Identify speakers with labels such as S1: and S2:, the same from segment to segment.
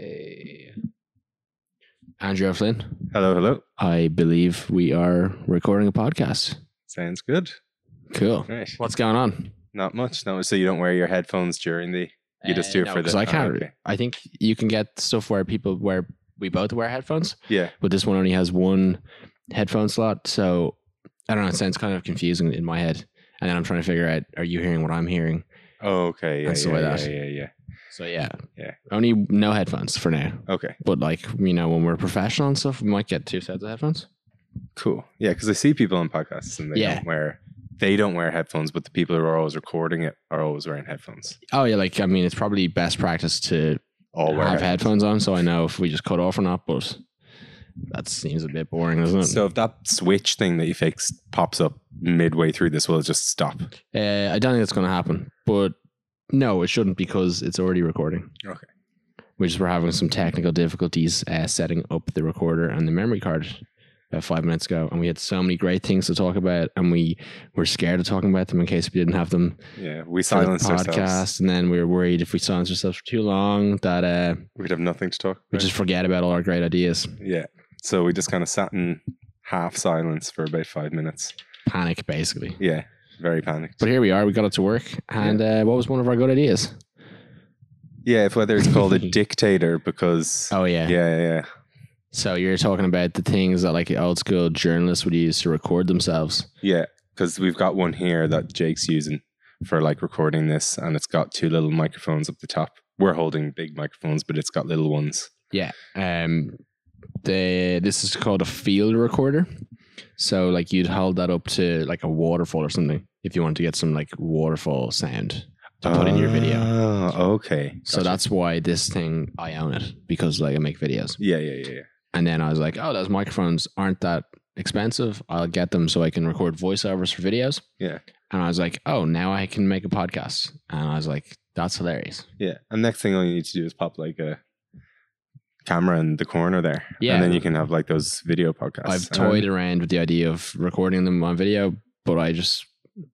S1: Okay. Andrew O'Flynn,
S2: Hello, hello.
S1: I believe we are recording a podcast.
S2: Sounds good.
S1: Cool.
S2: Right.
S1: What's going on?
S2: Not much. No, so you don't wear your headphones during the. You just do it for the.
S1: Because Uh, I
S2: oh,
S1: can't.
S2: okay.
S1: I think you can get stuff where people where we both wear headphones,
S2: Yeah.
S1: but this one only has one headphone slot. So I don't know. It sounds kind of confusing in my head, and then I'm trying to figure out: Are you hearing what I'm hearing?
S2: Oh, okay. Yeah,
S1: That's the
S2: yeah,
S1: way
S2: yeah,
S1: that-
S2: yeah, yeah.
S1: So yeah,
S2: Yeah.
S1: Only no headphones for now.
S2: Okay.
S1: But like you know, when we're professional and stuff, we might get two sets of headphones.
S2: Cool. Yeah, because I see people on podcasts and they
S1: Yeah.
S2: don't wear they don't wear headphones, but the people who are always recording it are always wearing headphones.
S1: Oh yeah, like I mean, it's probably best practice to
S2: All wear
S1: have headphones on, so I know if we just cut off or not. But that seems a bit boring, doesn't it?
S2: So if that switch thing that you fixed pops up midway through this, will it just stop?
S1: Uh, I don't think that's going to happen, but no, it shouldn't because it's already recording.
S2: Okay.
S1: Which is we're having some technical difficulties uh, setting up the recorder and the memory card about five minutes ago, and we had so many great things to talk about, and we were scared of talking about them in case we didn't have them
S2: Yeah, we
S1: for the
S2: silenced ourselves.
S1: podcast, and then we were worried if we silenced ourselves for too long that uh,
S2: We'd have nothing to talk.
S1: we
S2: About.
S1: just forget about all our great ideas,
S2: yeah. So we just kind of sat in half silence for about five minutes.
S1: panic basically.
S2: Yeah, very panicked.
S1: But here we are. We got it to work, and uh, what was one of our good ideas?
S2: Yeah, if whether it's called a dictator because
S1: Oh
S2: yeah, yeah, yeah.
S1: So you're talking about the things that like old school journalists would use to record themselves.
S2: yeah, because we've got one here that Jake's using for like recording this, and it's got two little microphones up the top. We're holding big microphones, but it's got little ones.
S1: Um, the this is called a field recorder. So like you'd hold that up to like a waterfall or something if you want to get some like waterfall sound to put in your video.
S2: Oh, okay.
S1: So
S2: Gotcha.
S1: that's why this thing I own it because like I make videos.
S2: yeah, yeah, yeah, yeah.
S1: And then I was like, oh, those microphones aren't that expensive. I'll get them so I can record voiceovers for videos.
S2: Yeah.
S1: And I was like, oh, now I can make a podcast. And I was like, that's hilarious.
S2: Yeah, and next thing all you need to do is pop like a camera in the corner there,
S1: Yeah.
S2: and then you can have like those video podcasts. Um,
S1: I've toyed
S2: And-
S1: around with the idea of recording them on video, but I just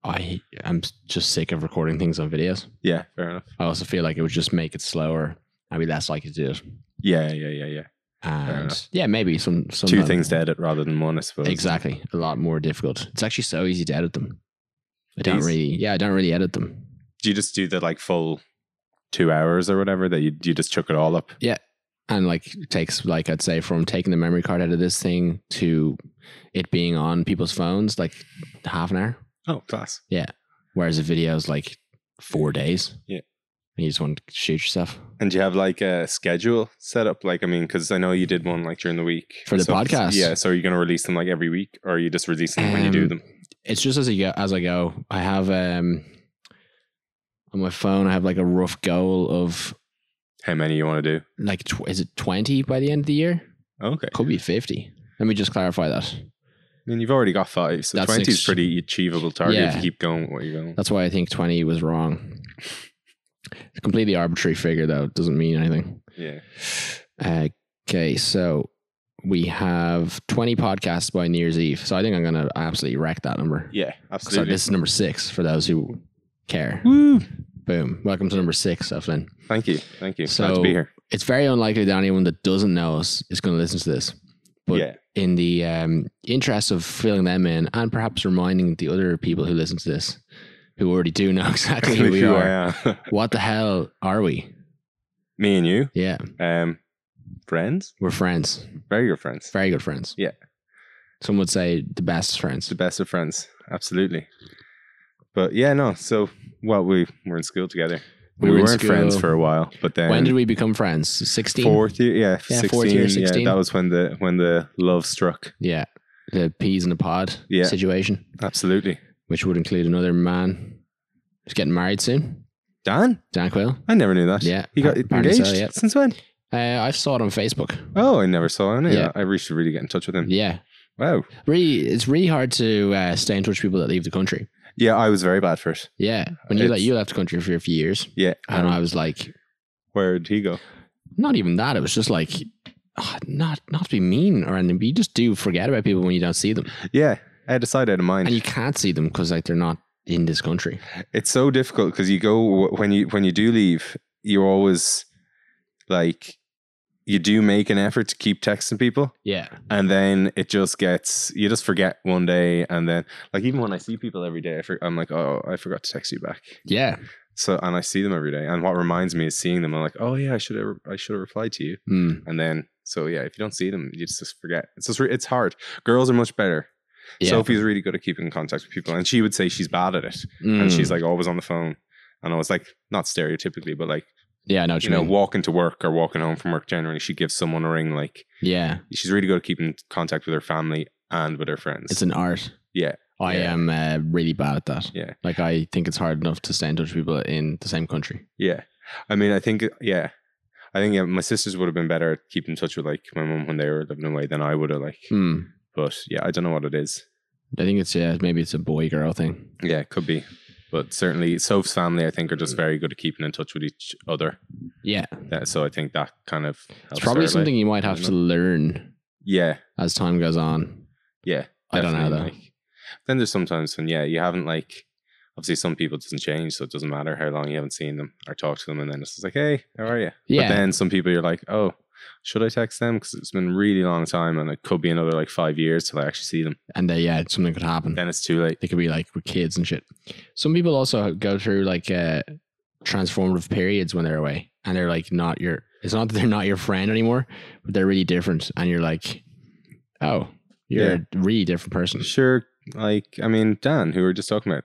S1: I am just sick of recording things on videos.
S2: yeah, fair enough.
S1: I also feel like it would just make it slower. I'd be less likely to do it.
S2: Yeah, yeah, yeah, yeah.
S1: And
S2: enough.
S1: yeah, maybe some some
S2: Two things to edit rather than one, I suppose.
S1: Exactly. A lot more difficult. It's actually so easy to edit them. I don't
S2: These?
S1: really yeah, I don't really edit them.
S2: Do you just do the like full two hours or whatever that you you just chuck it all up?
S1: And like it takes like I'd say from taking the memory card out of this thing to it being on people's phones like half an hour.
S2: Oh, class.
S1: Whereas a video is like four days.
S2: Yeah.
S1: And you just want to shoot yourself.
S2: And do you have like a schedule set up? Like, I mean, because I know you did one like during the week
S1: For
S2: and
S1: the
S2: stuff.
S1: podcast?
S2: Yeah. So are you going to release them like every week or are you just releasing them when you do
S1: Um,
S2: them?
S1: It's just as I go as I go. I have um on my phone I have like a rough goal of
S2: How many you want to do?
S1: like tw- is it twenty by the end of the year?
S2: Okay.
S1: Could be fifty. Let me just clarify that.
S2: I mean, you've already got five. So
S1: That's
S2: 20 is
S1: ex-
S2: pretty achievable target if
S1: Yeah.
S2: you keep going with what you're going.
S1: That's why I think twenty was wrong. It's a completely arbitrary figure though. It doesn't mean anything.
S2: yeah.
S1: Okay, so we have twenty podcasts by New Year's Eve. So I think I'm gonna absolutely wreck that number.
S2: Yeah.
S1: So
S2: Absolutely.
S1: this is number six for those who care.
S2: Woo.
S1: Boom. Welcome to number six, Eflin.
S2: Thank you. Thank you. Glad
S1: So-
S2: to be here.
S1: It's very unlikely that anyone that doesn't know us is going to listen to this. But
S2: yeah.
S1: in the um, interest of filling them in and perhaps reminding the other people who listen to this, who already do know exactly who we
S2: Who
S1: are,
S2: I am.
S1: what the hell are we?
S2: Me and you.
S1: Yeah,
S2: Um, friends.
S1: we're friends.
S2: Very good friends.
S1: Very good friends.
S2: Yeah.
S1: Some would say the best
S2: It's
S1: friends.
S2: the best of friends, absolutely. But yeah, no. So, well, we were in school together. We,
S1: in
S2: were not friends
S1: school.
S2: for a while, but then
S1: When did we become friends? 16?
S2: Fourth year, yeah,
S1: Yeah,
S2: 16,
S1: fourth year,
S2: yeah,
S1: 16.
S2: that was when the when the love struck.
S1: Yeah. The peas in a pod
S2: Yeah.
S1: situation.
S2: Absolutely,
S1: which would include another man who's getting married soon,
S2: Dan.
S1: Dan Quill.
S2: I never knew that.
S1: Yeah,
S2: he got
S1: apparently so,
S2: engaged.
S1: yeah.
S2: Since when?
S1: Uh, I saw it on Facebook.
S2: Oh, I never saw any.
S1: Yeah.
S2: Yeah, I really should really get in touch with him.
S1: Yeah,
S2: Wow.
S1: really, it's really hard to uh, stay in touch with people that leave the country.
S2: Yeah, I was very bad for it.
S1: Yeah, when you
S2: It's-
S1: like you left the country for a few years,
S2: Yeah.
S1: and
S2: um,
S1: I was like,
S2: where did he go?
S1: not even that. It was just like, ah, not not to be mean or anything, but you just do forget about people when you don't see them,
S2: Yeah, I had a side out of mind.
S1: and you can't see them because like they're not in this country.
S2: it's so difficult because you go when you when you do leave you're always like you do make an effort to keep texting people,
S1: Yeah.
S2: and then it just gets you just forget one day, and then like even when I see people every day, I for, I'm like, oh, I forgot to text you back.
S1: Yeah.
S2: So and I see them every day, and what reminds me is seeing them. I'm like, oh yeah, I should have I should have replied to you,
S1: Mm.
S2: and then so yeah, if you don't see them, you just, just forget. It's just re- it's hard. Girls are much better.
S1: Yeah.
S2: Sophie's really good at keeping contact with people, and she would say she's bad at it,
S1: Mm.
S2: and she's like always on the phone. And I was like, not stereotypically, but like
S1: yeah, I know what
S2: you
S1: you,
S2: know,
S1: mean.
S2: walking to work or walking home from work, generally she gives someone a ring. Like
S1: yeah.
S2: she's really good at keeping contact with her family and with her friends.
S1: It's an art.
S2: Yeah.
S1: I
S2: Yeah.
S1: am uh, really bad at that.
S2: Yeah.
S1: Like, I think it's hard enough to stay in touch with people in the same country.
S2: yeah, I mean, I think yeah, I think yeah, my sisters would have been better at keeping in touch with like my mum when they were living away than I would have like.
S1: Hmm.
S2: But yeah, I don't know what it is.
S1: I think it's, yeah, maybe it's a boy girl thing.
S2: Yeah, it could be. But certainly, Soph's family, I think, are
S1: Hmm.
S2: just very good at keeping in touch with each other.
S1: Yeah.
S2: Yeah, so I think that kind of helps
S1: It's probably
S2: her, like-
S1: something you might have to learn
S2: yeah,
S1: as time goes on.
S2: yeah.
S1: I don't know,
S2: definitely,
S1: though.
S2: Like, then there's sometimes when yeah, you haven't like obviously some people it doesn't change, so it doesn't matter how long you haven't seen them or talked to them, and then it's just like, hey, how are you?
S1: Yeah.
S2: But then some people you're like, oh, should I text them? Because it's been a really long time, and it could be another like five years till I actually see them.
S1: and they, yeah, something could happen.
S2: Then it's too late.
S1: They could be like with kids and shit. Some people also go through like uh, transformative periods when they're away, and they're like not your. It's not that they're not your friend anymore, but they're really different, and you're like, oh, you're
S2: Yeah.
S1: a really different person.
S2: Sure, like I mean, Dan, who we were just talking about.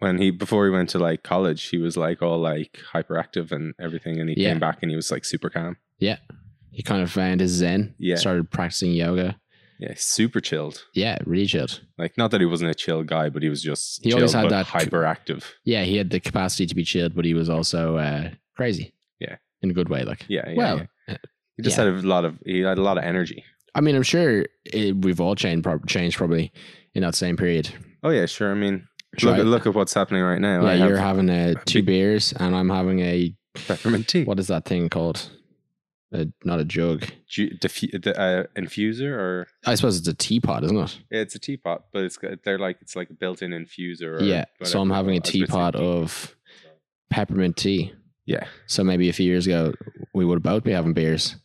S2: When he before he went to like college, he was like all like hyperactive and everything, and he
S1: Yeah.
S2: came back and he was like super calm,
S1: He kind of found his zen.
S2: Yeah.
S1: started practicing yoga.
S2: yeah, super chilled.
S1: Yeah, really chilled.
S2: Like, not that he wasn't a chill guy, but he was just
S1: He always had
S2: chilled, but
S1: that-
S2: hyperactive.
S1: Yeah, he had the capacity to be chilled, but he was also uh, crazy.
S2: Yeah.
S1: in a good way. Like,
S2: Yeah, yeah.
S1: well, uh,
S2: yeah. he just had a lot of he had a lot of energy.
S1: I mean, I'm sure it, we've all changed, prob- changed probably in that same period.
S2: Oh yeah, sure. I mean,
S1: Sure,
S2: look
S1: I-
S2: at look at what's happening right now. I
S1: yeah,
S2: have
S1: you're having uh, two
S2: big-
S1: beers, and I'm having a
S2: peppermint tea.
S1: what is that thing called? A, not a jug.
S2: Ju- defu- the, uh, infuser or
S1: I suppose it's a teapot, isn't it?
S2: yeah, it's a teapot, but it's got- they're like it's like a built-in infuser. Or
S1: yeah. So I'm
S2: whatever.
S1: having a
S2: I was about to say
S1: teapot of peppermint tea.
S2: yeah,
S1: So maybe a few years ago, we would both be having beers,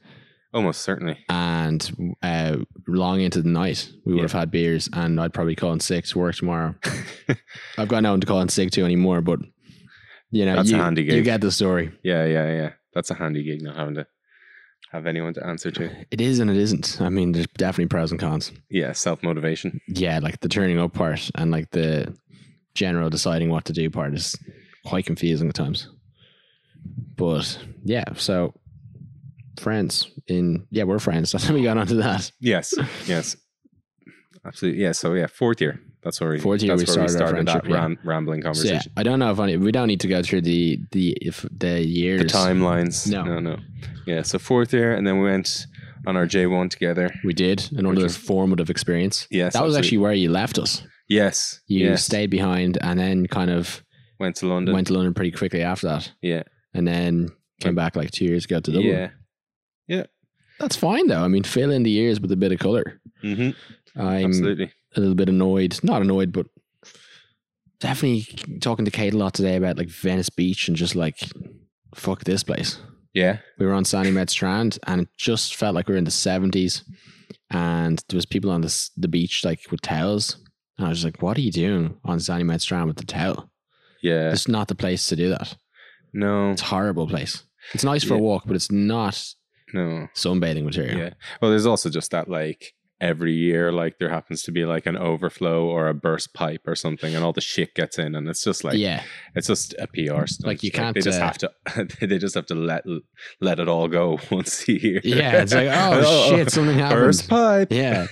S2: almost certainly.
S1: and uh, long into the night, we would
S2: Yeah.
S1: have had beers, and I'd probably call in sick to work tomorrow. I've got no one to call in sick to anymore, but you know,
S2: That's a
S1: you-
S2: handy
S1: you
S2: gig.
S1: get the story.
S2: yeah, yeah, yeah. That's a handy gig not having to have anyone to answer to.
S1: It is and it isn't. I mean, there's definitely pros and cons.
S2: Yeah, self motivation.
S1: yeah, like the turning up part and like the general deciding what to do part is quite confusing at times. But yeah, so friends in yeah, we're friends. That's how we got onto that.
S2: Yes, yes, absolutely. Yeah. So yeah, fourth year. That's where we
S1: Fourth year
S2: that's
S1: we
S2: where
S1: started our
S2: that
S1: friendship, yeah.
S2: ram- rambling
S1: So yeah,
S2: conversation.
S1: I don't know if any, we don't need to go through the the if the years.
S2: the timelines.
S1: No.
S2: no, no. Yeah. So fourth year, and then we went on our J one together.
S1: we did another
S2: is-
S1: formative experience.
S2: Yes,
S1: that was
S2: absolutely.
S1: actually where you left us.
S2: Yes.
S1: You
S2: yes.
S1: stayed behind and then kind of
S2: Went to London.
S1: went to London pretty quickly after that,
S2: yeah.
S1: and then came back like two years ago to Dublin.
S2: Yeah.
S1: That's fine though. I mean, fill in the years with a bit of color.
S2: hmm
S1: I'm
S2: Absolutely.
S1: a little bit annoyed. Not annoyed, but definitely talking to Kate a lot today about like Venice Beach and just like fuck this place.
S2: Yeah.
S1: We were on Sandy Met Strand and it just felt like we were in the seventies, and there was people on this, the beach like with towels, and I was just like, "What are you doing on Sandy Met Strand with the towel?
S2: Yeah.
S1: It's not the place to do that.
S2: No.
S1: It's a horrible place. It's nice for a
S2: Yeah.
S1: walk, but it's not
S2: No.
S1: sunbathing material.
S2: Yeah. Well, there's also just that like every year, like there happens to be like an overflow or a burst pipe or something, and all the shit gets in, and it's just like
S1: yeah,
S2: it's just a PR stunt.
S1: Like, you can't,
S2: they just
S1: uh,
S2: have to. they just have to let let it all go once a year.
S1: yeah. It's like, oh, shit, something happened.
S2: burst pipe.
S1: Yeah.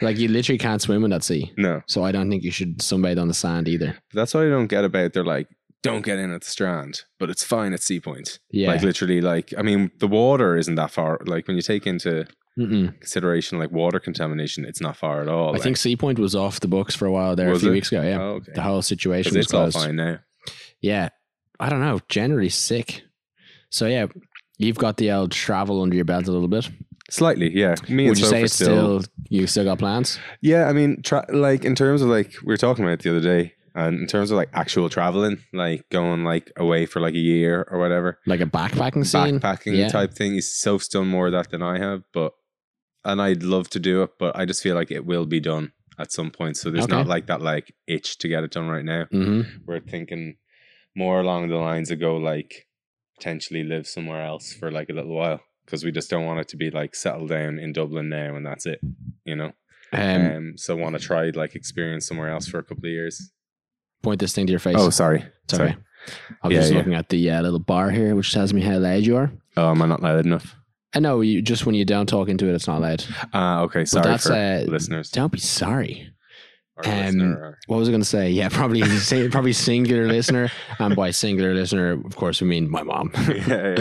S1: Like you literally can't swim in that sea.
S2: No,
S1: So I don't think you should sunbathe on the sand either.
S2: that's what I don't get about. They're like, don't get in at the strand, but it's fine at Sea Point.
S1: Yeah.
S2: Like literally, like I mean, the water isn't that far. Like when you take into
S1: Mm-mm.
S2: consideration like water contamination, it's not far at all.
S1: I
S2: oh, like,
S1: think Sea Point was off the books for a while there a
S2: Was
S1: few
S2: it?
S1: weeks ago. Yeah.
S2: Oh, okay.
S1: The whole
S2: 'Cause
S1: situation was
S2: it's all
S1: closed.
S2: fine now.
S1: Yeah. I don't know. Generally sick. So yeah, you've got the old travel under your belt a little bit.
S2: Slightly, yeah. Me
S1: Would
S2: and
S1: you say
S2: Sophie
S1: it's
S2: still.
S1: still you still got plans?
S2: Yeah, I mean, tra- like in terms of like we were talking about it the other day, And in terms of like actual traveling, like going like away for like a year or whatever,
S1: Like a backpacking scene.
S2: backpacking
S1: Yeah.
S2: type thing, he's so's done more of that than I have. But and I'd love to do it, but I just feel like it will be done at some point. So there's
S1: Okay.
S2: not like that like itch to get it done right now.
S1: hmm
S2: We're thinking more along the lines of go like potentially live somewhere else for like a little while because we just don't want it to be like settle down in Dublin now and that's it, you know.
S1: Um,
S2: Um, so want to try like experience somewhere else for a couple of years.
S1: point this thing to your face.
S2: Oh, sorry.
S1: it's okay. I'm
S2: Yeah,
S1: just
S2: yeah.
S1: looking at the uh, little bar here, which tells me how loud you are.
S2: Oh, am I not loud enough?
S1: I know you just when you don't talk into it, it's not loud.
S2: Uh, okay.
S1: But
S2: Sorry
S1: that's
S2: for
S1: uh,
S2: listeners.
S1: don't be sorry.
S2: Or
S1: um,
S2: listener uh, or-
S1: What was I going to say? Yeah, probably si- probably singular listener, and by singular listener, of course, we mean my mom.
S2: yeah,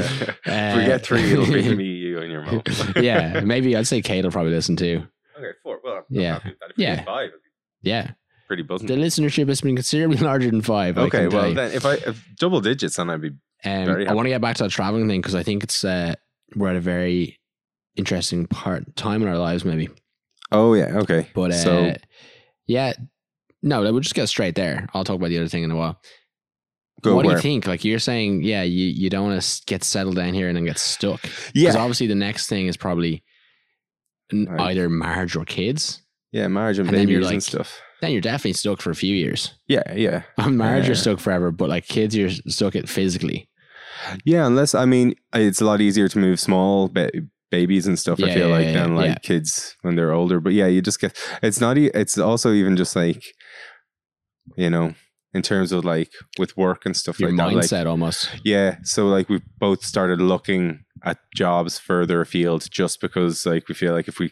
S1: Uh,
S2: yeah. if we get three, it'll be me, you, and your mom.
S1: yeah, maybe I'd say Kate will probably listen too.
S2: Okay, four. Well, I'm
S1: Yeah.
S2: happy with that. If we
S1: Yeah.
S2: get five, it'd be
S1: Yeah,
S2: pretty buzzing.
S1: the listenership has been considerably larger than five. I
S2: okay,
S1: can tell
S2: well
S1: you.
S2: then, if I if double digits, then I'd be
S1: Um,
S2: Very
S1: I
S2: happy.
S1: want to get back to that traveling thing because I think it's uh, we're at a very interesting part time in our lives, maybe.
S2: Oh yeah, okay.
S1: But uh,
S2: so
S1: yeah, no, we'll just go straight there. I'll talk about the other thing in a while.
S2: go
S1: what
S2: where?
S1: do you think? Like you're saying, yeah, you, you don't want to get settled down here and then get stuck. Because
S2: Yeah,
S1: obviously the next thing is probably n-
S2: Right.
S1: either marriage or kids.
S2: yeah, marriage and,
S1: And then you're
S2: babies
S1: like-
S2: and stuff.
S1: Then you're definitely stuck for a few years.
S2: Yeah, yeah,
S1: On marriage, you're
S2: Yeah.
S1: stuck forever, but like kids, you're stuck it physically.
S2: yeah. Unless I mean, it's a lot easier to move small ba- babies and stuff.
S1: Yeah,
S2: I feel
S1: yeah,
S2: like
S1: yeah,
S2: than like
S1: yeah.
S2: kids when they're older. But yeah, you just get. It's not. e- It's also even just like, you know, in terms of like with work and stuff
S1: Your
S2: like that. Like
S1: mindset almost.
S2: Yeah. So like we've both started looking at jobs further afield just because like we feel like if we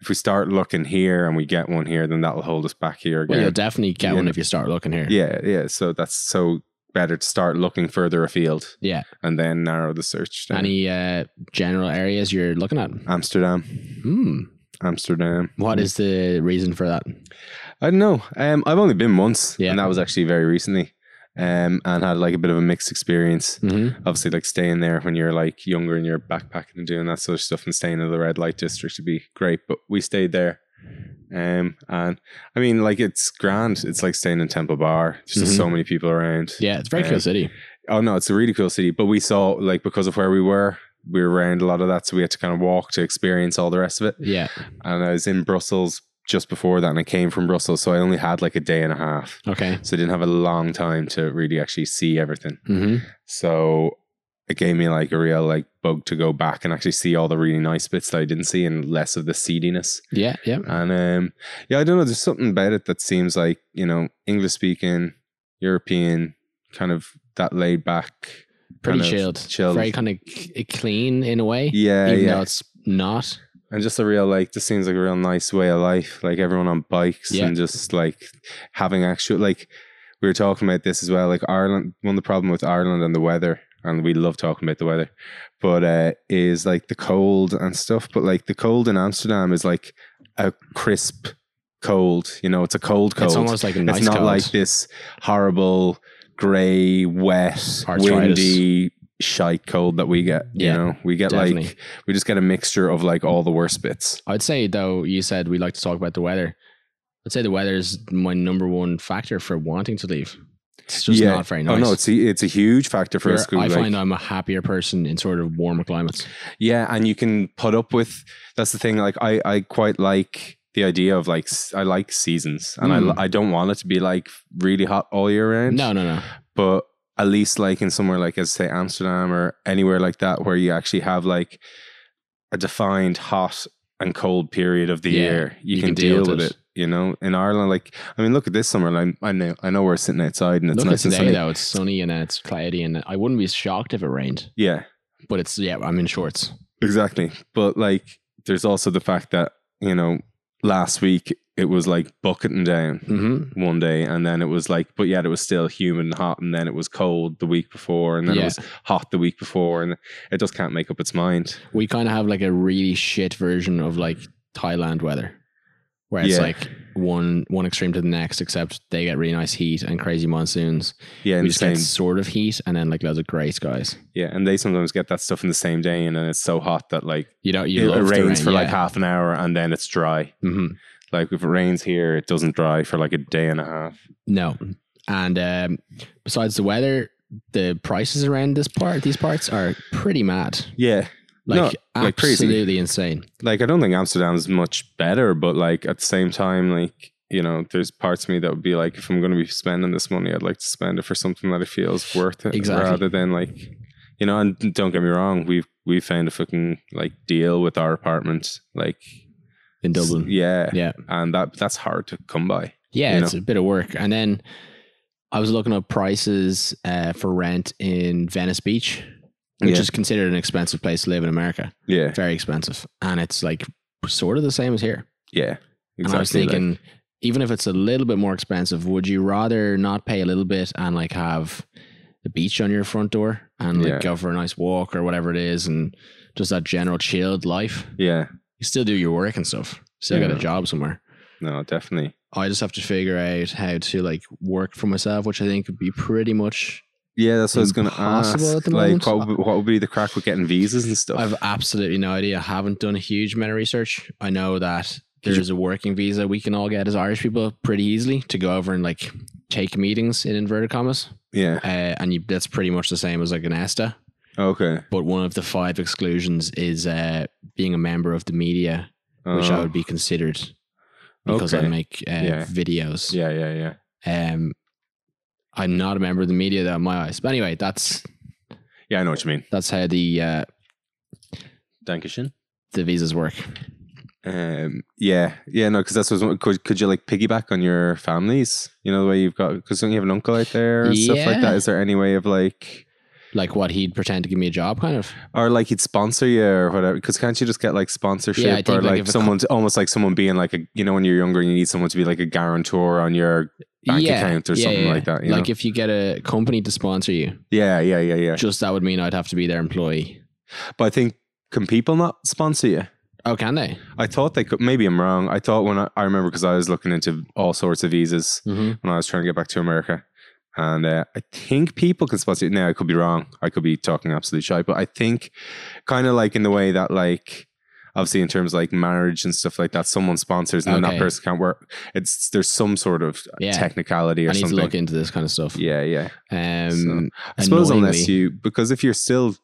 S2: if we start looking here and we get one here, then that'll hold us back here
S1: Well, you'll
S2: again.
S1: definitely get
S2: Yeah.
S1: one if you start looking here.
S2: yeah, yeah. So that's so better to start looking further afield.
S1: Yeah.
S2: And then narrow the search down.
S1: Any uh, general areas you're looking at?
S2: Amsterdam.
S1: Hmm.
S2: Amsterdam.
S1: What is the reason for that?
S2: I don't know. Um I've only been once.
S1: Yeah.
S2: And that was actually very recently. Um and had like a bit of a mixed experience.
S1: Mm-hmm.
S2: obviously like staying there when you're like younger and you're backpacking and doing that sort of stuff and staying in the red light district would be great. But we stayed there. Um and I mean like it's grand. It's like staying in Temple Bar. Just
S1: Mhm.
S2: there's so many people around.
S1: Yeah, it's a very cool
S2: Um,
S1: city.
S2: Oh no, it's a really cool city. But we saw like because of where we were, we were around a lot of that, so we had to kind of walk to experience all the rest of it.
S1: Yeah.
S2: And I was in Brussels just before that and I came from Brussels, so I only had like a day and a half.
S1: Okay.
S2: So I didn't have a long time to really actually see everything.
S1: hmm
S2: So it gave me like a real like bug to go back and actually see all the really nice bits that I didn't see and less of the seediness.
S1: Yeah. Yeah.
S2: And um yeah, I don't know, there's something about it that seems like, you know, English speaking, European, kind of that laid back.
S1: Pretty
S2: kind of
S1: chilled.
S2: chilled.
S1: Very kind of c- clean in a way.
S2: Yeah,
S1: even
S2: yeah.
S1: though it's not.
S2: and just a real like this seems like a real nice way of life like everyone on bikes
S1: Yeah.
S2: and just like having actual like we were talking about this as well like ireland one of the problem with ireland and the weather and we love talking about the weather but uh is like the cold and stuff but like the cold in amsterdam is like a crisp cold you know it's a cold cold
S1: It's almost like a nice
S2: it's not
S1: cold.
S2: like this horrible gray wet
S1: Arthritis.
S2: windy shite cold that we get
S1: Yeah,
S2: you know we get
S1: definitely.
S2: like we just get a mixture of like all the worst bits
S1: I'd say though, you said we like to talk about the weather. I'd say the weather is my number one factor for wanting to leave. It's just
S2: Yeah.
S1: not very nice.
S2: oh no it's a, it's a huge factor for
S1: You're-
S2: us 'cause,
S1: I
S2: like-
S1: find uh, I'm a happier person in sort of warmer climates.
S2: yeah and you can put up with that's the thing like i i quite like the idea of like s- i like seasons and I
S1: Mm.
S2: l- I don't want it to be like really hot all year round
S1: No, no, no.
S2: but at least like in somewhere like as say Amsterdam or anywhere like that where you actually have like a defined hot and cold period of the
S1: Yeah,
S2: year, you,
S1: you
S2: can, deal with it. You know, in Ireland, like I mean, look at this summer. Like, I know, I know we're sitting outside and it's
S1: Look
S2: nice
S1: at
S2: and
S1: today
S2: sunny.
S1: though; it's sunny and it's cloudy, and I wouldn't be shocked if it rained.
S2: Yeah,
S1: But it's yeah, I'm in shorts.
S2: exactly. But like, there's also the fact that you know, last week it was like bucketing down.
S1: Mm-hmm.
S2: one day and then it was like but yet it was still humid and hot and then it was cold the week before and then
S1: Yeah.
S2: it was hot the week before and it just can't make up its mind
S1: We kind of have like a really shit version of like Thailand weather, where it's
S2: Yeah.
S1: like one one extreme to the next, except they get really nice heat and crazy monsoons.
S2: yeah and
S1: we
S2: the
S1: just
S2: same
S1: get sort of heat and then like loads of grey skies.
S2: yeah and they sometimes get that stuff in the same day and then it's so hot that like
S1: You know,
S2: it,
S1: you
S2: it
S1: love
S2: rains
S1: the rain,
S2: for like
S1: yeah.
S2: half an hour and then it's dry
S1: Mhm.
S2: Like if it rains here, it doesn't dry for like a day and a half.
S1: No. And um, besides the weather, the prices around this part, these parts are pretty mad.
S2: Yeah. No,
S1: Like
S2: like crazy.
S1: absolutely insane.
S2: Like I don't think Amsterdam's much better, but like at the same time, like you know, there's parts of me that would be like, if I'm going to be spending this money, I'd like to spend it for something that it feels worth it,
S1: Exactly.
S2: rather than like, you know. And don't get me wrong, we've we found a fucking like deal with our apartment, like
S1: In Dublin.
S2: yeah,
S1: Yeah.
S2: and that that's hard to come by.
S1: Yeah,
S2: you
S1: it's a bit of work. And then I was looking up prices uh, for rent in Venice Beach, which
S2: Yeah.
S1: is considered an expensive place to live in America.
S2: Yeah,
S1: Very expensive. And it's like sort of the same as here.
S2: yeah, exactly.
S1: And I was
S2: like-
S1: thinking, even if it's a little bit more expensive, would you rather not pay a little bit and like have the beach on your front door and like
S2: Yeah.
S1: go for a nice walk or whatever it is and just that general chilled life?
S2: yeah,
S1: You still do your work and stuff. Still got
S2: Yeah.
S1: a job somewhere.
S2: no, definitely.
S1: I just have to figure out how to like work for myself, which I think would be pretty much.
S2: Yeah, that's what I was going to ask.
S1: Impossible at the
S2: like,
S1: moment.
S2: what would, what would be the crack with getting visas and stuff?
S1: I've absolutely no idea. I haven't done a huge amount of research. I know that
S2: Did you-
S1: there's a working visa we can all get as Irish people pretty easily to go over and like take meetings in inverted commas.
S2: yeah.
S1: uh, and you, that's pretty much the same as like an E ESTA.
S2: Okay.
S1: But one of the five exclusions is uh, being a member of the media, which I
S2: Oh,
S1: would be considered because I
S2: okay.
S1: make uh,
S2: Yeah.
S1: videos.
S2: Yeah, yeah, yeah.
S1: Um, I'm not a member of the media, though, in my eyes. But anyway, that's
S2: Yeah, I know what you mean.
S1: that's how the uh,
S2: Dankeschön.
S1: the visas work.
S2: Um, yeah, yeah, no, because that's what I was, could could you like piggyback on your families? You know the way you've got because don't you have an uncle out there and stuff like
S1: Yeah.
S2: that? Is there any way of like
S1: Like what he'd pretend to give me a job, kind of.
S2: or like he'd sponsor you or whatever? Because can't you just get like sponsorship
S1: think,
S2: or
S1: like,
S2: like
S1: if a co-
S2: someone almost like someone being like a you know when you're younger and you need someone to be like a guarantor on your bank account or something like that, you
S1: like
S2: know?
S1: if you get a company to sponsor you,
S2: yeah yeah yeah yeah.
S1: just that would mean I'd have to be their employee.
S2: But I think can people not sponsor you?
S1: Oh, can they?
S2: I thought they could. Maybe I'm wrong. I thought when I, I remember because I was looking into all sorts of visas
S1: Mm-hmm.
S2: when I was trying to get back to America, and uh, I think people can sponsor. Now I could be wrong. I could be talking absolute shite, but I think kind of like in the way that like. Obviously, in terms of like marriage and stuff like that, someone sponsors and then
S1: Okay.
S2: that person can't work. It's there's some sort of
S1: Yeah.
S2: technicality or
S1: I need
S2: something.
S1: to look into this kind of stuff.
S2: yeah, yeah.
S1: Um,
S2: I suppose unless
S1: annoyingly-
S2: you because if you're still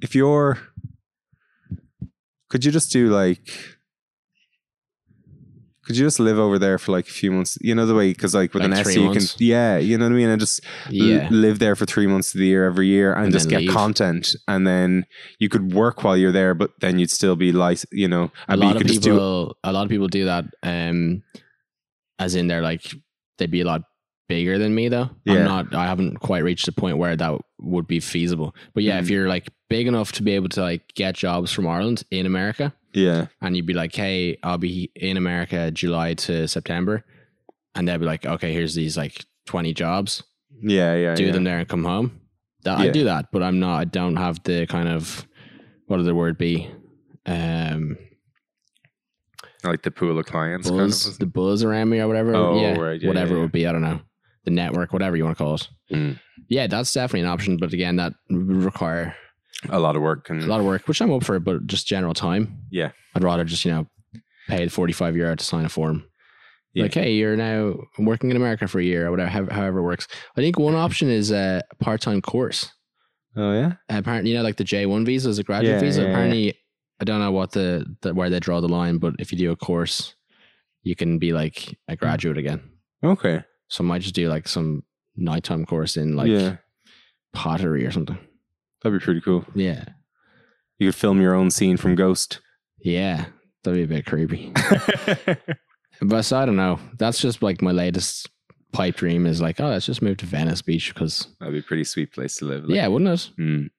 S2: if you're could you just do like could you just live over there for like a few months? You know the way because like with
S1: Like
S2: an
S1: three
S2: S E you can
S1: months?
S2: yeah, you know what I mean? And just l-
S1: yeah,
S2: live there for three months of the year every year and,
S1: And
S2: just
S1: then
S2: get
S1: leave.
S2: content and then you could work while you're there, but then you'd still be like you know,
S1: a
S2: but you
S1: lot of
S2: could just do-
S1: people, a lot of people do that. Um, as in they're like, they'd be a lot bigger than me though.
S2: Yeah.
S1: I'm not, I haven't quite reached the point where that would be feasible. But yeah, if
S2: Mhm.
S1: you're like big enough to be able to like get jobs from Ireland in America,
S2: yeah,
S1: and you'd be like, hey, I'll be in America July to September, and they'd be like, okay, here's these like 20 jobs,
S2: yeah, yeah,
S1: do
S2: yeah.
S1: them there and come home. That I
S2: Yeah.
S1: do that, but I'm not. I don't have the kind of what would the word be? Um,
S2: like the pool of clients. Kind
S1: buzz,
S2: of.
S1: the buzz around me or whatever.
S2: Oh,
S1: yeah,
S2: right, yeah,
S1: whatever
S2: yeah,
S1: it
S2: yeah.
S1: would be. I don't know. The network, whatever you want to call it.
S2: Mm.
S1: Yeah, that's definitely an option. But again, that would require
S2: A lot of work and
S1: a lot of work, which I'm up for, but just general time.
S2: Yeah.
S1: I'd rather just, you know, pay the 45 euro to sign a form.
S2: Yeah.
S1: Like, hey, you're now working in America for a year or whatever, how- however it works. I think one option is a part time course.
S2: oh yeah,
S1: Apparently, you know, like the J1 visa is a graduate
S2: Yeah,
S1: visa.
S2: yeah, yeah.
S1: Apparently, I don't know what the, the where they draw the line, but if you do a course, you can be like a
S2: Hmm.
S1: graduate again.
S2: okay,
S1: So I might just do like some nighttime course in like
S2: yeah,
S1: pottery or something.
S2: that'd be pretty cool.
S1: Yeah.
S2: You could film your own scene from Ghost.
S1: Yeah. That'd be a bit creepy. But so I don't know. That's just like my latest pipe dream is like, oh, let's just move to Venice Beach because
S2: That'd be a pretty sweet place to live. like-
S1: yeah, wouldn't it?
S2: Mm.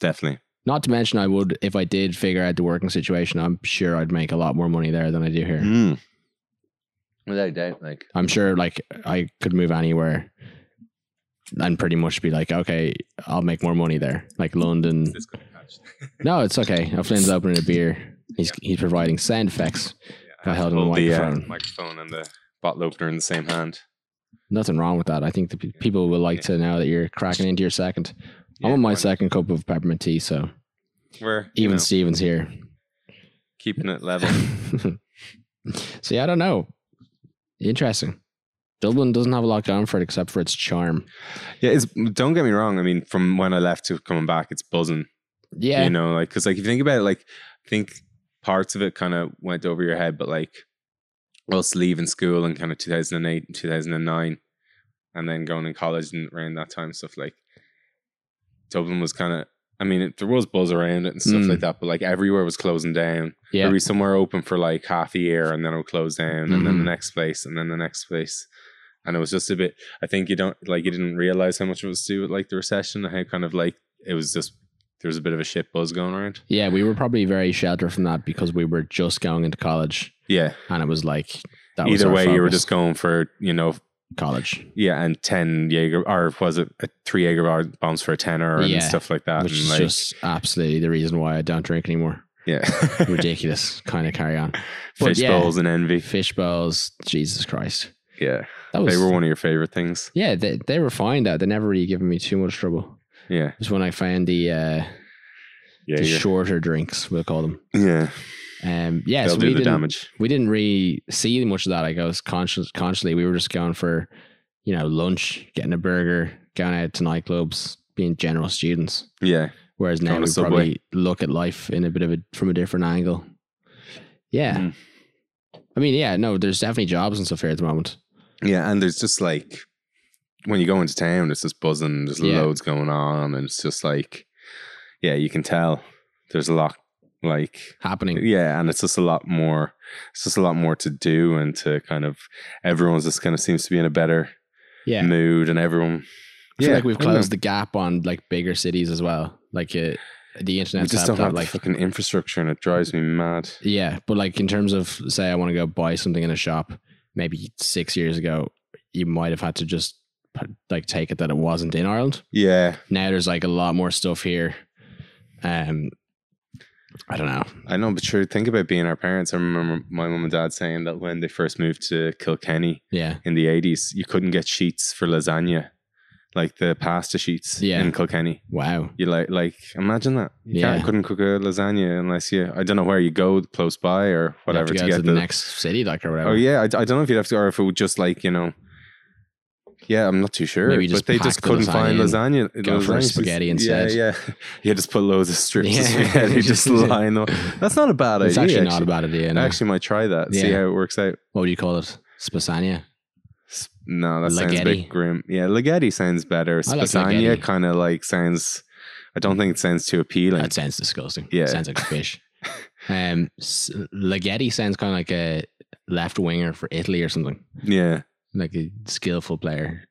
S2: definitely.
S1: Not to mention, I would if I did figure out the working situation. I'm sure I'd make a lot more money there than I do here.
S2: Mm. Without doubt, like
S1: I'm sure like I could move anywhere and pretty much be like, okay, I'll make more money there, like London. No, it's okay. Flynn's opening a beer. He's he's providing sound effects. I held on the
S2: the uh,
S1: microphone.
S2: microphone and the bottle opener in the same hand.
S1: Nothing wrong with that. I think the pe- people will like to know that you're cracking into your second. I'm
S2: Yeah,
S1: on my
S2: why
S1: second cup of peppermint tea, so
S2: not? We're you
S1: even
S2: know,
S1: Steven's here.
S2: keeping it level.
S1: See, I don't know. Interesting. Dublin doesn't have a lot going for it except for its charm.
S2: Yeah, it's don't get me wrong. I mean, from when I left to coming back, it's buzzing.
S1: Yeah.
S2: You know, like because like if you think about it, like I think parts of it kind of went over your head, but like us leaving school in kind of 2008 and 2009, and then going in college and around that time, stuff like Dublin was kind of. I mean, it, there was buzz around it and stuff
S1: Mm.
S2: like that, but like everywhere was closing down.
S1: yeah.
S2: There'd be somewhere open for like half a year, and then it would close down, and
S1: Mm-hmm.
S2: then the next place, and then the next place. And it was just a bit. I think you don't like you didn't realize how much it was to do with like the recession, and how kind of like it was just there was a bit of a shit buzz going around.
S1: yeah, we were probably very sheltered from that because we were just going into college
S2: Yeah.
S1: and it was like that was
S2: Either
S1: our
S2: way, you were
S1: focus.
S2: just going for you know
S1: college.
S2: yeah, and ten Jaeger or was it uh, three Jaeger bar- bombs for a tenner and
S1: Yeah,
S2: stuff like that.
S1: Which
S2: and
S1: is
S2: like,
S1: just absolutely the reason why I don't drink anymore.
S2: yeah,
S1: Ridiculous kind of carry on. But
S2: fish
S1: yeah.
S2: bowls and envy.
S1: Fish bowls, Jesus Christ.
S2: Yeah,
S1: That was
S2: they were one of your favorite things.
S1: Yeah, they, they were fine that they never really given me too much trouble.
S2: Yeah,
S1: It was when I found the uh
S2: yeah,
S1: the
S2: yeah.
S1: shorter drinks, we'll call them.
S2: yeah.
S1: Um yeah,
S2: They'll
S1: so we
S2: do the
S1: didn't
S2: damage.
S1: we didn't really see much of that. Like I was conscious consciously we were just going for, you know, lunch, getting a burger, going out to nightclubs, being general students.
S2: Yeah,
S1: Whereas now
S2: Going to
S1: we
S2: Subway.
S1: probably look at life in a bit of a from a different angle. Yeah.
S2: Mm.
S1: I mean, yeah, no, there's definitely jobs and stuff here at the moment.
S2: Yeah, and there's just like when you go into town, it's just buzzing. There's
S1: Yeah.
S2: loads going on, and it's just like, yeah, you can tell there's a lot. Like,
S1: Happening.
S2: yeah, and it's just a lot more. It's just a lot more to do, and to kind of everyone's just kind of seems to be in a better
S1: Yeah.
S2: mood, and everyone.
S1: I feel
S2: mm, yeah,
S1: like we've
S2: I don't know.
S1: closed the gap on like bigger cities as well. Like uh, the
S2: We
S1: internet's
S2: just don't
S1: helped out,
S2: have
S1: like
S2: like fucking infrastructure, and it drives me mad.
S1: yeah, but like in terms of say I want to go buy something in a shop, maybe six years ago you might have had to just put, like take it that it wasn't in Ireland.
S2: Yeah,
S1: Now there's like a lot more stuff here. Um, I don't know.
S2: I know, but sure. Think about being our parents. I remember my mum and dad saying that when they first moved to Kilkenny,
S1: Yeah,
S2: in the 80s, you couldn't get sheets for lasagna, like the pasta sheets
S1: Yeah.
S2: in Kilkenny.
S1: wow.
S2: You like, like imagine that. You can't-
S1: Yeah.
S2: couldn't cook a lasagna unless you, I don't know where you go close by or
S1: You have
S2: whatever to,
S1: to go
S2: get
S1: to
S2: the.
S1: the, next city, like or whatever.
S2: oh, yeah. I, I don't know if you'd have to, or if it would just like, you know, yeah, I'm not too sure.
S1: Maybe you
S2: but
S1: just
S2: they
S1: pack
S2: just
S1: the
S2: couldn't
S1: lasagna
S2: find lasagna.
S1: go for
S2: lasagna sheets.
S1: spaghetti
S2: yeah,
S1: instead.
S2: Yeah, You just put loads of strips of
S1: Yeah.
S2: spaghetti, just line them. That's not a bad
S1: It's
S2: idea.
S1: actually, not a bad idea. no.
S2: I actually might try that, see
S1: Yeah.
S2: how it works out.
S1: what would you call it? Spasania.
S2: S- No, that sounds a
S1: Ligeti.
S2: bit grim. Yeah, Ligeti sounds better.
S1: I like
S2: Spasania
S1: ligeti.
S2: kind of like sounds. I don't think it sounds too appealing.
S1: That sounds disgusting.
S2: Yeah.
S1: sounds like fish. um, s- Ligeti sounds kind of like a left winger for Italy or something,
S2: yeah.
S1: like a skillful player.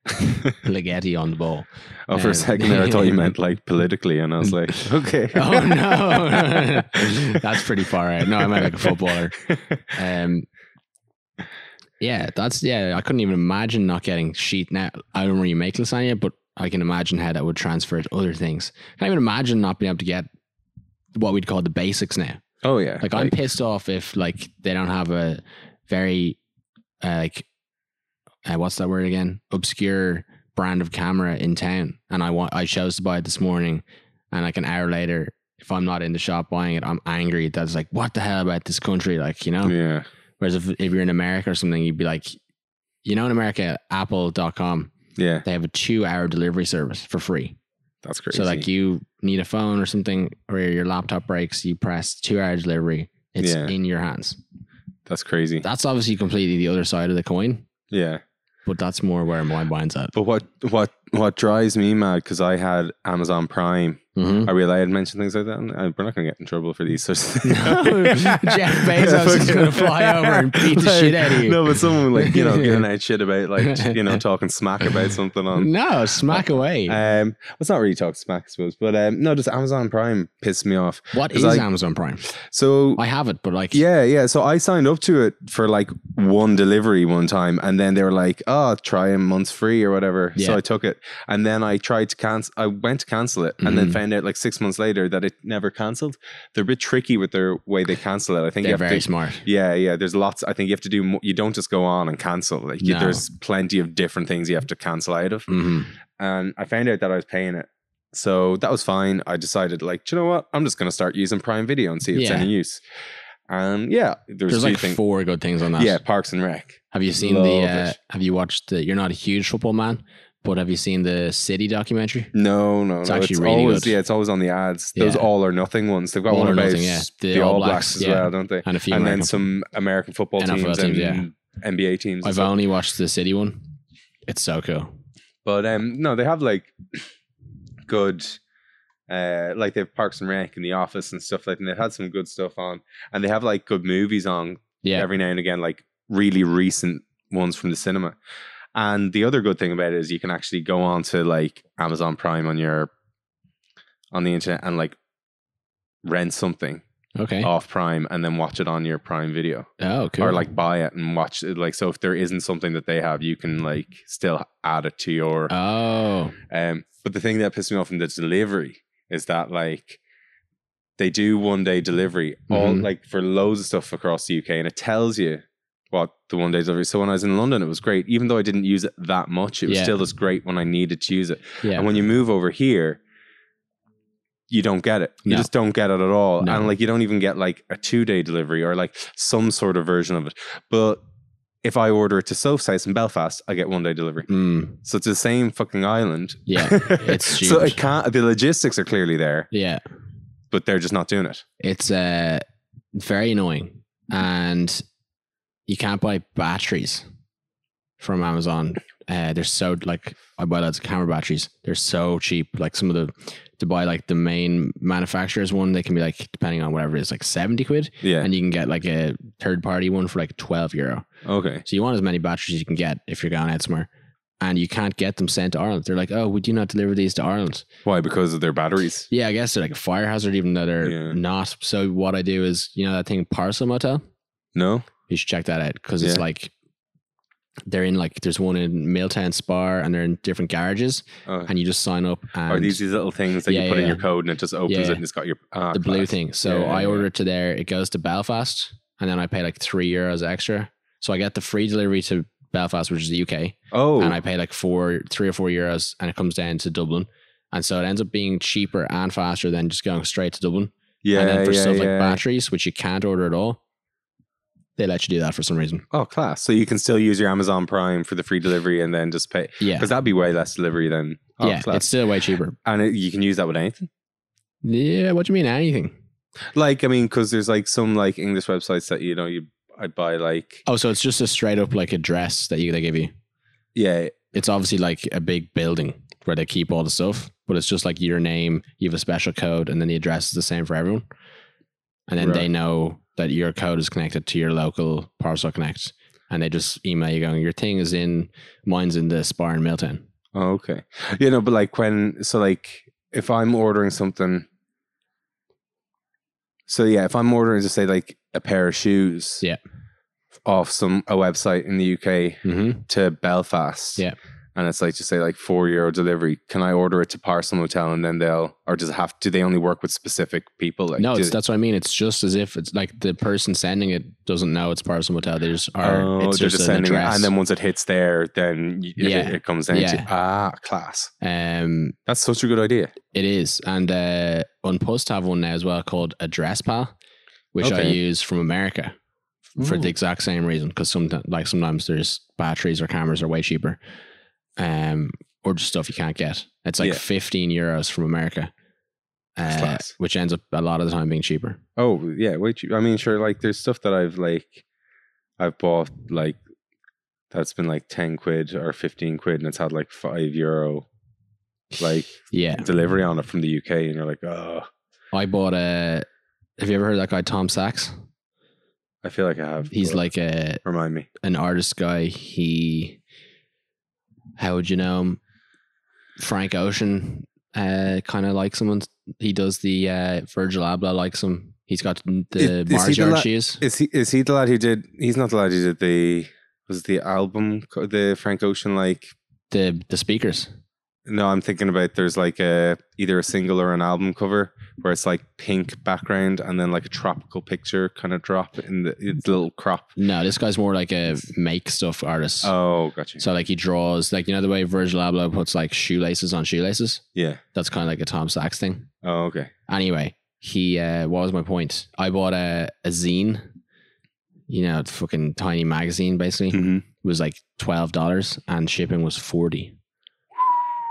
S1: Ligeti on the ball.
S2: Oh, for
S1: Um,
S2: a second there, I thought you meant like politically, and I was like, okay.
S1: Oh no, that's pretty far out. No, I meant like a footballer. Um, yeah, that's yeah. I couldn't even imagine not getting sheet. Now I don't really make lasagna, but I can imagine how that would transfer to other things. I can't even imagine not being able to get what we'd call the basics now.
S2: Oh yeah.
S1: Like, I'm pissed off if like they don't have a very uh, like uh, what's that word again? Obscure brand of camera in town, and I want I chose to buy it this morning, and like an hour later, if I'm not in the shop buying it, I'm angry. That's like what the hell about this country? Like you know.
S2: yeah.
S1: Whereas if, if you're in America or something, you'd be like, you know, in America, Apple.com
S2: Yeah.
S1: they have a two hour delivery service for free.
S2: That's crazy.
S1: So like you need a phone or something, or your laptop breaks, you press two hour delivery. It's
S2: Yeah.
S1: in your hands.
S2: that's crazy.
S1: That's obviously completely the other side of the coin,
S2: yeah.
S1: but that's more where my mind's at.
S2: But what what what drives me mad because I had Amazon Prime.
S1: Mhm.
S2: Are we allowed to mention things like that? Uh, We're not going to get in trouble for these sorts of things.
S1: No, Jeff Bezos is gonna fly over and beat the
S2: Like,
S1: shit out of you.
S2: No, but someone like you know giving out shit about like you know talking smack about something on.
S1: No, smack away.
S2: Um, well, it's not really talk smack, I suppose, but um, no, just Amazon Prime pissed me off.
S1: what is
S2: 'cause I-
S1: Amazon Prime?
S2: So
S1: I have it, but like,
S2: yeah, yeah. So I signed up to it for like one delivery one time, and then they were like, "Oh, try a month's free or whatever."
S1: Yeah.
S2: So I took it, and then I tried to cancel. I went to cancel it, and
S1: Mhm.
S2: then found out like six months later that it never cancelled. They're a bit tricky with their way they cancel it. I think you
S1: they're
S2: have
S1: very
S2: to
S1: smart.
S2: yeah, yeah. There's lots. I think you have to do. mo- You don't just go on and cancel. Like you-
S1: No.
S2: there's plenty of different things you have to cancel out of.
S1: hmm
S2: And I found out that I was paying it, so that was fine. I decided, like, do you know what? I'm just going to start using Prime Video and see if it's
S1: Yeah.
S2: any use. And yeah, there's,
S1: There's
S2: two
S1: like
S2: things.
S1: four good things on that.
S2: Yeah, Parks and Rec.
S1: Have you seen the?
S2: Love
S1: Uh,
S2: it.
S1: have you watched the? You're not a huge football man, but have you seen the City documentary?
S2: No, no,
S1: It's
S2: no.
S1: actually really
S2: always,
S1: good.
S2: Yeah, it's always on the ads. Those
S1: Yeah.
S2: all or nothing ones. They've got
S1: All
S2: one
S1: or
S2: about
S1: nothing, yeah.
S2: the, All Blacks, as
S1: yeah.
S2: well, don't they?
S1: and a few.
S2: And
S1: American
S2: then some American football
S1: NFL
S2: teams,
S1: teams,
S2: and NBA teams. and
S1: I've
S2: stuff.
S1: only watched the City one. It's so cool.
S2: But um, no, they have like good, uh, like they have Parks and Rec and The Office and stuff like. that. And they've had some good stuff on, and they have like good movies on
S1: Yeah,
S2: every now and again, like really recent ones from the cinema. And the other good thing about it is you can actually go on to like Amazon Prime on your on the internet and like rent something
S1: okay. Oh,
S2: off Prime and then watch it on your Prime video
S1: cool.
S2: or like buy it and watch it. Like so, if there isn't something that they have, you can like still add it to your.
S1: oh,
S2: Um, but the thing that pissed me off in the delivery is that like they do one day delivery all
S1: Mhm.
S2: like for loads of stuff across the UK, and it tells you what the one day delivery. So when I was in London, it was great, even though I didn't use it that much. It was
S1: Yeah.
S2: still just great when I needed to use it.
S1: yeah.
S2: And when you move over here. You don't get it. You
S1: No.
S2: just don't get it at all.
S1: No.
S2: And like you don't even get like a two day delivery or like some sort of version of it. But if I order it to Southside in Belfast, I get one day delivery.
S1: Mm,
S2: So it's the same fucking island.
S1: yeah, it's
S2: so
S1: stupid.
S2: it can't. The logistics are clearly there,
S1: yeah.
S2: but they're just not doing it.
S1: It's uh, very annoying, and you can't buy batteries from Amazon. Uh, they're so like I buy loads of camera batteries. They're so cheap. Like some of the to buy like the main manufacturers one, they can be like depending on whatever it is, like seventy quid,
S2: Yeah.
S1: and you can get like a third party one for like twelve euro.
S2: okay.
S1: So you want as many batteries as you can get if you're going out somewhere, and you can't get them sent to Ireland. They're like, oh, would you not deliver these to Ireland?
S2: Why? Because of their batteries.
S1: Yeah, I guess they're like a fire hazard, even though they're
S2: Yeah.
S1: not. So what I do is, you know, that thing Parcel Motel.
S2: No.
S1: You should check that out because it's
S2: Yeah.
S1: like they're in like there's one in Milltown Spar and they're in different garages,
S2: Oh.
S1: and you just sign up and
S2: Or these these little things that
S1: Yeah,
S2: you put in
S1: yeah.
S2: your code and it just opens
S1: Yeah.
S2: it and it's got your ah,
S1: the blue
S2: class.
S1: thing. So
S2: Yeah,
S1: I
S2: yeah.
S1: order it to there. It goes to Belfast, and then I pay like three euros extra. So I get the free delivery to Belfast, which is the UK,
S2: Oh,
S1: and I pay like four, three or four euros, and it comes down to Dublin. And so it ends up being cheaper and faster than just going straight to Dublin.
S2: yeah,
S1: and then for
S2: yeah,
S1: stuff like
S2: yeah.
S1: batteries, which you can't order at all, they let you do that for some reason.
S2: Oh, class! So you can still use your Amazon Prime for the free delivery and then just pay
S1: Yeah.
S2: because that'd be way less delivery than oh,
S1: yeah. It's
S2: class.
S1: still way cheaper.
S2: And it, you can use that with anything.
S1: Yeah. What do you mean? Anything.
S2: Like I mean, because there's like some like English websites that you know you I buy like
S1: Oh, so it's just a straight up like address that you they give you.
S2: yeah
S1: It's obviously like a big building where they keep all the stuff, but it's just like your name, you have a special code, and then the address is the same for everyone. And then they
S2: Right.
S1: know that your code is connected to your local Parcel Connect. And they just email you going, Your thing is in mine's in the spar in Milltown.
S2: Oh, okay. You know, but like when, so like if I'm ordering something, so yeah, if I'm ordering to say like a pair of shoes,
S1: Yeah.
S2: off some a website in the UK
S1: hmm
S2: to Belfast,
S1: Yeah.
S2: and it's like just say like four euro delivery. Can I order it to Parcel Motel and then they'll, or does it have? Do they only work with specific people? Like,
S1: no,
S2: do-
S1: it's, that's what I mean. It's just as if it's like the person sending it doesn't know it's Parcel Motel. They just are.
S2: Oh,
S1: it's
S2: they're
S1: just,
S2: just
S1: an
S2: sending it,
S1: address.
S2: and then once it hits there, then y- it,
S1: Yeah.
S2: it comes down to
S1: Yeah.
S2: ah, class.
S1: um,
S2: That's such a good idea.
S1: it is, and uh, Unpost have one now as well called AddressPal, which I
S2: Okay.
S1: use from America for the
S2: Ooh.
S1: exact same reason. Because some like sometimes there's batteries or cameras are way cheaper, um, or just stuff you can't get. It's like
S2: Yeah.
S1: fifteen euros from America, uh,
S2: Class.
S1: which ends up a lot of the time being cheaper.
S2: Oh yeah, wait. I mean, sure. Like, there's stuff that I've like, I've bought like that's been like ten quid or fifteen quid, and it's had like five euro like
S1: Yeah,
S2: delivery on it from the UK, and you're like, oh,
S1: I bought a. Have you ever heard of that guy Tom Sachs?
S2: I feel like I have.
S1: He's
S2: but
S1: like a
S2: remind me.
S1: an artist guy. He, how would you know him? Frank Ocean, uh, kind of likes him. and He does the uh, Virgil Abloh likes him. He's got the
S2: Is- is he
S1: Mars
S2: the
S1: yard
S2: la-
S1: shoes.
S2: Is he? Is he the lad who did? He's not the lad who did the. Was it the album co- the Frank Ocean like?
S1: The the speakers.
S2: No, I'm thinking about there's like a either a single or an album cover where it's like pink background and then like a tropical picture kind of drop in the it's a little crop.
S1: No, this guy's more like a make stuff artist.
S2: Oh, gotcha.
S1: So like he draws like you know the way Virgil Abloh puts like shoelaces on shoelaces.
S2: Yeah.
S1: That's kind of like a Tom Sachs thing.
S2: Oh, okay.
S1: Anyway, he uh, what was my point? I bought a, a zine, you know, a fucking tiny magazine basically.
S2: Mm-hmm.
S1: It was like twelve dollars and shipping was forty.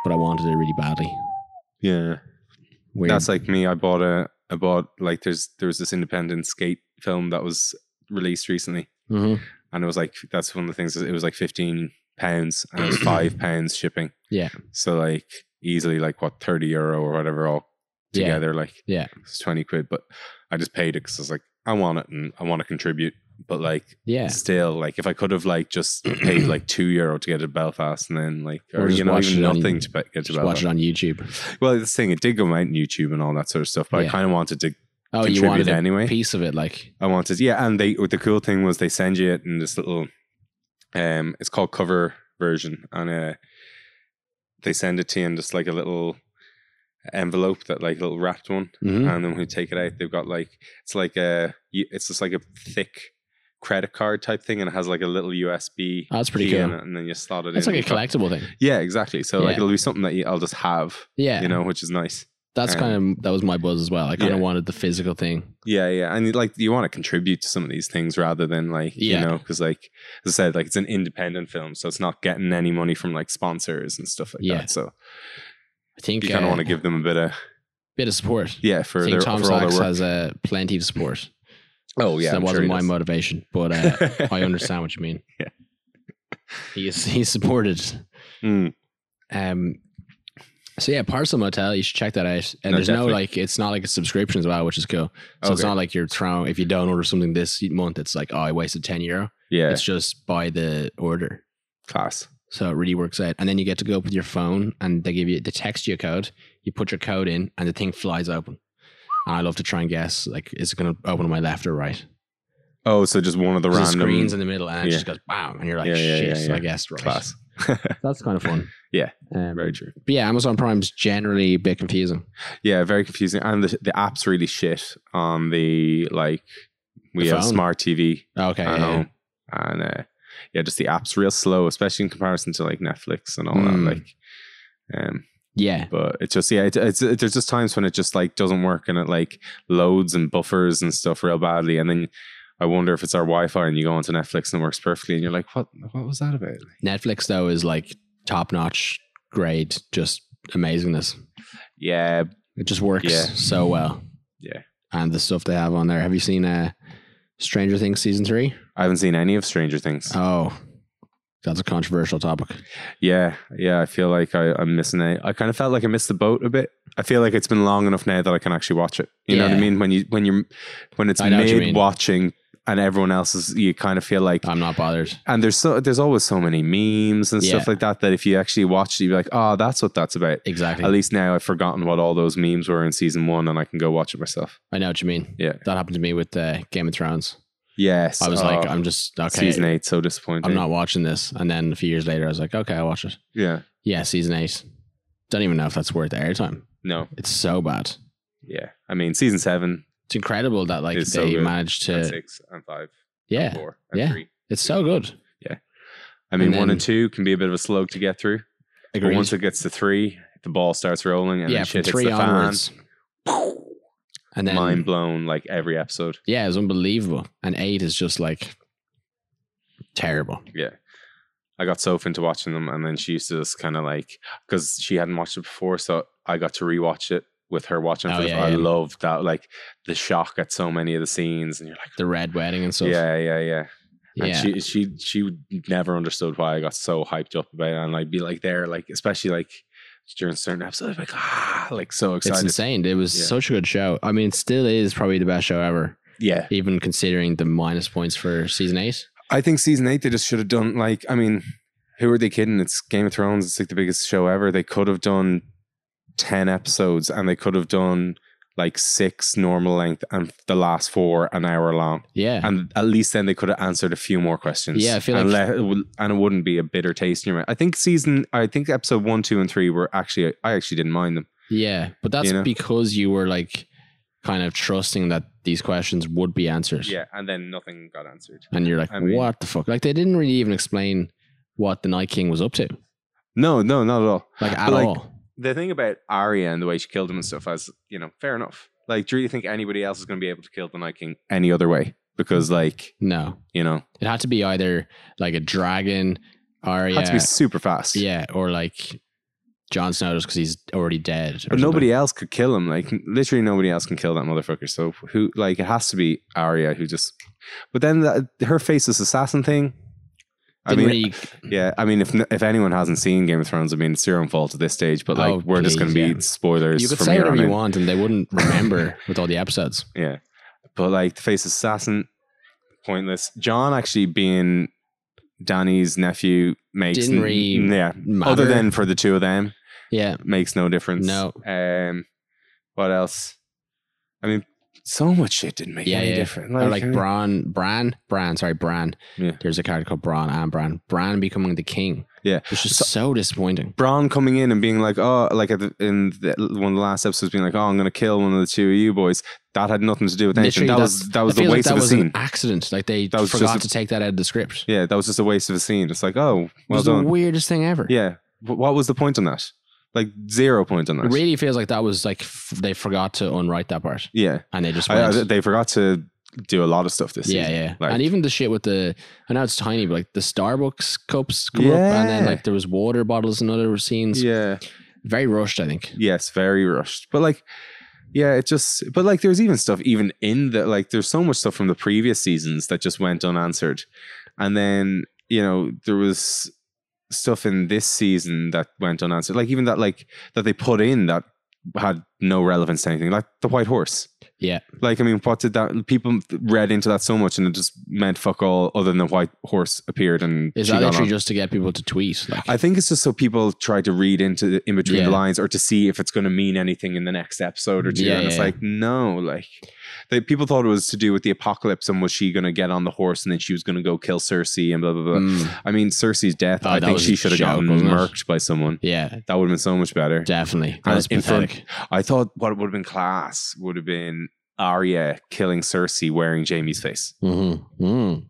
S1: But I wanted it really badly.
S2: Yeah.
S1: Weird.
S2: That's like me. I bought a. I bought like there's there was this independent skate film that was released recently,
S1: Mhm.
S2: and it was like that's one of the things. It was like fifteen pounds, and it was five pounds shipping.
S1: Yeah.
S2: So like easily like what thirty euro or whatever all
S1: Yeah.
S2: together like
S1: Yeah.
S2: it's twenty quid, but I just paid it because I was like I want it and I want to contribute, but like
S1: Yeah.
S2: still like if I could have like just paid like two euro to get to Belfast and then like
S1: Or
S2: or,
S1: just
S2: you know
S1: watch
S2: even
S1: it on-
S2: nothing to be- get to
S1: Just watch
S2: Belfast.
S1: it on YouTube.
S2: Well, this thing it did go out on YouTube and all that sort of stuff, but
S1: Yeah.
S2: I kind of wanted to
S1: Oh, you
S2: contribute
S1: wanted a
S2: anyway.
S1: piece of it, like
S2: I wanted, yeah. And they the cool thing was they send you it in this little, um, it's called cover version, and uh, they send it to you in just like a little envelope that like little wrapped one,
S1: Mhm.
S2: and then when you take it out, they've got like it's like a y- it's just like a thick credit card type thing, and it has like a little USB.
S1: Oh, that's pretty
S2: key in
S1: cool.
S2: it, and then you slot it
S1: that's
S2: in.
S1: like a collectible thing.
S2: Yeah, exactly. So like
S1: Yeah.
S2: it'll be something that you, I'll just have,
S1: Yeah,
S2: you know, which is nice.
S1: that's kind of that was my buzz as well. I kind of
S2: Yeah.
S1: wanted the physical thing.
S2: Yeah, yeah, and like you want to contribute to some of these things rather than like
S1: Yeah.
S2: you know because like as I said, like it's an independent film, so it's not getting any money from like sponsors and stuff like
S1: Yeah.
S2: that. So
S1: I think
S2: you kind
S1: uh,
S2: of want to give them a bit of
S1: bit of support.
S2: yeah
S1: I
S2: for
S1: think
S2: their
S1: Tom
S2: for all their
S1: Sachs
S2: work.
S1: has uh, plenty of support.
S2: oh yeah,
S1: so that
S2: I'm sure
S1: wasn't
S2: he
S1: my
S2: does.
S1: motivation, but uh, I understand what you mean.
S2: Yeah.
S1: he is, he's supported.
S2: Mm,
S1: Um, so yeah, Parcel Motel, you should check that out. And
S2: No,
S1: there's
S2: definitely.
S1: no like, it's not like a subscription as well, which is cool. So it's
S2: Okay.
S1: not like you're throwing if you don't order something this month, it's like oh, I wasted ten euro.
S2: yeah,
S1: It's just by the order.
S2: class.
S1: So it really works out. And then you get to go up with your phone and they give you they text you a code. You put your code in and the thing flies open. And I love to try and guess like is it gonna open on my left or right?
S2: Oh, so just one of the
S1: There's a
S2: random
S1: screens in the middle and it
S2: Yeah.
S1: just goes bam and you're like
S2: Yeah, yeah,
S1: shit,
S2: yeah,
S1: so I
S2: yeah.
S1: guessed right.
S2: class.
S1: That's kind of fun.
S2: Yeah.
S1: Um,
S2: Very true.
S1: But yeah, Amazon Prime's generally a bit confusing.
S2: Yeah, very confusing, and the the app's really shit on the like we
S1: The
S2: have
S1: phone.
S2: smart TV
S1: Okay.
S2: at
S1: yeah, yeah.
S2: home. And uh, yeah, just the app's real slow, especially in comparison to like Netflix and all
S1: Mm.
S2: that. Like, um,
S1: Yeah.
S2: but it's just yeah, it, it's it, there's just times when it just like doesn't work and it like loads and buffers and stuff real badly, and then I wonder if it's our Wi-Fi and you go onto Netflix and it works perfectly, and you're like, what what was that about?
S1: Netflix though is like top notch grade, just amazingness.
S2: Yeah,
S1: It just works
S2: Yeah.
S1: so well.
S2: Yeah.
S1: And the stuff they have on there. Have you seen uh, Stranger Things season three?
S2: I haven't seen any of Stranger Things.
S1: Oh, that's a controversial topic.
S2: Yeah, yeah, I feel like I, I'm missing out. I kind of felt like I missed the boat a bit. I feel like it's been long enough now that I can actually watch it. You know what
S1: Yeah.
S2: I mean? When you when you're when it's
S1: I know what you mean. Uh,
S2: mid watching and everyone else is, you kind of feel like.
S1: I'm not bothered.
S2: And there's so there's always so many memes and stuff
S1: Yeah.
S2: like that that if you actually watch it, you'd be like, oh, that's what that's about.
S1: Exactly.
S2: At least now I've forgotten what all those memes were in season one, and I can go watch it myself.
S1: I know what you mean.
S2: Yeah.
S1: That happened to me with uh, Game of Thrones.
S2: Yes,
S1: I was like,
S2: oh,
S1: I'm just, okay.
S2: season eight, so disappointing.
S1: I'm not watching this. And then a few years later, I was like, okay, I'll watch it.
S2: Yeah,
S1: Yeah, season eight. Don't even know if that's worth the airtime.
S2: no,
S1: It's so bad.
S2: yeah. I mean, season seven,
S1: It's incredible that like
S2: It's so
S1: they
S2: good.
S1: managed
S2: and
S1: to.
S2: six, and five, and
S1: Yeah,
S2: four, and
S1: yeah.
S2: three.
S1: it's so good.
S2: I mean,
S1: And
S2: one
S1: then-
S2: and two can be a bit of a slog to get through. But
S1: Agreed.
S2: once it gets to three, the ball starts rolling, and
S1: yeah,
S2: then
S1: from
S2: shit
S1: three
S2: hits the
S1: onwards.
S2: fan.
S1: And then
S2: Mind blown, like every episode.
S1: yeah, it's unbelievable. And eight is just like terrible.
S2: Yeah. I got Soph into watching them, and then she used to just kind of like because she hadn't watched it before, so I got to rewatch it with her watching.
S1: Oh,
S2: for the-
S1: yeah,
S2: I
S1: yeah.
S2: loved that, like the shock at so many of the scenes, and you're like,
S1: The red wedding and stuff.
S2: yeah, yeah, yeah.
S1: yeah.
S2: And she she she never understood why I got so hyped up about it, and I'd be like there, like especially like during certain episodes, like ah, like so
S1: It's
S2: excited.
S1: insane. It was
S2: Yeah.
S1: such a good show. I mean, it still is probably the best show ever,
S2: Yeah,
S1: even considering the minus points for season eight.
S2: I think season eight they just should have done like I mean, who are they kidding? It's Game of Thrones. It's like the biggest show ever. They could have done ten episodes, and they could have done like six normal length, and the last four an hour long.
S1: Yeah.
S2: And at least then they could have answered a few more questions.
S1: Yeah, I feel
S2: and
S1: like-
S2: let- it would- and it wouldn't be a bitter taste in your mouth. I think season, I think episode one, two, and three were actually I actually didn't mind them.
S1: yeah. But that's
S2: You know?
S1: because you were like kind of trusting that these questions would be answered.
S2: and then nothing got answered.
S1: And you're like,
S2: I mean-
S1: what the fuck? Like, they didn't really even explain what the Night King was up to,
S2: No, no, not at all.
S1: like, at
S2: like,
S1: all.
S2: the thing about Arya and the way she killed him and stuff, as you know, fair enough. Like, do you really think anybody else is going to be able to kill the Night King any other way? Because, like,
S1: No,
S2: you know,
S1: it had to be either like a dragon or
S2: had
S1: yeah,
S2: to be super fast.
S1: yeah, or like Jon Snow just because he's already dead. or
S2: But
S1: something.
S2: nobody else could kill him. Like literally, nobody else can kill that motherfucker. So who? Like it has to be Arya who just. But then that, her faceless assassin thing. I
S1: Didn't
S2: mean,
S1: really-
S2: yeah. I mean, if if anyone hasn't seen Game of Thrones, I mean, it's your own fault at this stage. But like,
S1: Oh,
S2: we're just going to
S1: please,
S2: be
S1: yeah.
S2: spoilers.
S1: you could
S2: from
S1: say
S2: here
S1: whatever
S2: on
S1: you
S2: in.
S1: want, and they wouldn't remember with all the episodes.
S2: Yeah. But like the face assassin, pointless. John actually being Danny's nephew makes
S1: Didn't really
S2: yeah.
S1: Matter.
S2: Other than for the two of them,
S1: yeah,
S2: makes no difference.
S1: No.
S2: Um what else? I mean, so much shit didn't make
S1: Yeah,
S2: any
S1: yeah.
S2: difference.
S1: or like
S2: I mean,
S1: Bran, Bran, Bran. Sorry, Bran.
S2: uh, Yeah.
S1: There's a character called Bran and Bran. Bran becoming the king.
S2: Yeah.
S1: it's just so, disappointing.
S2: Braun coming in and being like, oh, like at the, in the, one of the last episodes, being like, oh, I'm gonna kill one of the two of you boys. That had nothing to do with anything.
S1: Literally,
S2: That
S1: that's-
S2: was that
S1: I
S2: was the
S1: feel like
S2: waste
S1: that
S2: of a
S1: was
S2: scene.
S1: an accident. Like they
S2: That was just
S1: forgot
S2: a-
S1: to take that out of the script.
S2: yeah, that was just a waste of a scene. It's like, oh,
S1: it
S2: well
S1: was
S2: done.
S1: the weirdest thing ever.
S2: Yeah. Wh- What was the point on that? Like zero point on that.
S1: It really feels like that was like f- they forgot to unwrite that part
S2: Yeah.
S1: and they just
S2: I, I-
S1: went.
S2: they forgot to do a lot of stuff this
S1: yeah,
S2: season.
S1: yeah,
S2: Like-
S1: and even the shit with the I know it's tiny, but like the Starbucks cups come up, and then
S2: Yeah.
S1: like there was water bottles and other scenes.
S2: Yeah.
S1: Very rushed, I think.
S2: Yes, very rushed. But like yeah, it just but like there's even stuff even in the like there's so much stuff from the previous seasons that just went unanswered. And then, you know, there was stuff in this season that went unanswered. Like even that like that they put in that had no relevance to anything. Like the white horse.
S1: Yeah.
S2: Like I mean, what did that people read into that so much and it just meant fuck all other than the white horse appeared and
S1: Is
S2: she
S1: that
S2: got
S1: literally
S2: on.
S1: just to get people to tweet? Like,
S2: I think it's just so people try to read into the, in between
S1: Yeah.
S2: the lines or to see if it's going to mean anything in the next episode or two.
S1: Yeah,
S2: and it's
S1: yeah,
S2: like, no, like they, people thought it was to do with the apocalypse and was she going to get on the horse and then she was going to go kill Cersei and blah, blah, blah.
S1: Mm,
S2: I mean, Cersei's death,
S1: Oh,
S2: I
S1: that
S2: think
S1: was
S2: she should have
S1: joke,
S2: gotten
S1: wasn't it?
S2: murked by someone.
S1: yeah,
S2: That would have been so much better.
S1: definitely. That
S2: And
S1: was
S2: in front-
S1: pathetic.
S2: I thought what would have been class would have been Arya killing Cersei wearing Jamie's face.
S1: Mm-hmm. Mm.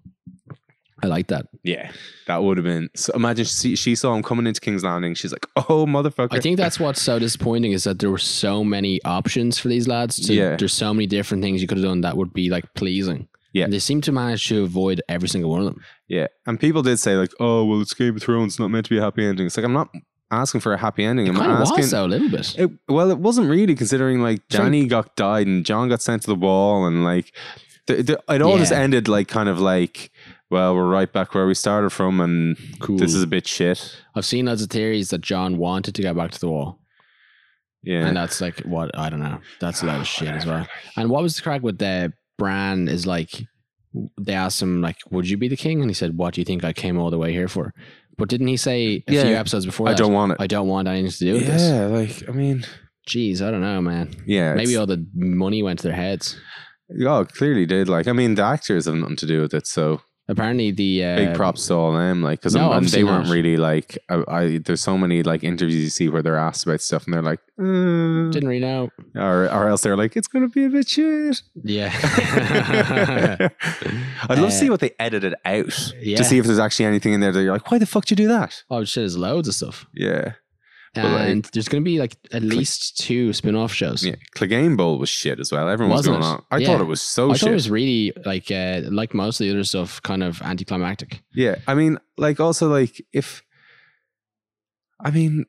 S1: I like that.
S2: Yeah. That would have been. So imagine she, she saw him coming into King's Landing. She's like, oh, motherfucker.
S1: I think that's what's so disappointing is that there were so many options for these lads. To,
S2: Yeah.
S1: There's so many different things you could have done that would be like pleasing.
S2: Yeah.
S1: And they seem to manage to avoid every single one of them.
S2: Yeah. And people did say, like, oh, well, it's Game of Thrones, not meant to be a happy ending. It's like, I'm not asking for a happy ending. I'm
S1: Kind of
S2: asking.
S1: was though, a little bit.
S2: It, well, it wasn't really considering, like,
S1: True.
S2: Danny got died and John got sent to the wall, and, like, th- th- it all just
S1: Yeah.
S2: ended, like, kind of like, well, we're right back where we started from, and
S1: Cool.
S2: this is a bit shit.
S1: I've seen lots of theories that John wanted to go back to the wall.
S2: Yeah.
S1: And that's like what I don't know. That's a lot of shit as well.
S2: Whatever.
S1: And what was the crack with the brand is like they asked him like, "Would you be the king?" And he said, "What do you think I came all the way here for?" But didn't he say a
S2: Yeah.
S1: few episodes before?
S2: I
S1: that,
S2: don't want it.
S1: I don't want anything to do with this.
S2: yeah, like, I mean,
S1: Jeez, I don't know, man.
S2: yeah.
S1: Maybe
S2: it's-
S1: all the money went to their heads.
S2: Oh, it clearly did. Like, I mean, the actors have nothing to do with it, so.
S1: Apparently, the uh,
S2: big props to all them like because
S1: No,
S2: they
S1: obviously
S2: weren't
S1: not.
S2: really like I, I there's so many like interviews you see where they're asked about stuff and they're like "Uh,"
S1: didn't really know.
S2: or, or else they're like it's gonna be a bit shit
S1: Yeah,
S2: I'd love to see what they edited out
S1: Uh, yeah.
S2: to see if there's actually anything in there that you're like why the fuck did you do that
S1: oh shit, there's loads of stuff,
S2: yeah But, like-
S1: and there's going to be like at least two spin-off shows.
S2: yeah Clegane Bowl was shit as well everyone was
S1: Wasn't
S2: going
S1: it?
S2: on I
S1: Yeah.
S2: thought it was so
S1: I
S2: Oh, shit
S1: thought it was really like uh, like most of the other stuff, kind of anticlimactic.
S2: Yeah, I mean, like also like if, I mean,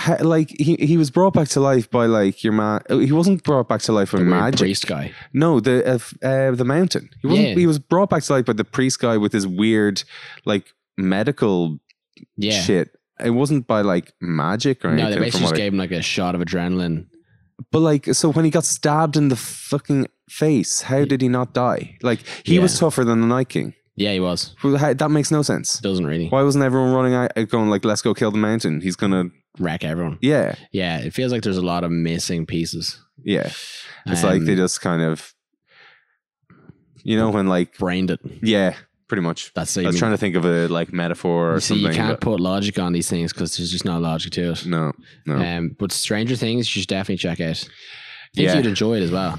S2: ha, like he he was brought back to life by like your man. He wasn't brought back to life with
S1: The weird
S2: magic.
S1: priest guy.
S2: No, the uh, f- uh, the mountain. He wasn't.
S1: Yeah.
S2: He was brought back to life by the priest guy with his weird like medical
S1: Yeah.
S2: shit. It wasn't by like magic or
S1: No,
S2: anything.
S1: they
S2: from
S1: basically
S2: what
S1: just
S2: I-
S1: gave him like a shot of adrenaline.
S2: but like, so when he got stabbed in the fucking face, how did he not die? Like he was
S1: Yeah.
S2: tougher than the Night King.
S1: Yeah, he was.
S2: Well, how- That makes no sense.
S1: Doesn't really
S2: Why wasn't everyone running out out going like, let's go kill the mountain? He's gonna
S1: wreck everyone.
S2: Yeah.
S1: Yeah, it feels like there's a lot of missing pieces.
S2: Yeah. It's like they
S1: Um,
S2: just kind of you know when like
S1: brained it.
S2: yeah, pretty much.
S1: That's what
S2: I
S1: you
S2: was
S1: mean.
S2: trying to think of a like metaphor or
S1: You see,
S2: something.
S1: you can't
S2: but
S1: put logic on these things because there's just no logic to it.
S2: no, no.
S1: Um, but Stranger Things, you should definitely check out. think
S2: Yeah.
S1: you'd enjoy it as well.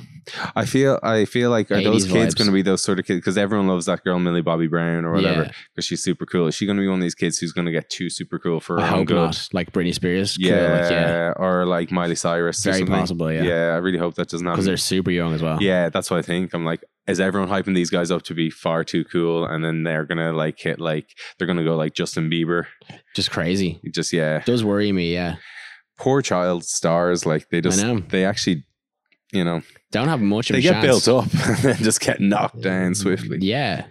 S2: I feel I feel like are those
S1: 80s
S2: kids
S1: vibes.
S2: going to be those sort of kids because everyone loves that girl Millie Bobby Brown or whatever
S1: Yeah.
S2: because she's super cool. Is she going to be one of these kids who's going to get too super cool for her
S1: I
S2: own
S1: hope
S2: good?
S1: not. Like Britney Spears. could,
S2: Yeah,
S1: Like, yeah.
S2: or like Miley Cyrus. or
S1: Very
S2: something.
S1: possible.
S2: Yeah.
S1: Yeah.
S2: I really hope that doesn't
S1: Because
S2: happen.
S1: they're super young as well.
S2: Yeah, that's what I think. I'm like, is everyone hyping these guys up to be far too cool, and then they're gonna like hit like they're gonna go like Justin Bieber?
S1: Just crazy.
S2: Just yeah,
S1: Does worry me. Yeah.
S2: poor child stars. Like they just
S1: I know.
S2: they actually, you know,
S1: Don't have much of
S2: they
S1: a
S2: get
S1: chance.
S2: built up and then just get knocked down swiftly.
S1: Yeah.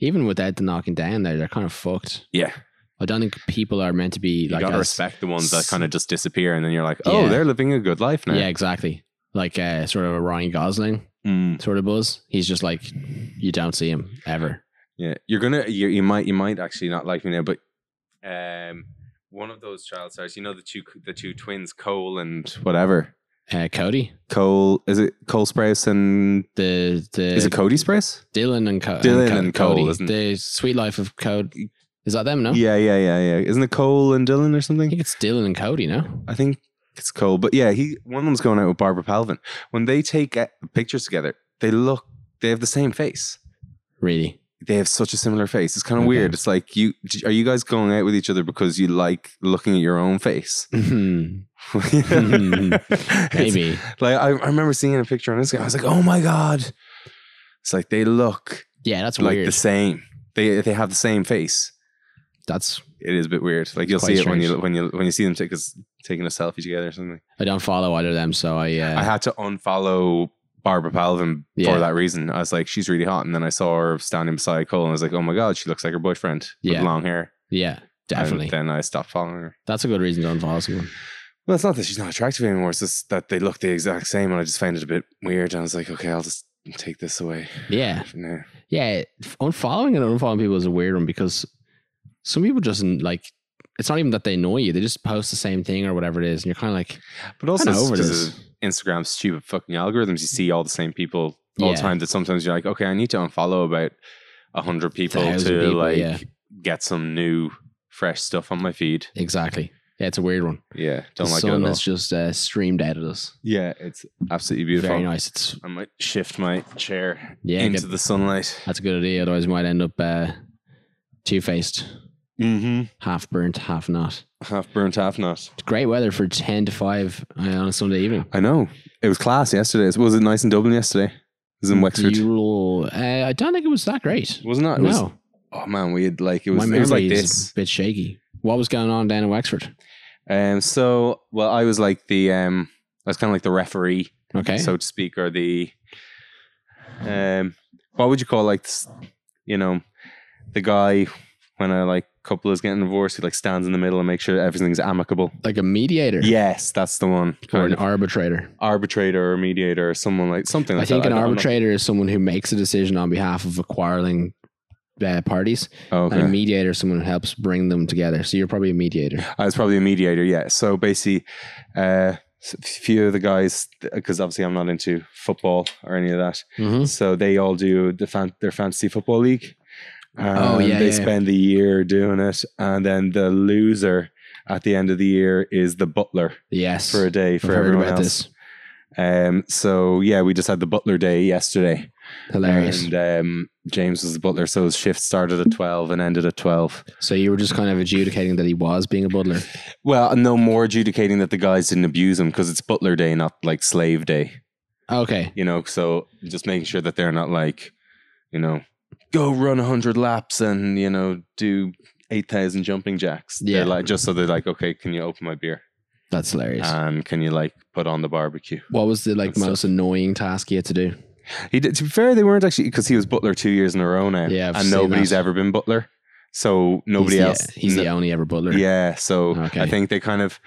S1: Even without the knocking down there, they're kind of fucked.
S2: Yeah.
S1: I don't think people are meant to be
S2: you
S1: like
S2: gotta
S1: as-
S2: respect the ones that kind of just disappear, and then you're like, oh,
S1: Yeah.
S2: they're living a good life now.
S1: Yeah, exactly. Like uh, sort of a Ryan Gosling
S2: Mm.
S1: sort of buzz. He's just like you don't see him ever.
S2: yeah. You're gonna, you, you might, you might actually not like me now, but um, one of those child stars, you know, the two, the two twins, Cole and whatever.
S1: Uh, Cody,
S2: Cole, is it Cole Sprouse and
S1: the the
S2: is it Cody Sprouse?
S1: Dylan and Co-
S2: Dylan
S1: Co-
S2: and Cole,
S1: Cody,
S2: isn't it?
S1: the Sweet Life of Code. Is that them? No,
S2: Yeah, yeah, yeah, yeah. Isn't it Cole and Dylan or
S1: I
S2: something?
S1: think it's Dylan and Cody. No,
S2: I think it's Cole, but yeah, he one of them's going out with Barbara Palvin. When they take uh, pictures together, they look, they have the same face.
S1: really.
S2: They have such a similar face. It's kind of
S1: Okay.
S2: weird. It's like you are you guys going out with each other because you like looking at your own face?
S1: Maybe. Mm-hmm.
S2: It's- Like I, I remember seeing a picture on Instagram. I was like, oh my god. It's like they look
S1: Yeah, that's
S2: like
S1: weird.
S2: the same. They they have the same face.
S1: That's
S2: It is a bit weird. Like you'll
S1: quite
S2: see it when you
S1: strange.
S2: when you when you see them take us taking a selfie together or something.
S1: I don't follow either of them, so I. Uh,
S2: I had to unfollow Barbara Palvin
S1: Yeah.
S2: for that reason. I was like, she's really hot, and then I saw her standing beside Cole, and I was like, oh my god, she looks like her boyfriend
S1: Yeah.
S2: with long hair.
S1: yeah,
S2: And
S1: definitely.
S2: then I stopped following her.
S1: That's a good reason to unfollow someone.
S2: Well, it's not that she's not attractive anymore. It's just that they look the exact same, and I just found it a bit weird. And I was like, okay, I'll just take this away.
S1: Yeah,
S2: from now.
S1: yeah. Unfollowing and unfollowing people is a weird one because some people just like. It's not even that they annoy you; they just post the same thing or whatever it is, and you're kind of like,
S2: But also,
S1: "Kinda
S2: it's
S1: over
S2: just
S1: this."
S2: Instagram's stupid fucking algorithms. You see all the same people all the
S1: Yeah.
S2: time. That sometimes you're like, okay, I need to unfollow about a hundred people to
S1: Thousand people,
S2: like
S1: yeah.
S2: get some new fresh stuff on my feed.
S1: Exactly. Yeah, it's a weird one.
S2: Yeah, don't
S1: the
S2: like it
S1: sun
S2: at all.
S1: has just uh, streamed out at us.
S2: Yeah, it's absolutely beautiful.
S1: Very nice. It's
S2: I might shift my chair
S1: yeah,
S2: into
S1: good-
S2: the sunlight.
S1: that's a good idea. Otherwise, we might end up uh, two faced,
S2: Mm-hmm.
S1: half burnt, half not.
S2: Half burnt, half not.
S1: It's great weather for ten to five uh, on a Sunday evening.
S2: I know it was class yesterday. Was it nice in Dublin yesterday? It was in Wexford.
S1: Beautiful. Uh, I don't think it was that great.
S2: Wasn't it? it was,
S1: no,
S2: oh man, we had like it
S1: my
S2: was.
S1: memory
S2: It was like
S1: is
S2: this.
S1: a bit shaky. What was going on down in Wexford?
S2: Um, so, well, I was like the, um, I was kind of like the referee,
S1: Okay,
S2: so to speak, or the, um, what would you call like, s- you know, the guy when a like couple is getting divorced, he like stands in the middle and makes sure everything's amicable.
S1: like a mediator
S2: Yes, that's the one.
S1: or
S2: Kind
S1: an
S2: of
S1: arbitrator.
S2: arbitrator or mediator or someone like something.
S1: I
S2: Like
S1: think
S2: that.
S1: an
S2: don't- I'm not-
S1: arbitrator is someone who makes a decision on behalf of a quarreling uh, parties.
S2: Oh, okay.
S1: And a mediator is someone who helps bring them together. So you're probably a mediator.
S2: I was probably a mediator, yeah. So basically, uh, s- a few of the guys, because obviously I'm not into football or any of that. So they all do the fan, their fantasy football league. And
S1: Oh, yeah,
S2: They
S1: yeah, yeah.
S2: spend the year doing it. And then the loser at the end of the year is the butler
S1: Yes.
S2: for a day for
S1: I've heard
S2: everyone
S1: about
S2: else.
S1: this.
S2: Um, so yeah, we just had the butler day yesterday.
S1: Hilarious.
S2: And um, James was the butler. So his shift started at 12 and ended at 12.
S1: so you were just kind of adjudicating that he was being a butler.
S2: Well, no more adjudicating that the guys didn't abuse him because it's butler day, not like slave day.
S1: Okay.
S2: you know so just making sure that they're not like you know go run 100 laps and you know do 8000 jumping jacks
S1: Yeah.
S2: they're like just so they're like okay can you open my beer
S1: That's hilarious.
S2: and can you like put on the barbecue
S1: what was the like
S2: Uh, that's so-
S1: most annoying task you had to do?
S2: he did, to be fair they weren't actually because he was butler two years in a row now
S1: Yeah, I've
S2: and
S1: seen
S2: nobody's
S1: that.
S2: ever been butler so nobody
S1: he's
S2: else
S1: The, he's
S2: no-
S1: the only ever butler.
S2: Yeah, so I
S1: Okay.
S2: think they kind of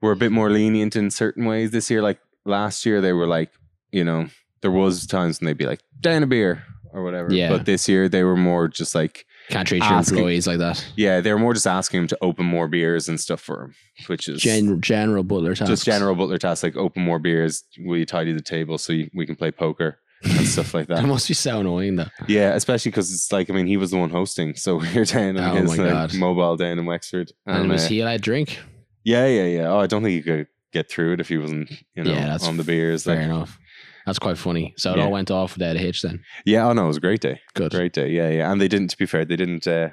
S2: were a bit more lenient in certain ways this year. Like last year, they were like, you know, there was times when they'd be like, down a beer or whatever.
S1: Yeah.
S2: But this year, they were more just like,
S1: Can't treat your
S2: Asking-
S1: employees like that.
S2: yeah, they were more just asking him to open more beers and stuff for him, which is
S1: Gen- general butler tasks.
S2: just general butler tasks like open more beers. Will you tidy the table so you, we can play poker and stuff like
S1: That
S2: that?
S1: must be so annoying though.
S2: Yeah, especially because it's like, I mean, he was the one hosting, so we were down on
S1: Oh
S2: his
S1: my
S2: like,
S1: God.
S2: mobile down in Wexford,
S1: And was
S2: uh,
S1: he allowed drink?
S2: Yeah, yeah, yeah. Oh, I don't think you could get through it if he wasn't, you know,
S1: Yeah, that's
S2: on the beers.
S1: Fair
S2: Like,
S1: enough. That's quite funny. So it
S2: Yeah.
S1: all went off without a hitch then.
S2: yeah, oh no, it was a great day.
S1: Good.
S2: Great day. Yeah, yeah. And they didn't to be fair, they didn't uh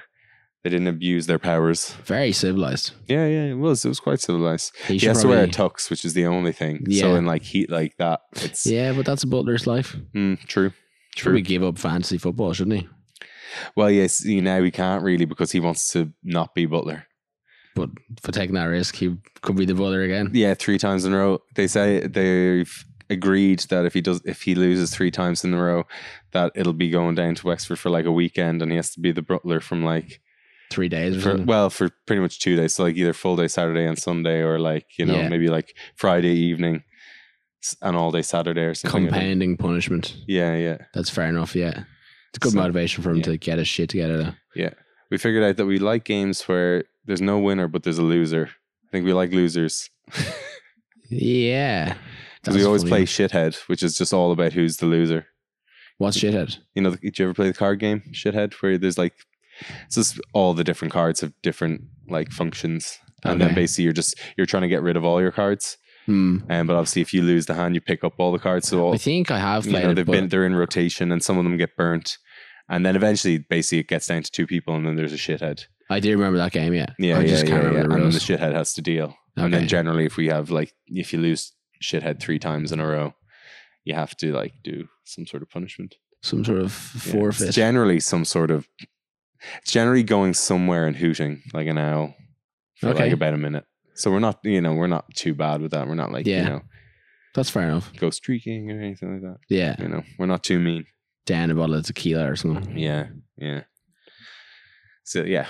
S2: they didn't abuse their powers.
S1: Very civilized.
S2: Yeah, yeah, it was. It was quite civilized.
S1: He
S2: He
S1: should
S2: has to wear a
S1: probably-
S2: tux, which is the only thing. So
S1: Yeah.
S2: in like heat like that, it's
S1: Yeah, but that's a butler's life.
S2: mm, true. True.
S1: Should we give up fantasy football, shouldn't he?
S2: Well, yes, you know he can't really because he wants to not be Butler.
S1: But for taking that risk, he could be the butler again.
S2: Yeah, three times in a row. They say they've agreed that if he does, if he loses three times in a row, that it'll be going down to Wexford for like a weekend, and he has to be the Butler from like
S1: Three days or
S2: for,
S1: something.
S2: well for pretty much two days, so like either full day Saturday and Sunday, or like you know
S1: Yeah.
S2: maybe like Friday evening s- and all day Saturday or something. I think.
S1: Compounding punishment.
S2: Yeah, yeah.
S1: That's fair enough, yeah. It's good
S2: So,
S1: motivation for him
S2: yeah.
S1: to get his shit together though.
S2: We figured out that we like games where there's no winner but there's a loser. I think we like losers.
S1: Yeah.
S2: Because we
S1: That's
S2: always
S1: funny.
S2: play shithead, which is just all about who's the loser.
S1: What's shithead?
S2: You know, did you ever play the card game shithead, where there's like, it's just all the different cards have different like functions, and then
S1: Okay.
S2: basically you're just you're trying to get rid of all your cards.
S1: Hmm.
S2: And but obviously, if you lose the hand, you pick up all the cards. So all,
S1: I think I have
S2: you
S1: played
S2: know
S1: it,
S2: they've
S1: but
S2: been they're in rotation, and some of them get burnt, and then eventually, basically, it gets down to two people, and then there's a shithead.
S1: I do remember that game, yeah.
S2: Yeah,
S1: I
S2: yeah,
S1: just
S2: yeah,
S1: can't
S2: yeah.
S1: remember the
S2: And then the
S1: rules.
S2: shithead has to deal. And then
S1: Okay.
S2: generally, if we have like, if you lose shithead three times in a row, you have to like do some sort of punishment.
S1: Some sort of
S2: Yeah.
S1: forfeit.
S2: It's generally some sort of. It's generally going somewhere and hooting like an owl for
S1: Okay.
S2: like about a minute. So we're not, you know, we're not too bad with that. We're not like, you
S1: Yeah.
S2: know,
S1: That's fair enough.
S2: go streaking or anything like that.
S1: Yeah.
S2: You know, we're not too mean.
S1: Down a bottle of tequila or something.
S2: Yeah, yeah. So yeah,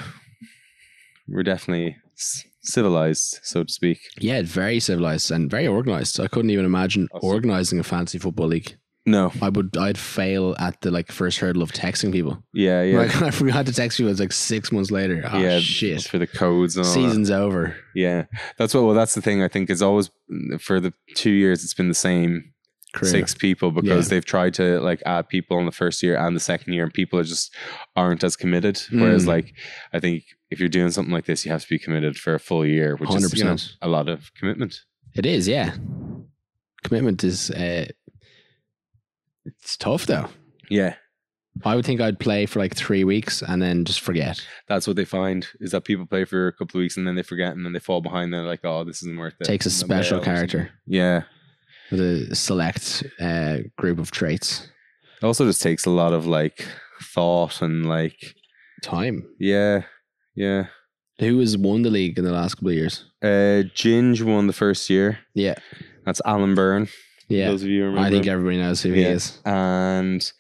S2: we're definitely c- civilized, so to speak.
S1: Yeah, very civilized and very organized. I couldn't even imagine
S2: Awesome.
S1: organizing a fantasy football league.
S2: No,
S1: I would, I'd fail at the like first hurdle of texting people.
S2: yeah, yeah.
S1: Like I forgot to text people. It's like six months later. Oh
S2: yeah, Oh.
S1: shit!
S2: for the codes and all that.
S1: Season's over.
S2: Yeah, that's what. Well, that's the thing. I think is always mm, for the two years it's been the same
S1: Career.
S2: six people because they've tried to like add people in the first year and the second year, and people are just aren't as committed. Whereas,
S1: Mm.
S2: like, I think if you're doing something like this, you have to be committed for a full year, which is you know,
S1: 100%.
S2: a lot of commitment.
S1: It is. Yeah. Commitment is. Uh, it's tough though.
S2: Yeah,
S1: I would think I'd play for like three weeks and then just forget.
S2: that's what they find is that people play for a couple of weeks and then they forget and then they fall behind. They're like, oh, this isn't worth it.
S1: Takes a
S2: And then
S1: special
S2: they always-
S1: character
S2: Yeah,
S1: with a select uh, group of traits.
S2: it also just takes a lot of like thought and like
S1: Time.
S2: yeah, yeah.
S1: Who has won the league in the last couple of years?
S2: Uh, Ginge won the first year.
S1: Yeah.
S2: That's Alan Byrne.
S1: Yeah.
S2: Those of you who remember.
S1: I think
S2: him.
S1: everybody knows who he
S2: Yeah.
S1: is.
S2: And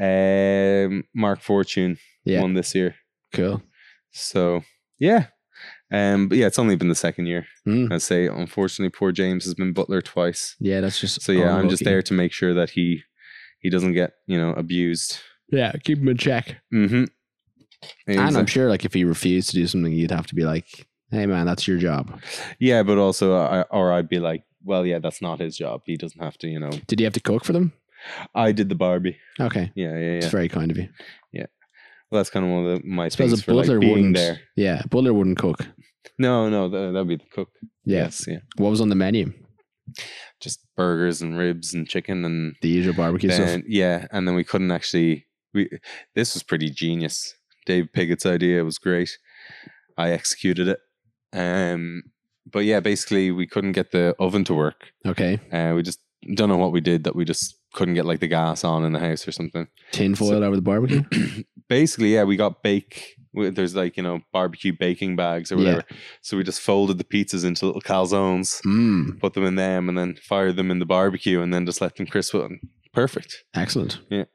S2: um, Mark Fortune
S1: Yeah.
S2: won this year.
S1: Cool.
S2: So yeah. Um, but yeah, it's only been the second year.
S1: Mm.
S2: I'd say, unfortunately, poor James has been Butler twice.
S1: Yeah, that's just.
S2: So yeah, I'm just
S1: unlucky.
S2: there to make sure that he he doesn't get you know abused.
S1: Yeah, keep him in check.
S2: Mm-hmm.
S1: And I'm sure, like, if he refused to do something, you'd have to be like, "Hey, man, that's your job."
S2: yeah, but also, uh, I, or I'd be like, well, yeah, that's not his job. He doesn't have to, you know.
S1: Did you have to cook for them?
S2: I did the Barbie.
S1: Okay,
S2: Yeah, yeah, yeah.
S1: it's very kind of you.
S2: Well, that's kind of one of the, my
S1: I suppose
S2: things
S1: a
S2: for like
S1: butler
S2: being
S1: wouldn't.
S2: there.
S1: Yeah, a butler wouldn't cook.
S2: No, no, that would be the cook.
S1: Yeah.
S2: Yes, yeah.
S1: What was on the menu?
S2: Just burgers and ribs and chicken and
S1: The usual barbecue stuff.
S2: then, yeah, and then we couldn't actually. We this was pretty genius. Dave Piggott's idea was great. I executed it. Um, but yeah, basically we couldn't get the oven to work.
S1: Okay,
S2: Uh, we just don't know what we did that we just couldn't get like the gas on in the house or something.
S1: tin foil over the barbecue.
S2: basically, yeah, we got bake. we- There's like you know barbecue baking bags or
S1: Yeah.
S2: whatever. So we just folded the pizzas into little calzones,
S1: Mmm,
S2: put them in them, and then fired them in the barbecue, and then just let them crisp up. Perfect.
S1: excellent.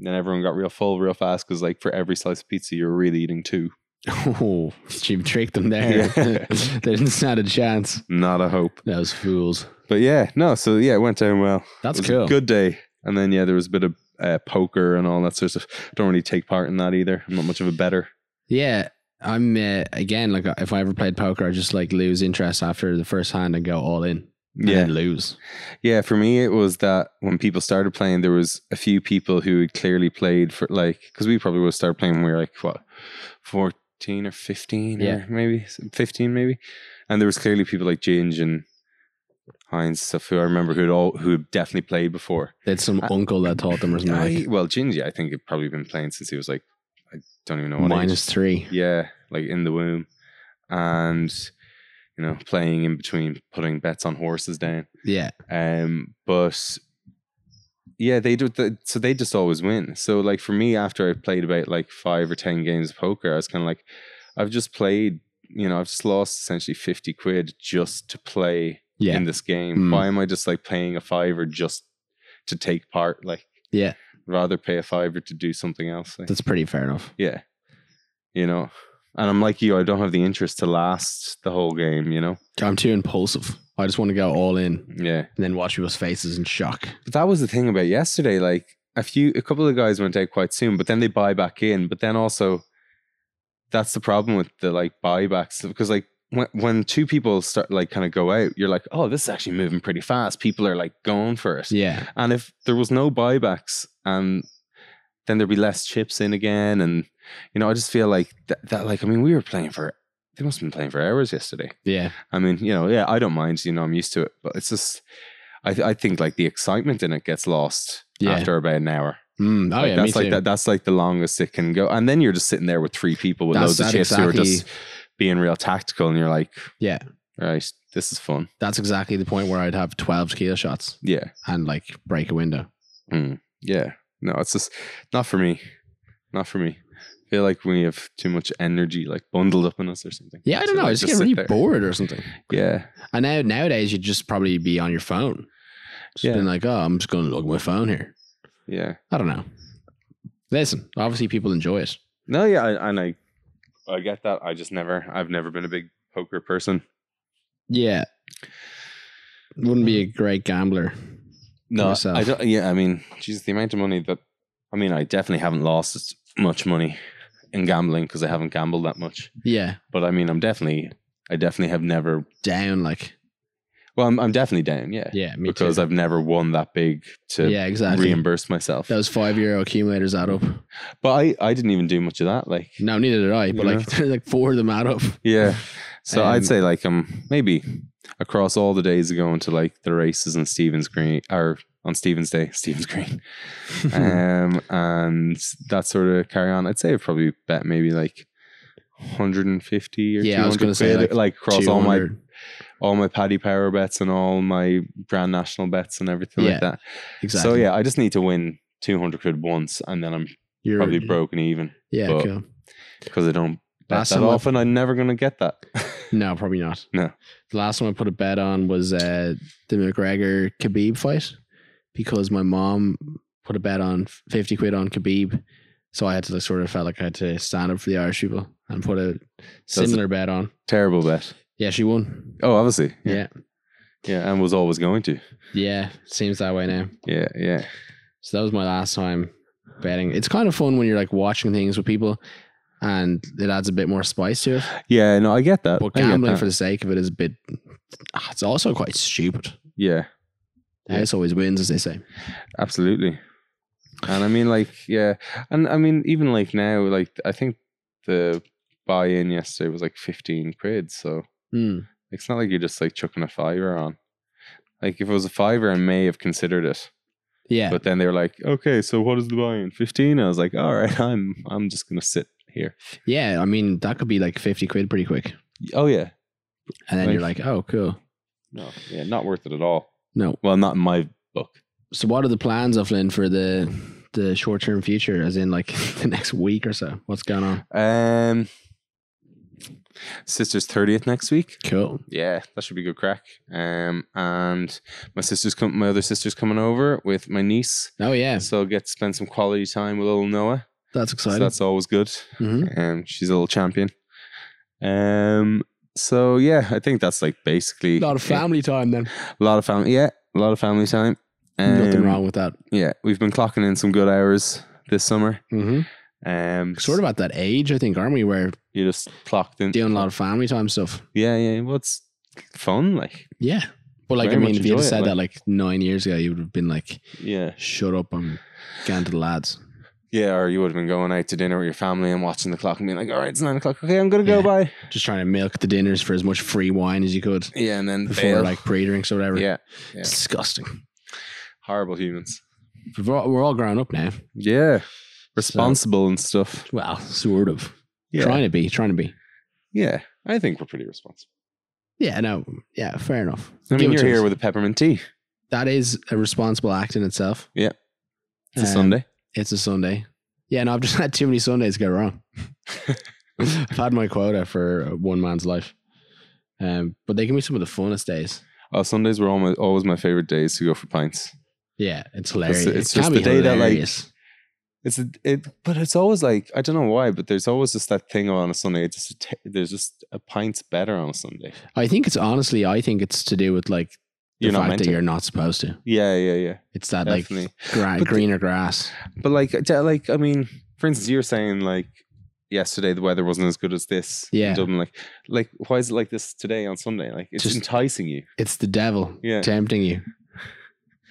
S2: And then everyone got real full real fast because like for every slice of pizza, you're really eating two.
S1: Oh, you tricked them there.
S2: Yeah.
S1: they didn't stand a chance.
S2: Not a hope.
S1: Those fools.
S2: But yeah, no. So yeah, it went down well.
S1: That's
S2: it was a
S1: cool.
S2: good day. And then yeah, there was a bit of uh, poker and all that sort of. stuff. Don't really take part in that either. I'm not much of a better.
S1: Yeah, I'm uh, again like if I ever played poker, I just like lose interest after the first hand and go all in. And
S2: Yeah,
S1: then lose.
S2: Yeah, for me, it was that when people started playing, there was a few people who had clearly played for like because we probably would have started playing when we were like what fourteen or fifteen,
S1: Yeah.
S2: or maybe fifteen, maybe, and there was clearly people like Ginge and Heinz stuff who I remember who'd all who definitely played before.
S1: They had some uncle that taught them or something
S2: I,
S1: like
S2: well, Gingy, I think had probably been playing since he was like I don't even know what age.
S1: minus three.
S2: Yeah, like in the womb, and you know playing in between, putting bets on horses down.
S1: Yeah.
S2: Um, but yeah, they do. The, so they just always win. So like for me, after I played about like five or ten games of poker, I was kind of like, I've just played. You know, I've just lost essentially fifty quid just to play
S1: Yeah.
S2: in this game.
S1: Mm.
S2: Why am I just like paying a fiver just to take part? Like,
S1: Yeah.
S2: rather pay a fiver to do something else. Like,
S1: That's pretty fair enough.
S2: yeah, you know. And I'm like you, I don't have the interest to last the whole game. You know.
S1: I'm too impulsive. I just want to go all in and
S2: Yeah.
S1: then watch people's faces in shock.
S2: But that was the thing about yesterday. Like a few, a couple of guys went out quite soon, but then they buy back in. But then also, that's the problem with the like buybacks because like when when two people start like kind of go out, you're like, oh, this is actually moving pretty fast. People are like going for it.
S1: Yeah.
S2: And if there was no buybacks, and then there'd be less chips in again, and you know, I just feel like that. that like, I mean, we were playing for. They must have been playing for hours yesterday.
S1: Yeah.
S2: I mean, you know, yeah, I don't mind. You know, I'm used to it, but it's just, I, th- I think like the excitement in it gets lost
S1: Yeah.
S2: after about an hour.
S1: Mm. Oh,
S2: Like,
S1: yeah.
S2: that's
S1: me
S2: like
S1: too.
S2: that. That's like the longest it can go, and then you're just sitting there with three people with
S1: That's-
S2: loads of
S1: that
S2: chips who are just
S1: exactly-
S2: being real tactical, and you're like,
S1: Yeah.
S2: right, this is fun.
S1: That's exactly the point where I'd have 12 tequila shots
S2: Yeah,
S1: and like break a window.
S2: yeah. No, it's just not for me. Not for me. I feel like we have too much energy like bundled up in us or something.
S1: Yeah, I don't
S2: So
S1: know. I
S2: we
S1: just, get
S2: sit
S1: really
S2: there.
S1: bored or something.
S2: Yeah,
S1: And now nowadays you'd just probably be on your phone. Just
S2: Yeah.
S1: been like, oh, I'm just going to look at my phone here.
S2: yeah.
S1: I don't know. Listen, obviously people enjoy it.
S2: No, yeah, I, and I, I get that. I just never, I've never been a big poker person.
S1: Yeah. Wouldn't be a great gambler. Myself.
S2: I don't. Yeah, I mean, Jesus, the amount of money that, I mean, I definitely haven't lost as much money in gambling because I haven't gambled that much.
S1: Yeah.
S2: But I mean, I'm definitely, I definitely have never.
S1: Down like
S2: Well, I'm, I'm definitely down. Yeah,
S1: yeah, me
S2: because
S1: too.
S2: I've never won that big to
S1: yeah, exactly.
S2: reimburse myself.
S1: Those five euro accumulators add up.
S2: but I, I didn't even do much of that. Like,
S1: No, neither did I, but
S2: Yeah.
S1: like like four of them add up.
S2: yeah. So
S1: Um,
S2: I'd say like um maybe across all the days of going to like the races on Stevens Green or on Stevens Day, Stevens Green, um, and that sort of carry on. I'd say I probably bet maybe like 150 or
S1: Yeah, I was
S2: 200
S1: gonna say,
S2: quid,
S1: like,
S2: across all my
S1: 200.
S2: all my paddy power bets and all my grand national bets and everything
S1: Yeah,
S2: like that.
S1: Exactly.
S2: So yeah, I just need to win 200 quid once, and then I'm
S1: You're
S2: probably broken even
S1: Yeah,
S2: but-
S1: cool.
S2: because I don't. Bet
S1: Last
S2: that
S1: time I-
S2: often, I'm never going to get that.
S1: No, probably not.
S2: No.
S1: The last one I put a bet on was uh, the McGregor Khabib fight because my mom put a bet on 50 quid on Khabib. So I had to like, sort of felt like I had to stand up for the Irish people and put a similar bet on.
S2: Terrible bet.
S1: Yeah, she won.
S2: Oh, obviously.
S1: Yeah.
S2: Yeah, and was always going to.
S1: Yeah. Seems that way now.
S2: Yeah, yeah.
S1: So that was my last time betting. It's kind of fun when you're like watching things with people and it adds a bit more spice to it.
S2: Uh, Yeah, no, I get that.
S1: But
S2: I get
S1: gambling
S2: that.
S1: for the sake of it is a bit, ah, it's also quite stupid.
S2: Yeah,
S1: The house always wins, as they say.
S2: absolutely. And I mean like, yeah. And I mean even like now, like I think the buy in yesterday was like fifteen quid, so
S1: Hmm.
S2: it's not like you're just like chucking a fiver on. Like if it was a fiver, I may have considered it.
S1: Yeah.
S2: But then they were like, Okay, so what is the buy in? Fifteen? I was like, All right, I'm I'm just gonna sit here.
S1: yeah. I mean, that could be like 50 quid pretty quick.
S2: Oh yeah.
S1: And then you're like, oh, cool.
S2: No, yeah, not worth it at all.
S1: No.
S2: Well, not in my book.
S1: So, what are the plans, Flynn, for the the short term future, as in like the next week or so? What's going on?
S2: Um, sister's thirtieth next week.
S1: Cool.
S2: Yeah, that should be good crack. Um, and my sister's com- my other sister's coming over with my niece,
S1: Oh, yeah.
S2: so I'll get to spend some quality time with little Noah.
S1: That's
S2: So
S1: exciting.
S2: that's always good.
S1: hmm
S2: Um, she's a little champion. Um, so yeah, I think that's like basically
S1: A lot of
S2: it.
S1: family time then.
S2: A lot of family. Yeah, a lot of family time.
S1: Nothing
S2: Um,
S1: wrong with that.
S2: Yeah, we've been clocking in some good hours this summer.
S1: hmm
S2: Um,
S1: Sort of at that age, I think, aren't we, where
S2: you just clocked in.
S1: doing a lot of family time stuff?
S2: Yeah, yeah. Well, it's fun. Like,
S1: Yeah. But like,
S2: Very
S1: I mean,
S2: much
S1: if you'd have
S2: enjoy it,
S1: said that like nine years ago, you would have been like,
S2: yeah,
S1: shut up, I'm going to the lads.
S2: Yeah, or you would have been going out to dinner with your family and watching the clock and being like, all right, it's nine o'clock. Okay, I'm going to go
S1: Yeah.
S2: by.
S1: Just trying to milk the dinners for as much free wine as you could
S2: Yeah, and then
S1: before
S2: bail.
S1: like pre drinks or whatever.
S2: yeah, yeah.
S1: Disgusting.
S2: horrible humans.
S1: We're all, we're all grown up now.
S2: Yeah, responsible and stuff.
S1: Well, sort of.
S2: Yeah,
S1: Trying to be, trying to be.
S2: yeah. I think we're pretty responsible.
S1: Yeah, no. Yeah, fair enough.
S2: I
S1: Give
S2: mean,
S1: it
S2: you're
S1: to
S2: here
S1: us.
S2: with a peppermint tea.
S1: That is a responsible act in itself.
S2: Yeah. It's a
S1: Um,
S2: Sunday.
S1: It's a Sunday. Yeah, no, I've just had too many Sundays go wrong. I've had my quota for uh, one man's life. Um, but they can be some of the funnest days.
S2: Oh, Sundays were almost always my favorite days to go for pints.
S1: Yeah, it's hilarious.
S2: it's
S1: it can
S2: just
S1: be
S2: the day that, like-
S1: hilarious.
S2: It's a, it, but it's always like I don't know why, but there's always just that thing on a Sunday. It's just a t- there's just a pint's better on a Sunday.
S1: I think it's honestly, I think it's to do with like the
S2: You're not
S1: fact
S2: meant
S1: that
S2: to.
S1: you're not supposed to.
S2: Yeah, yeah, yeah.
S1: It's that
S2: Definitely.
S1: like gra-
S2: But the-
S1: greener grass.
S2: But like, I tell- like I mean, for instance, you were saying like yesterday the weather wasn't as good as this.
S1: Yeah.
S2: in Dublin. Like, like why is it like this today on Sunday? Like, it's
S1: Just-
S2: enticing you.
S1: It's the devil
S2: Yeah.
S1: tempting you.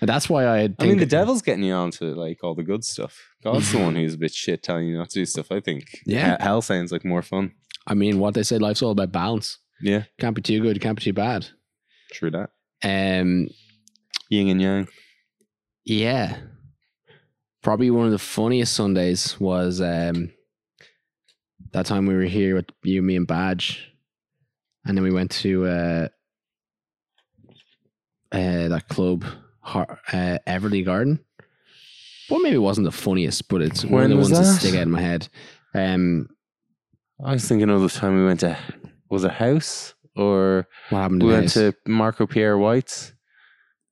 S1: And that's why I think
S2: I mean, the devil's getting you onto like all the good stuff. God's the one who's a bit shit telling you not to do stuff. I think.
S1: Yeah.
S2: H- hell sounds like more fun.
S1: I mean, what they say, life's all about balance.
S2: Yeah,
S1: Can't be too good, can't be too bad.
S2: true that.
S1: Um,
S2: Yin and yang.
S1: Yeah. Probably one of the funniest Sundays was um that time we were here with you, me and Badge. And then we went to uh uh that club Har- uh, Everly Garden. Well maybe it wasn't the funniest, but it's one
S2: When
S1: of the
S2: was
S1: ones that?
S2: that?
S1: stick out in my head. Um
S2: I was thinking of the time we went to was it house or
S1: what happened
S2: we
S1: to this?
S2: went to Marco Pierre White's.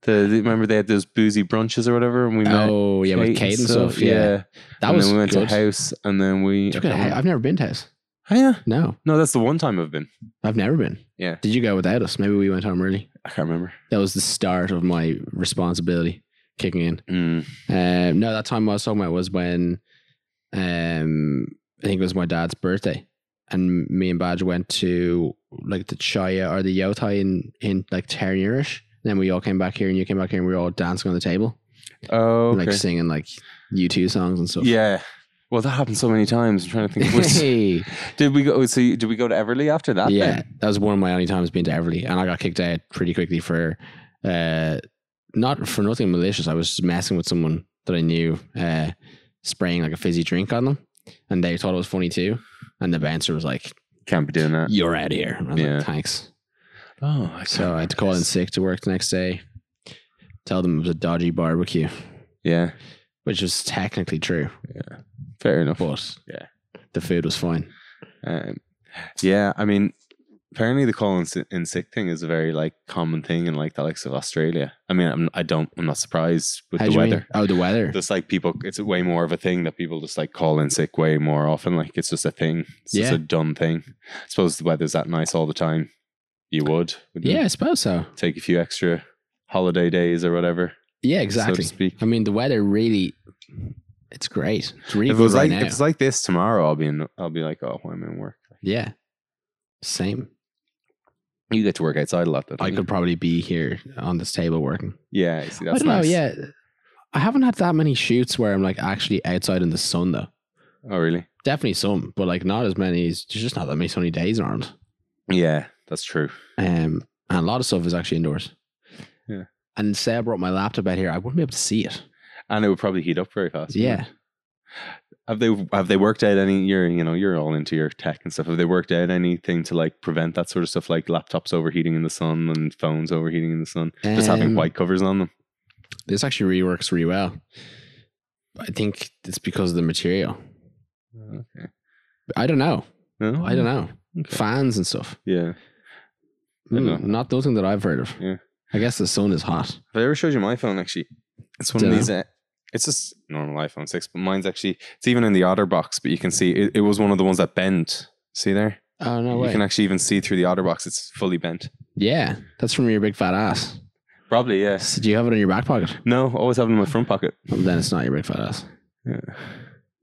S2: The, the- remember they had those boozy brunches or whatever, and we met.
S1: Oh yeah, with Kate and stuff. Yeah. That
S2: and
S1: was
S2: then we went
S1: good.
S2: to house, and then we.
S1: Took it to Hou- I've never been to house.
S2: oh, yeah,
S1: No,
S2: no, that's the one time I've been.
S1: I've never been.
S2: Yeah.
S1: Did you go without us? Maybe we went home early.
S2: I can't remember.
S1: that was the start of my responsibility kicking in.
S2: Mm.
S1: Um, no, that time I was talking about was when um, I think it was my dad's birthday, and me and Badge went to like the Chaya or the Yotai in in like Ternierish. Then we all came back here, and you came back here, and we were all dancing on the table,
S2: Oh, okay.
S1: like singing like U two songs and stuff.
S2: yeah. Well, that happened so many times. I'm trying to think. Of which,
S1: Hey.
S2: did we go? oh, So you- did we go to Everly after that?
S1: yeah,
S2: then?
S1: that was one of my only times being to Everly, and I got kicked out pretty quickly for uh, not for nothing malicious. I was just messing with someone that I knew, uh, spraying like a fizzy drink on them, and they thought it was funny too. And the bouncer was like,
S2: can't be doing that.
S1: "You're out of here." And I was
S2: Yeah.
S1: like, "Thanks."
S2: Oh, I
S1: So I had to call in
S2: and
S1: sick to work the next day. Tell them it was a dodgy barbecue,
S2: Yeah,
S1: which was technically true,
S2: fair enough.
S1: but
S2: Yeah.
S1: the food was fine.
S2: Um, yeah, I mean, apparently the call in, si- in sick thing is a very like common thing in like the likes of Australia. I mean, I'm, I don't, I'm not surprised with
S1: How do
S2: the
S1: you mean?
S2: weather.
S1: Oh, the weather.
S2: Just like people, it's way more of a thing that people just like call in sick way more often. Like it's just a thing. It's just
S1: Yeah.
S2: a dumb thing. I suppose the weather's that nice all the time. You would, wouldn't you?
S1: yeah, I suppose so.
S2: Take a few extra holiday days or whatever,
S1: Yeah,
S2: so
S1: exactly.
S2: to speak.
S1: I mean, the weather really, it's great. It's really
S2: If it
S1: good
S2: was
S1: right
S2: like
S1: now.
S2: if it's like this tomorrow, I'll be in, I'll be like, oh, I'm in work.
S1: yeah. Same.
S2: You get to work outside a lot. Though,
S1: I
S2: don't
S1: could probably be here on this table working.
S2: you? Yeah, you see, that's
S1: I don't
S2: nice.
S1: know. Yeah. I haven't had that many shoots where I'm like actually outside in the sun though.
S2: Oh, really?
S1: Definitely some, but like not as many. as- There's just not that many sunny days around.
S2: Yeah, that's true.
S1: Um, and a lot of stuff is actually indoors.
S2: Yeah.
S1: And say I brought my laptop out here, I wouldn't be able to see it.
S2: And it would probably heat up very fast. wouldn't
S1: yeah.
S2: it? Have they have they worked out any you're you know, you're all into your tech and stuff. Have they worked out anything to like prevent that sort of stuff like laptops overheating in the sun and phones overheating in the sun? Just having
S1: Um,
S2: white covers on them.
S1: This actually really works really well. I think it's because of the material.
S2: Okay.
S1: I don't know.
S2: No?
S1: I don't know.
S2: Mm. Okay.
S1: Fans and stuff.
S2: Yeah. I don't
S1: Mm,
S2: know.
S1: not nothing that I've heard of.
S2: Yeah.
S1: I guess the sun is hot.
S2: If I ever showed you my phone, actually, it's one of
S1: Dunno.
S2: these. Uh, it's just normal iPhone six, but mine's actually it's even in the OtterBox. But you can see it, it was one of the ones that bent. See there?
S1: Oh no
S2: you
S1: way.
S2: can actually even see through the OtterBox. It's fully bent.
S1: yeah, that's from your big fat ass.
S2: Probably yes.
S1: So do you have it in your back pocket?
S2: No, always have it in my front pocket.
S1: Well, then it's not your big fat ass.
S2: Yeah.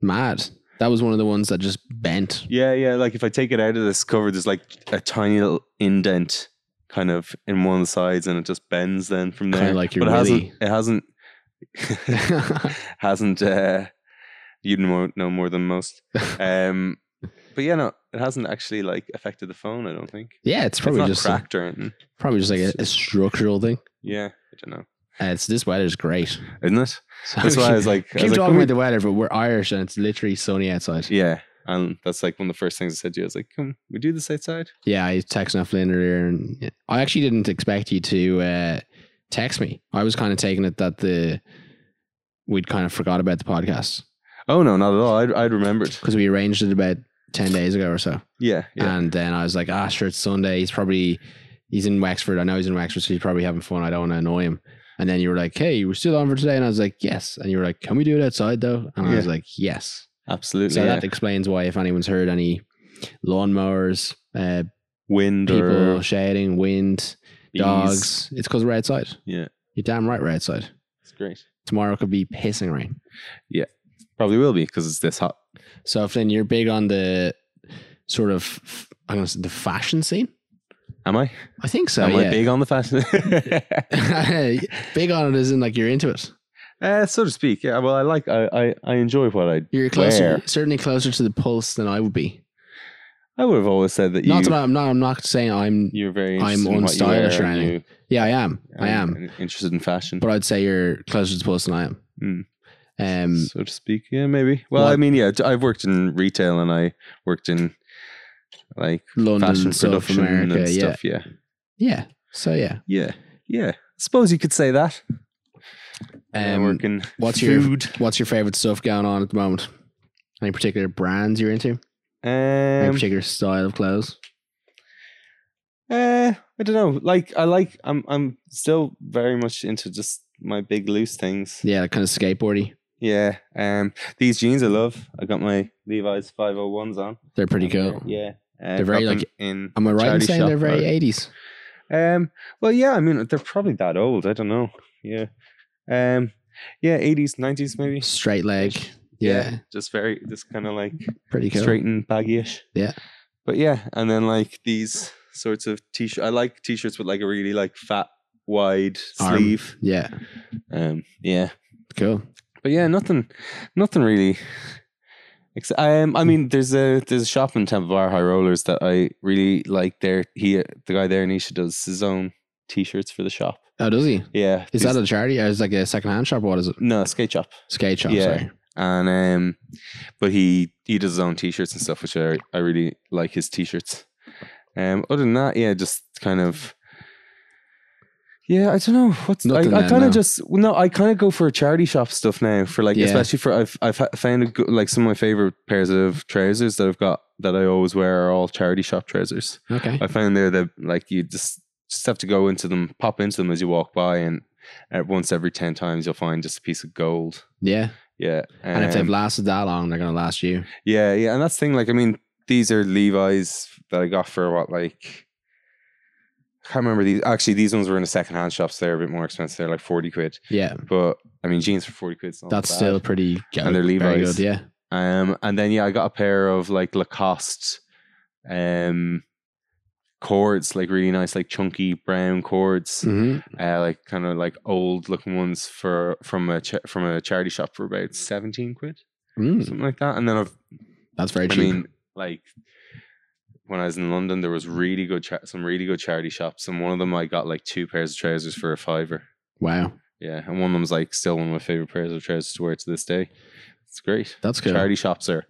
S1: Mad. That was one of the ones that just bent.
S2: Yeah, yeah. Like if I take it out of this cover, there's like a tiny little indent kind of in one of the sides, and it just bends then from there.
S1: Kinda like your
S2: but it
S1: willy.
S2: hasn't. It hasn't. hasn't uh, You'd know, know more than most. Um, but yeah, no, it hasn't actually like affected the phone. I don't think
S1: Yeah, it's
S2: it's
S1: probably
S2: not
S1: just a,
S2: cracked or anything.
S1: probably just like a, a structural thing.
S2: Yeah, I don't know.
S1: Uh, it's this weather's great.
S2: Isn't it?
S1: So
S2: That's why I was like, I
S1: keep
S2: was like,
S1: talking
S2: "Can we-"
S1: about the weather, but we're Irish and it's literally sunny outside. Yeah,
S2: yeah. And that's like one of the first things I said to you. I was like, "Can we do this outside?"
S1: I texted off Flynn earlier, and yeah. I actually didn't expect you to uh, text me. I was kind of taking it that the we'd kind of forgot about the podcast
S2: Oh no, not at all. I'd, I'd remembered.
S1: because we arranged it about ten days ago or so,
S2: Yeah, yeah.
S1: and then I was like, ah, sure, it's Sunday. He's probably he's in Wexford. I know he's in Wexford, so he's probably having fun. I don't want to annoy him. And then you were like, hey, we're still on for today, and I was like, yes. And you were like, can we do it outside though? And I
S2: Yeah.
S1: was like, yes.
S2: Absolutely.
S1: So
S2: yeah.
S1: that explains why, if anyone's heard any lawnmowers, uh,
S2: Wind
S1: people
S2: or
S1: shouting, wind,
S2: bees.
S1: dogs, it's because we're outside.
S2: Yeah.
S1: You're damn right we're outside.
S2: It's great.
S1: Tomorrow could be pissing rain.
S2: Probably will be because it's this hot.
S1: So, Flynn, you're big on the sort of, f- I'm going to say the fashion scene?
S2: Am I?
S1: I think so.
S2: Am I
S1: yeah.
S2: big on the fashion?
S1: big? on it isn't like you're into it.
S2: uh, so to speak. Yeah. Well, I like. I I, I enjoy what I.
S1: You're closer,
S2: Where?
S1: certainly closer to the pulse than I would be.
S2: I would have always said that you.
S1: Not that I'm not. I'm not saying I'm.
S2: you're very.
S1: I'm
S2: Interested in what you
S1: unstylish or
S2: wear and
S1: anything.
S2: you-
S1: Yeah, I am. I
S2: and-
S1: am.
S2: and interested in fashion,
S1: But I'd say you're closer to the pulse than I am.
S2: Mm.
S1: Um,
S2: so to speak. Yeah, maybe. Well,
S1: What-
S2: I mean, yeah. I've worked in retail and I worked in like
S1: London,
S2: fashion
S1: South
S2: production
S1: America,
S2: and
S1: yeah,
S2: stuff. Yeah.
S1: yeah. So yeah,
S2: Yeah. Yeah. I suppose you could say that. I
S1: Um,
S2: work in
S1: what's your-
S2: food.
S1: what's your favorite stuff going on at the moment? Any particular brands you're into? Any
S2: Um,
S1: particular style of clothes?
S2: Uh, I don't know. Like I like I'm I'm still very much into just my big loose things.
S1: Yeah, like kind of skateboardy.
S2: Yeah. Um these jeans I love. I got my Levi's 501s on.
S1: They're pretty
S2: And
S1: cool.
S2: they're- Yeah. Uh,
S1: They're very,
S2: got them
S1: like-
S2: in
S1: Am I right in
S2: charity
S1: saying
S2: shop
S1: they're very
S2: or-
S1: eighties?
S2: Um well yeah, I mean they're probably that old. I don't know. Yeah. Um yeah, 80s, 90s maybe.
S1: Straight leg. Yeah,
S2: Just very just kind of like
S1: pretty cool.
S2: straight and baggy-ish.
S1: Yeah.
S2: But yeah, and then like these sorts of t-shirt. I like t-shirts with like a really like fat, wide
S1: Arm.
S2: sleeve.
S1: Yeah,
S2: Um, yeah.
S1: cool.
S2: But yeah, nothing, nothing really. Ex- Um, I mean, there's a there's a shop in Temple Bar High Rollers that I really like. There, he the guy there, Nisha does his own t-shirts for the shop.
S1: Oh, does he?
S2: Yeah,
S1: Is
S2: these-
S1: that a charity? Or is it like a second hand shop? What is it?
S2: no skate shop?
S1: Skate shop.
S2: Yeah.
S1: Sorry.
S2: And um, but he he does his own t-shirts and stuff, which I I really like his t-shirts. Um, other than that, yeah, just kind of. Yeah, I don't know what's
S1: Nothing
S2: I, I
S1: then,
S2: kind
S1: no.
S2: of just well, no, I kind of go for charity shop stuff now for like
S1: Yeah.
S2: especially for I've I've ha- found a good, like some of my favorite pairs of trousers that I've got that I always wear are all charity shop trousers.
S1: Okay.
S2: I found there that like you just just have to go into them, pop into them as you walk by, and at once every ten times you'll find just a piece of gold.
S1: Yeah.
S2: Yeah,
S1: And if they've
S2: um,
S1: lasted that long, they're gonna last you.
S2: yeah, yeah, and that's the thing. Like, I mean, these are Levi's that I got for what, like, I can't remember these. Actually, these ones were in a secondhand shop, so they're a bit more expensive. They're like forty quid,
S1: Yeah.
S2: but I mean, jeans for forty quid.
S1: That's still pretty. Good.
S2: Oh, And they're
S1: Very
S2: Levi's.
S1: good. Yeah.
S2: Um, and then yeah, I got a pair of like Lacoste, um, cords, like really nice, like chunky brown cords,
S1: hmm
S2: uh, like kind of like old looking ones for from a cha- from a charity shop for about seventeen quid,
S1: Mm,
S2: something like that. And then I've
S1: that's very
S2: I
S1: cheap.
S2: mean, like when I was in London, there was really good cha- some really good charity shops, and one of them I got like two pairs of trousers for a fiver.
S1: wow.
S2: Yeah, and one of them's like still one of my favorite pairs of trousers to wear to this day. It's great.
S1: That's cool.
S2: Charity shops are,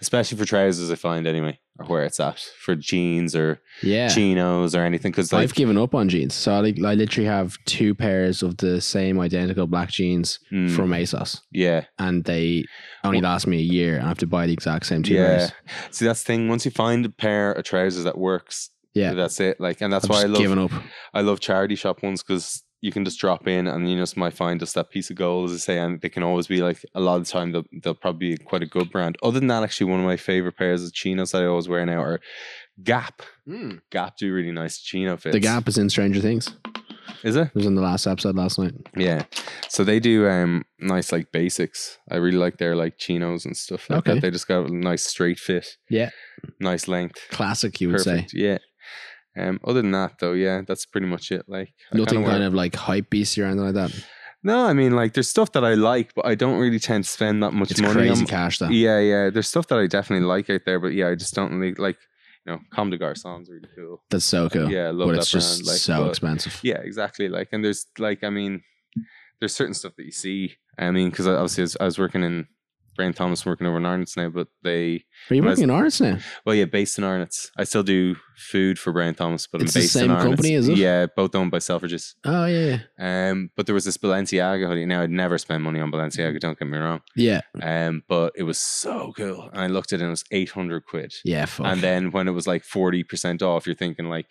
S2: especially for trousers, I find anyway, are where it's at for jeans or
S1: Yeah.
S2: chinos or anything. Because like,
S1: I've given up on jeans. So I, like, I literally have two pairs of the same identical black jeans
S2: mm,
S1: from ASOS
S2: yeah,
S1: and they only last me a year and I have to buy the exact same two
S2: yeah.
S1: pairs.
S2: See, that's the thing. Once you find a pair of trousers that works,
S1: Yeah.
S2: that's it. Like, and that's
S1: I've
S2: why I
S1: just
S2: love
S1: given up.
S2: I love charity shop ones because you can just drop in and you just might find just that piece of gold, as I say, and they can always be like a lot of the time they'll, they'll probably be quite a good brand. Other than that, actually, one of my favorite pairs of chinos that I always wear now are Gap. Gap do really nice chino Hmm. fits.
S1: The gap is in Stranger Things.
S2: is it?
S1: It was in the last episode last night.
S2: Yeah. So they do um nice like basics. I really like their like chinos and stuff like
S1: Okay.
S2: that. They just got a nice straight fit.
S1: Yeah.
S2: Nice length.
S1: Classic, you would
S2: Perfect. Yeah. Um. Other than that, though, yeah, that's pretty much it. Like
S1: say.
S2: I kinda
S1: Nothing
S2: wear-
S1: kind of like hype beasty or anything like that.
S2: No, I mean like there's stuff that I like, but I don't really tend to spend that much
S1: It's
S2: money.
S1: crazy
S2: on.
S1: cash though.
S2: Yeah, yeah. There's stuff that I definitely like out there, but yeah, I just don't really like. You know, Comme des Garçons really cool.
S1: That's so cool.
S2: Yeah, I love
S1: but
S2: that
S1: it's just
S2: brand. Like,
S1: so
S2: but-
S1: expensive.
S2: Yeah, exactly. Like, and there's like, I mean, there's certain stuff that you see. I mean, because obviously I was, I was working in Brian Thomas, working over in Arnott's now, but they,
S1: Are you
S2: Whereas-
S1: working in arts now?
S2: well, yeah, based in Arnott's. I still do food for Brian Thomas, but
S1: It's the
S2: I'm based
S1: same
S2: in Arnott's.
S1: company, is it?
S2: Yeah, both owned by Selfridges.
S1: Oh yeah, yeah.
S2: Um, but there was this Balenciaga hoodie. Now I'd never spend money on
S1: Mm-hmm.
S2: Balenciaga. Don't get me wrong.
S1: yeah,
S2: Um, but it was so cool, and I looked at it, and it was eight hundred quid.
S1: yeah. Fuck.
S2: And then when it was like forty percent off, you're thinking like,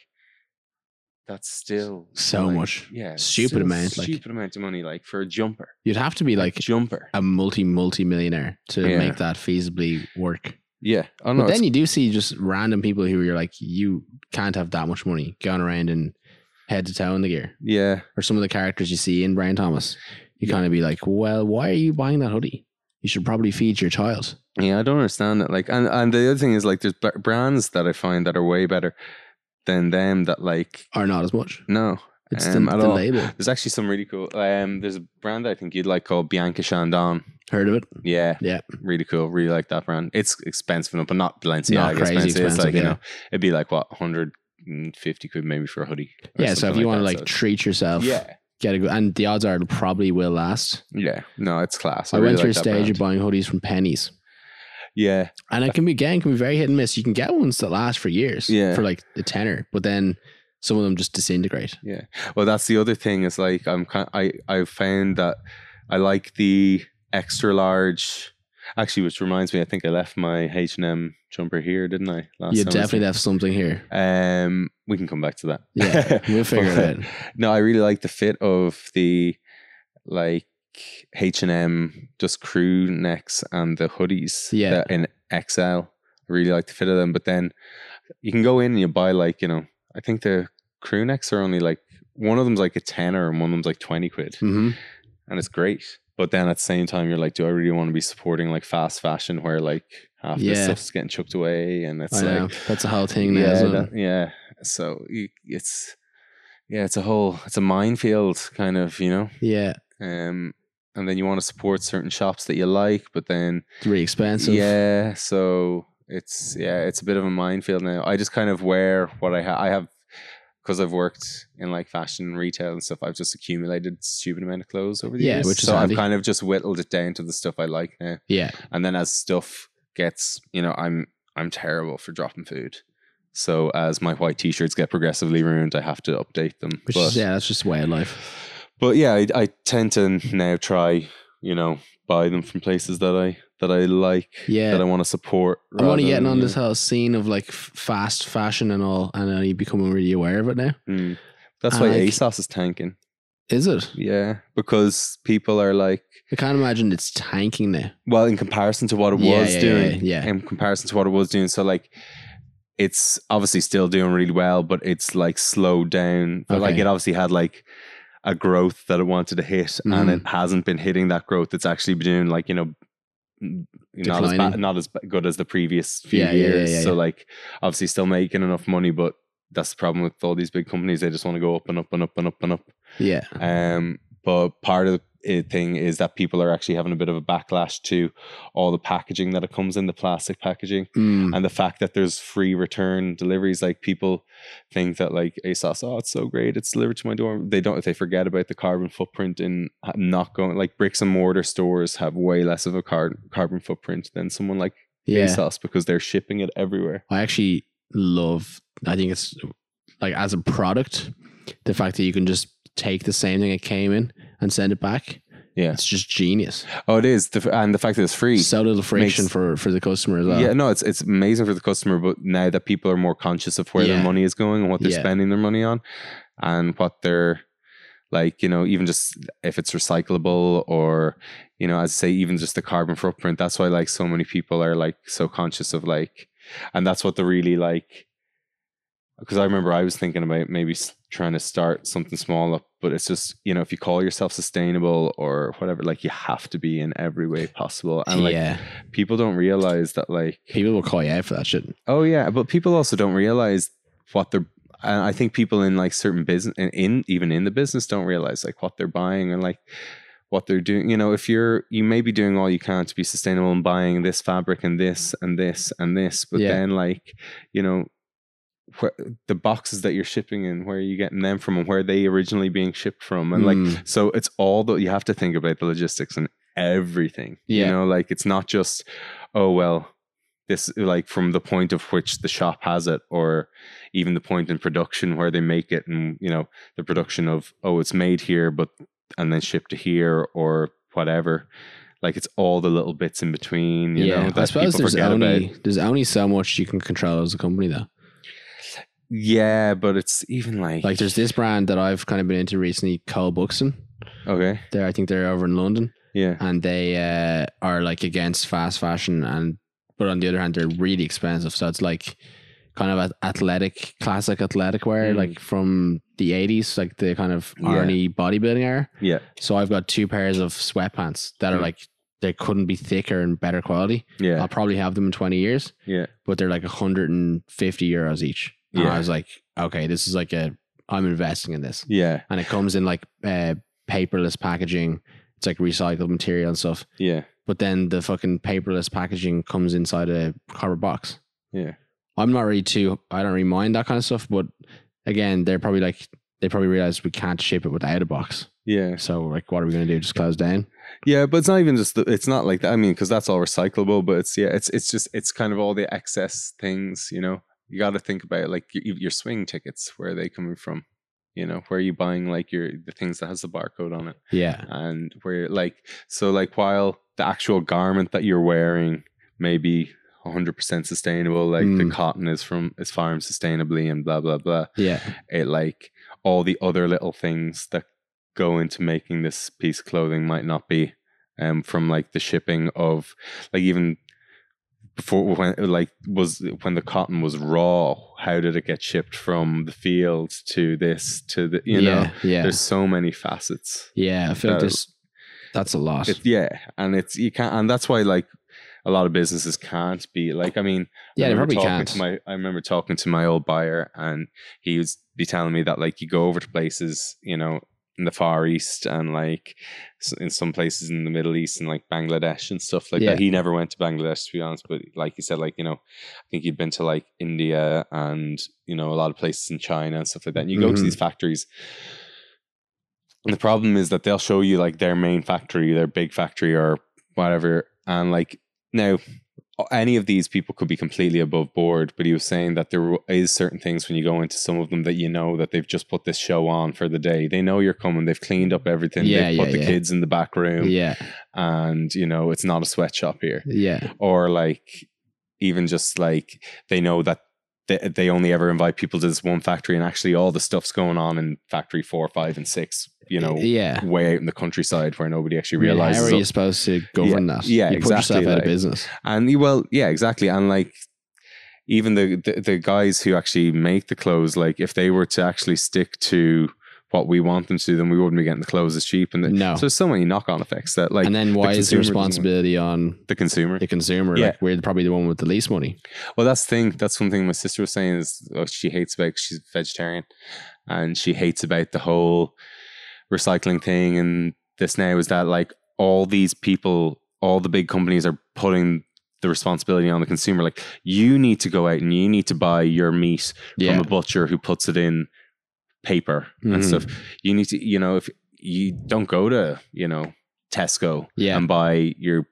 S2: that's still
S1: So
S2: like,
S1: much.
S2: yeah, it's
S1: Stupid
S2: still a
S1: amount, like-
S2: stupid amount of money, like for a jumper,
S1: You'd have to be
S2: A
S1: like
S2: jumper,
S1: a multi multi millionaire to
S2: Yeah.
S1: make that feasibly work.
S2: yeah. Oh, I don't
S1: But
S2: know.
S1: then you do see just random people who you're like, you can't have that much money going around and head to toe in the gear.
S2: yeah,
S1: Or some of the characters you see in Brian Thomas, you kind of be like, well, why are you buying that hoodie? You should probably feed your child.
S2: yeah. I don't understand it. Like, and and the other thing is like, there's br- brands that I find that are way better than them. That like,
S1: Or not as much.
S2: no,
S1: It's
S2: Um,
S1: the,
S2: at
S1: the
S2: all.
S1: label.
S2: there's actually some really cool. Um, there's a brand that I think you'd like called Bianca Shandon.
S1: Heard of it?
S2: Yeah.
S1: Yeah.
S2: Really cool. Really like that brand. It's expensive enough, but not Balenciaga
S1: Not crazy
S2: expensive. It's
S1: expensive,
S2: like, you
S1: yeah.
S2: know, it'd be like what, 150 quid maybe for a hoodie. or
S1: Yeah. So if
S2: something
S1: you want to
S2: that,
S1: like
S2: so it's-
S1: treat yourself,
S2: Yeah.
S1: get a good, and the odds are it probably will last.
S2: Yeah. No, it's class. I,
S1: I
S2: really
S1: went through
S2: like
S1: a
S2: that
S1: stage
S2: brand.
S1: of buying hoodies from pennies.
S2: Yeah.
S1: And it can be again can be very hit and miss. You can get ones that last for years,
S2: Yeah.
S1: for like a tenner, but then some of them just disintegrate.
S2: Well, that's the other thing is like, I'm kind I, I've found that I like the extra large. Actually, which reminds me, I think I left my H&M jumper here, didn't I? Last
S1: you
S2: time I was
S1: definitely
S2: here?
S1: left something here.
S2: Um, we can come back to that.
S1: Yeah, we'll figure
S2: But-
S1: it out.
S2: No, I really like the fit of the like H and M just crew necks and the hoodies.
S1: Yeah.
S2: that in XL. I really like the fit of them. But then you can go in and you buy like you know I think the crew necks are only like one of them's like a tenner and one of them's like twenty quid,
S1: hmm
S2: and it's great. But then at the same time, you're like, do I really want to be supporting like fast fashion where like half the
S1: Yeah.
S2: stuff's getting chucked away and
S1: I
S2: it's
S1: know.
S2: like
S1: That's a whole thing now,
S2: yeah,
S1: isn't
S2: that- yeah. So you, it's yeah, it's a whole it's a minefield kind of, you know.
S1: it? Yeah.
S2: Um and then you want to support certain shops that you like, but then
S1: It's really expensive.
S2: yeah, so it's yeah, it's a bit of a minefield now. I just kind of wear what I have. I have because I've worked in like fashion and retail and stuff. I've just accumulated stupid amount of clothes over the
S1: Yeah,
S2: years,
S1: which is
S2: so
S1: handy.
S2: I've kind of just whittled it down to the stuff I like now
S1: Yeah.
S2: and then as stuff gets you know i'm i'm terrible for dropping food so as my white t-shirts get progressively ruined i have to update them
S1: Which
S2: but
S1: is yeah, that's just a way of life.
S2: but yeah I, I tend to now try you know buy them from places that i that i like that i
S1: Yeah.
S2: want to support
S1: I'm
S2: rather
S1: only getting
S2: than,
S1: on
S2: you
S1: this
S2: know.
S1: whole scene of like f- fast fashion and all, and I'm only becoming really aware of it now.
S2: Mm. that's
S1: I
S2: why
S1: like-
S2: asos is tanking
S1: Is it?
S2: yeah because people are like
S1: I can't imagine it's tanking now.
S2: well in comparison to what it
S1: Yeah,
S2: was
S1: yeah,
S2: doing
S1: yeah, yeah.
S2: in comparison to what it was doing so like it's obviously still doing really well but it's like slowed down but like
S1: Okay.
S2: it obviously had like a growth that it wanted to hit and
S1: Mhm.
S2: it hasn't been hitting that growth it's actually been doing like you know n- not as bad,
S1: Declining.
S2: not as ba- good as the previous few
S1: Yeah, yeah, yeah,
S2: years
S1: yeah,
S2: so
S1: yeah.
S2: like obviously still making enough money but that's the problem with all these big companies they just want to go up and up and up and up and up
S1: Yeah.
S2: um, but part of the uh, thing is that people are actually having a bit of a backlash to all the packaging that it comes in, the plastic packaging,
S1: Mm.
S2: and the fact that there's free return deliveries. Like people think that like ASOS, oh, it's so great, it's delivered to my door. They don't. They forget about the carbon footprint in ha- not going. Like bricks and mortar stores have way less of a car- carbon footprint than someone like
S1: Yeah.
S2: ASOS because they're shipping it everywhere.
S1: I actually love. I think it's like as a product, the fact that you can just take the same thing it came in and send it back.
S2: Yeah.
S1: It's just genius.
S2: Oh, it is, the, f- and the fact that it's free.
S1: So little friction
S2: Makes-
S1: for for the customer as well.
S2: Yeah, no, it's it's amazing for the customer, but now that people are more conscious of where
S1: Yeah.
S2: their money is going and what they're
S1: Yeah.
S2: spending their money on, and what they're like, you know, even just if it's recyclable or you know, as I say, even just the carbon footprint. That's why like so many people are like so conscious of like, and that's what the really like. Because I remember I was thinking about maybe s- trying to start something small up, but it's just you know if you call yourself sustainable or whatever, like you have to be in every way possible, and like
S1: yeah.
S2: people don't realize that like
S1: People will call you out for that shit.
S2: oh yeah but people also don't realize what they're and i think people in like certain business in, in even in the business don't realize like what they're buying and like what they're doing. You know, if you're you may be doing all you can to be sustainable and buying this fabric and this and this and this, but
S1: Yeah.
S2: then like you know. Where, the boxes that you're shipping in, where are you getting them from, and where are they originally being shipped from, and like
S1: Mm.
S2: so it's all that you have to think about the logistics and everything.
S1: Yeah.
S2: You know, like it's not just, oh well, this like from the point of which the shop has it, or even the point in production where they make it, and you know the production of oh it's made here, but and then shipped to here or whatever. Like it's all the little bits in between. You know, that
S1: I suppose
S2: people
S1: there's
S2: forget
S1: only
S2: about.
S1: there's only so much you can control as a company though.
S2: Yeah, but it's even like
S1: Like there's this brand that I've kind of been into recently, Cole Buxton.
S2: okay
S1: There, I think they're over in London,
S2: yeah
S1: and they uh, are like against fast fashion, and but on the other hand, they're really expensive. So it's like kind of a- athletic, classic athletic wear,
S2: Mm.
S1: like from the '80s, like the kind of
S2: Yeah.
S1: Arnie bodybuilding era.
S2: yeah
S1: So I've got two pairs of sweatpants that are
S2: Mm.
S1: like they couldn't be thicker and better quality.
S2: yeah
S1: I'll probably have them in 20 years,
S2: yeah
S1: but they're like 150 euros each. And
S2: Yeah.
S1: I was like, okay, this is like a, I'm investing in this.
S2: yeah
S1: And it comes in like uh, paperless packaging. It's like recycled material and stuff.
S2: yeah
S1: But then the fucking paperless packaging comes inside a cardboard box.
S2: yeah
S1: I'm not really too, I don't really mind that kind of stuff. But again, they're probably like, they probably realized we can't ship it without a box.
S2: yeah.
S1: So like, what are we going to do? Just close down?
S2: Yeah, but it's not even just the, it's not like that. I mean, because that's all recyclable, but it's yeah, it's it's just it's kind of all the excess things, you know. You got to think about like your, your swing tickets, where are they coming from? You know, where are you buying like your the things that has the barcode on it,
S1: Yeah.
S2: and where like so like while the actual garment that you're wearing may be 100% sustainable, like the
S1: Mm.
S2: cotton is from is farmed sustainably and blah blah blah
S1: Yeah.
S2: it like all the other little things that go into making this piece of clothing might not be um from like the shipping of like even before when like was when the cotton was raw how did it get shipped from the field to this to the you
S1: yeah.
S2: know
S1: yeah.
S2: there's so many facets
S1: Yeah, I feel like
S2: that-
S1: this. That's a lot.
S2: It's yeah and it's you can't and that's why like a lot of businesses can't be like i mean I
S1: yeah, they
S2: remember
S1: probably
S2: talking
S1: can't.
S2: To my, I remember talking to my old buyer, and he was be telling me that like you go over to places, you know, in the Far East and like s- in some places in the Middle East and like Bangladesh and stuff like
S1: Yeah.
S2: that. He never went to Bangladesh to be honest, but like he said, like you know, I think he'd been to like India and you know a lot of places in China and stuff like that. And you go to
S1: Mhm.
S2: these factories. And the problem is that they'll show you like their main factory, their big factory, or whatever. And like now, any of these people could be completely above board, but he was saying that there is certain things when you go into some of them that you know that they've just put this show on for the day. They know you're coming. They've cleaned up everything.
S1: Yeah,
S2: they've put
S1: yeah,
S2: the
S1: yeah.
S2: kids in the back room,
S1: yeah,
S2: and you know it's not a sweatshop here.
S1: yeah,
S2: Or like even just like they know that. They, they only ever invite people to this one factory, and actually, all the stuff's going on in factory four, five, and six. You know,
S1: Eh, yeah.
S2: way out in the countryside where nobody
S1: I
S2: actually
S1: mean,
S2: realizes.
S1: how are
S2: it.
S1: you supposed to govern that?
S2: yeah,
S1: you put yourself
S2: exactly,
S1: out of
S2: like-
S1: business.
S2: And you- well, yeah, exactly. And like even the, the the guys who actually make the clothes, like if they were to actually stick to what we want them to, then we wouldn't be getting the clothes as cheap. And the,
S1: No.
S2: so there's so many knock on effects that like
S1: and then why is the
S2: consumer doesn't want-
S1: responsibility on
S2: the consumer.
S1: the consumer?
S2: Yeah.
S1: Like we're probably the one with the least money.
S2: Well, that's the thing. That's one thing my sister was saying is oh, she hates about she's vegetarian, and she hates about the whole recycling thing and this now is that like all these people, all the big companies are putting the responsibility on the consumer. Like you need to go out and you need to buy your meat
S1: Yeah,
S2: from a butcher who puts it in paper and
S1: Mhm.
S2: stuff. You need to, you know, if you don't go to, you know, Tesco
S1: yeah,
S2: and buy your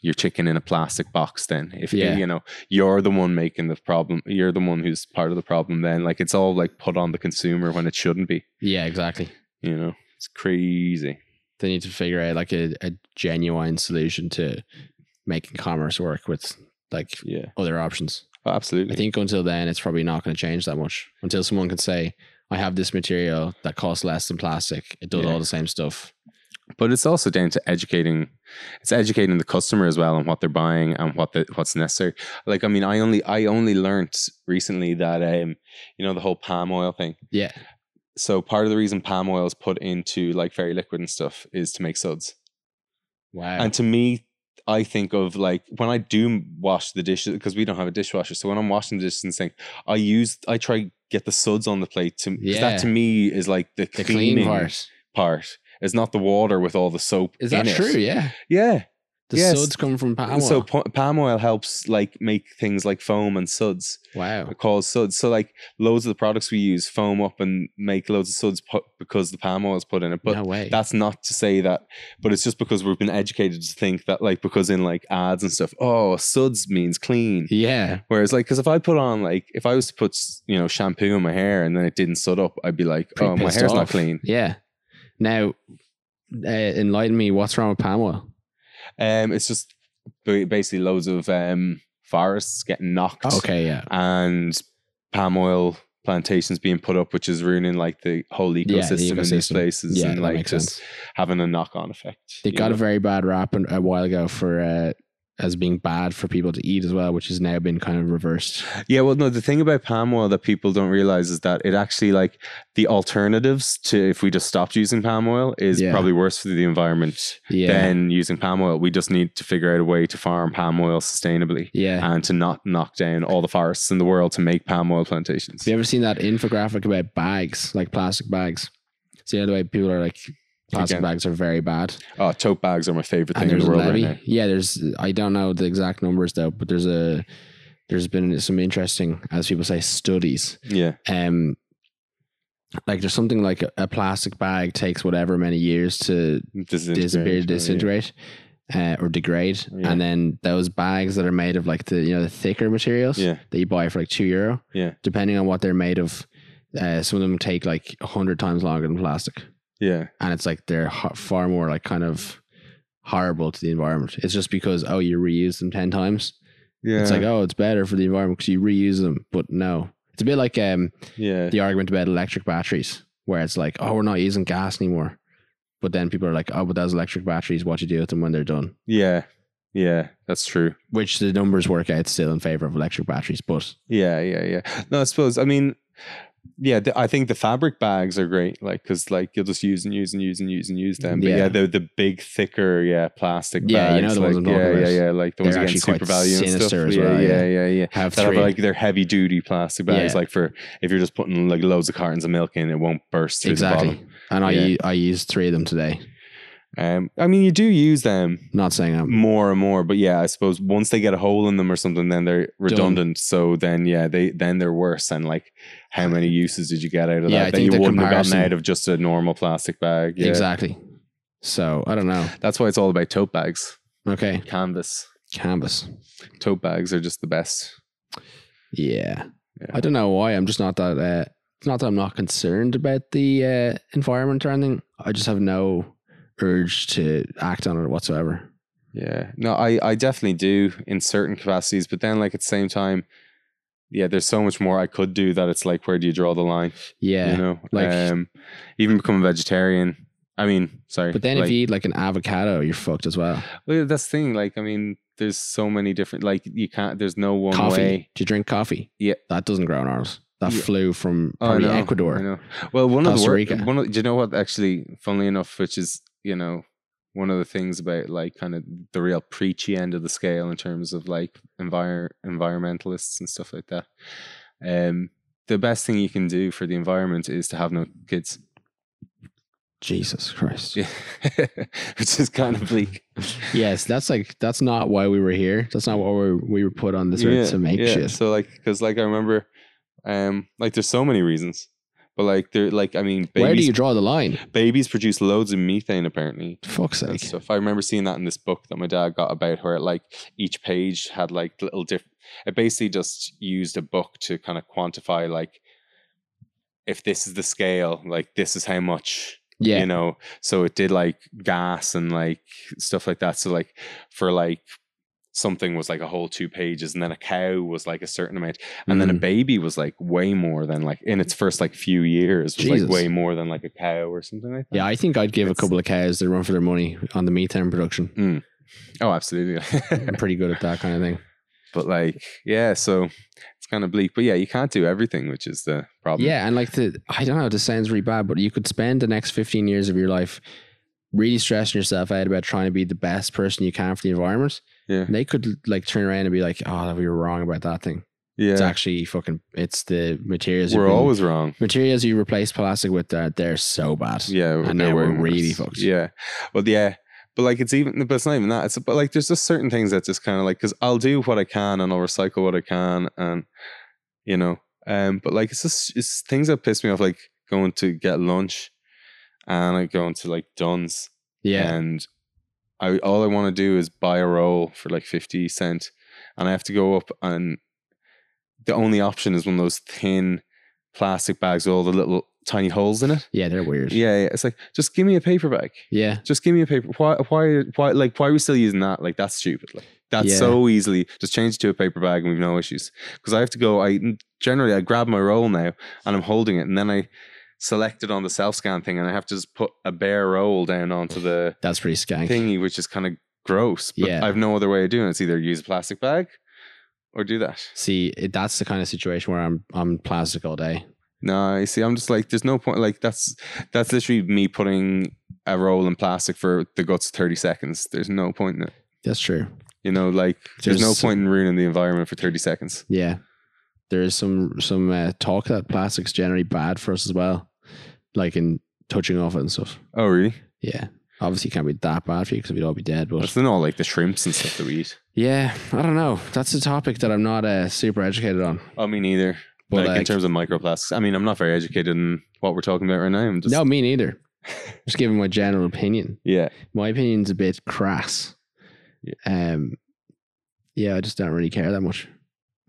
S2: your chicken in a plastic box then if
S1: Yeah.
S2: you know you're the one making the problem you're the one who's part of the problem then like it's all like put on the consumer when it shouldn't be
S1: yeah. Exactly.
S2: you know it's crazy
S1: They need to figure out like a, a genuine solution to making commerce work with like
S2: yeah
S1: other options.
S2: Oh, absolutely
S1: I think until then, it's probably not going to change that much. Until someone can say, "I have this material that costs less than plastic. It does
S2: Yeah.
S1: all the same stuff."
S2: but it's also down to educating it's educating the customer as well on what they're buying and what the, what's necessary like i mean i only i only learnt recently that um you know the whole palm oil thing
S1: Yeah.
S2: so part of the reason palm oil is put into like very liquid and stuff is to make suds
S1: Wow.
S2: And to me, I think of like when I do wash the dishes because we don't have a dishwasher. So when I'm washing the dishes and sink, I use I try get the suds on the plate to 'cause
S1: Yeah.
S2: that to me is like the,
S1: the
S2: cleaning
S1: clean part.
S2: part is not the water with all the soap.
S1: Is that
S2: in it.
S1: true? Yeah.
S2: Yeah.
S1: The
S2: Yes.
S1: suds come from palm oil.
S2: And so po- palm oil helps like make things like foam and suds,
S1: wow.
S2: cause suds. So like loads of the products we use foam up and make loads of suds pu- because the palm oil is put in it. But
S1: no way.
S2: that's not to say that, but it's just because we've been educated to think that like because in like ads and stuff, oh suds means clean.
S1: yeah.
S2: Whereas like because if I put on like if I was to put s- you know shampoo in my hair and then it didn't sud up, I'd be like,
S1: Pretty
S2: oh my
S1: pissed
S2: hair's not
S1: off.
S2: clean.
S1: Yeah. Now, uh, enlighten me. What's wrong with palm oil?
S2: Um, it's just ba- basically loads of um forests getting knocked.
S1: Okay. Yeah.
S2: and palm oil plantations being put up, which is ruining like the whole ecosystem,
S1: Yeah, the
S2: in these
S1: ecosystem.
S2: places,
S1: Yeah.
S2: and
S1: That
S2: like
S1: makes
S2: just
S1: sense.
S2: having a knock-on effect.
S1: They
S2: you
S1: got a
S2: know?
S1: very bad rap an- a while ago for uh, as being bad for people to eat as well, which has now been kind of reversed.
S2: yeah. Well, no, the thing about palm oil that people don't realize is that it actually like the alternatives to if we just stopped using palm oil is
S1: Yeah.
S2: probably worse for the environment
S1: Yeah.
S2: than using palm oil. We just need to figure out a way to farm palm oil sustainably.
S1: yeah.
S2: And to not knock down all the forests in the world to make palm oil plantations.
S1: Have you ever seen that infographic about bags, like plastic bags? See how the way people are like, plastic
S2: Again.
S1: bags are very bad.
S2: Oh, tote bags are my favorite
S1: And
S2: thing in
S1: there's
S2: the
S1: a
S2: world right
S1: levy.
S2: now.
S1: yeah, there's. I don't know the exact numbers though, but there's a. There's been some interesting, as people say, studies.
S2: Yeah.
S1: Um, like there's something like a, a plastic bag takes whatever many years to
S2: Disintegrate.
S1: disappear,
S2: Oh, yeah.
S1: disintegrate, uh, or degrade,
S2: Yeah.
S1: and then those bags that are made of like the you know the thicker materials
S2: Yeah.
S1: that you buy for like two euro,
S2: Yeah.
S1: depending on what they're made of, uh, some of them take like a hundred times longer than plastic,
S2: Yeah.
S1: and it's like they're ho- far more like kind of horrible to the environment. It's just because oh you reuse them ten times.
S2: Yeah.
S1: It's like oh it's better for the environment because you reuse them, but no, it's a bit like um
S2: yeah.
S1: the argument about electric batteries, where it's like, oh, we're not using gas anymore. But then people are like, oh, but those electric batteries, what do you do with them when they're done?
S2: Yeah. Yeah. That's true.
S1: Which the numbers work out still in favor of electric batteries, but
S2: Yeah. Yeah. Yeah. No, I suppose, I mean, yeah, the, I think the fabric bags are great. Like, cause like you'll just use and use and use and use and use them. But yeah,
S1: Yeah.
S2: the, the big, thicker, yeah, plastic
S1: Yeah, you know
S2: bags.
S1: the
S2: like,
S1: ones I'm talking
S2: yeah,
S1: about.
S2: Yeah. Yeah. Like the ones
S1: They're
S2: against
S1: actually
S2: super
S1: quite
S2: value and stuff.
S1: sinister as
S2: yeah,
S1: well,
S2: yeah.
S1: yeah.
S2: Yeah. Yeah.
S1: have
S2: That have
S1: three.
S2: like they're heavy duty plastic bags.
S1: Yeah.
S2: Like for if you're just putting like loads of cartons of milk in, it won't burst through the
S1: exactly.
S2: bottom.
S1: And I,
S2: Yeah.
S1: u- I used three of them today.
S2: Um, I mean, you do use them
S1: Not saying I'm.
S2: more and more but yeah i suppose once they get a hole in them or something then they're redundant so then yeah they then they're worse and like how many uses did you get out of
S1: Yeah, I
S2: that that
S1: think
S2: you
S1: the
S2: wouldn't have
S1: comparison-
S2: gotten out of just a normal plastic bag yeah
S1: Exactly. So I don't know.
S2: that's why it's all about tote bags
S1: Okay.
S2: canvas
S1: Canvas.
S2: tote bags are just the best
S1: Yeah.
S2: Yeah.
S1: I don't know why. I'm just not that. Uh, it's not that I'm not concerned about the uh, environment or anything. I just have no urge to act on it whatsoever.
S2: yeah no i i definitely do in certain capacities but then like at the same time yeah there's so much more i could do that it's like where do you draw the line
S1: Yeah.
S2: you know
S1: like-
S2: um even become a vegetarian i mean sorry
S1: But then
S2: like-
S1: if you eat like an avocado, you're fucked as well.
S2: Well, that's the thing. Like, I mean, there's so many different. Like, you can't. There's no one
S1: coffee.
S2: way.
S1: Do you drink coffee?
S2: Yeah.
S1: That doesn't grow in Ireland. That
S2: Yeah.
S1: flew from
S2: Oh, I
S1: probably
S2: know, I
S1: Ecuador.
S2: know. Well, one of the
S1: Costa
S2: wor-
S1: Rica.
S2: one. Of, do you know what? Actually, funnily enough, which is you know one of the things about like kind of the real preachy end of the scale in terms of like envir- environmentalists and stuff like that. Um, the best thing you can do for the environment is to have no kids,
S1: Jesus Christ.
S2: Yeah. which is kind of bleak.
S1: Yes, that's like that's not why we were here. That's not what we were, we were put on this earth to make shit.
S2: So like, because like I remember, um, like there's so many reasons, but like they're like I mean,
S1: Where do
S2: babies
S1: you draw the line?
S2: babies produce loads of methane apparently.
S1: Fuck's
S2: And
S1: sake.
S2: stuff. I remember seeing that in this book that my dad got about where like each page had like little diff. It basically just used a book to kind of quantify like if this is the scale, like this is how much
S1: yeah.
S2: you know so it did like gas and like stuff like that so like for like something was like a whole two pages and then a cow was like a certain amount and then a
S1: Mm.
S2: baby was like way more than like in its first like few years was
S1: Jesus.
S2: like way more than like a cow or something like that
S1: yeah, I think I'd give a
S2: It's-
S1: couple of cows the run for their money on the methane production.
S2: oh absolutely
S1: I'm pretty good at that kind of thing.
S2: but like yeah so it's kind of bleak but yeah you can't do everything which is the problem
S1: Yeah, and like the I don't know, this sounds really bad, but you could spend the next 15 years of your life really stressing yourself out about trying to be the best person you can for the environment.
S2: yeah
S1: And they could like turn around and be like, "Oh, we were wrong about that thing."
S2: Yeah.
S1: It's actually fucking. It's the materials. you've
S2: We're
S1: been-
S2: always wrong.
S1: materials you replace plastic with. That they're so bad.
S2: Yeah.
S1: And
S2: they're
S1: now we're
S2: way worse.
S1: really fucked.
S2: Yeah. Well, yeah. But like it's even, but it's not even that. It's but like there's just certain things that just kind of like because I'll do what I can and I'll recycle what I can and you know, um. But like it's just it's things that piss me off, like going to get lunch and like going to like Dunn's
S1: Yeah.
S2: and I all I want to do is buy a roll for like fifty cent, and I have to go up and the only option is one of those thin plastic bags with all the little tiny holes in it.
S1: Yeah, they're weird.
S2: Yeah, yeah, it's like just give me a paper bag.
S1: Yeah.
S2: Just give me a paper. Why? Why? Why? Like, why are we still using that? Like, that's stupid. Like, that's
S1: Yeah.
S2: so easily just change it to a paper bag and we've no issues. Because I have to go. I generally I grab my roll now and I'm holding it, and then I select it on the self scan thing, and I have to just put a bare roll down onto the
S1: That's pretty skank.
S2: thingy, which is kind of gross. But
S1: Yeah.
S2: I've no other way of doing it. It's either use a plastic bag or do that.
S1: See, it, that's the kind of situation where I'm I'm plastic all day.
S2: No, you see, I'm just like, there's no point. Like that's that's literally me putting a roll in plastic for the guts of 30 seconds. There's no point in it.
S1: That's true.
S2: You know, like there's,
S1: There's-
S2: no point in ruining the environment for 30 seconds.
S1: Yeah, there is some some uh, talk that plastics generally bad for us as well, like in touching off it and stuff.
S2: Oh, really?
S1: Yeah, obviously it can't be that bad for you because we'd all be dead. But
S2: That's then all like the shrimps and stuff that we eat.
S1: yeah, I don't know. That's a topic that I'm not uh, super educated on.
S2: Oh, me neither.
S1: But uh,
S2: like, in
S1: like-
S2: terms of microplastics, I mean, I'm not very educated in what we're talking about right now. I'm just
S1: no, me neither. Just giving my general opinion.
S2: yeah,
S1: My opinion's a bit crass. Um, yeah, I just don't really care that much.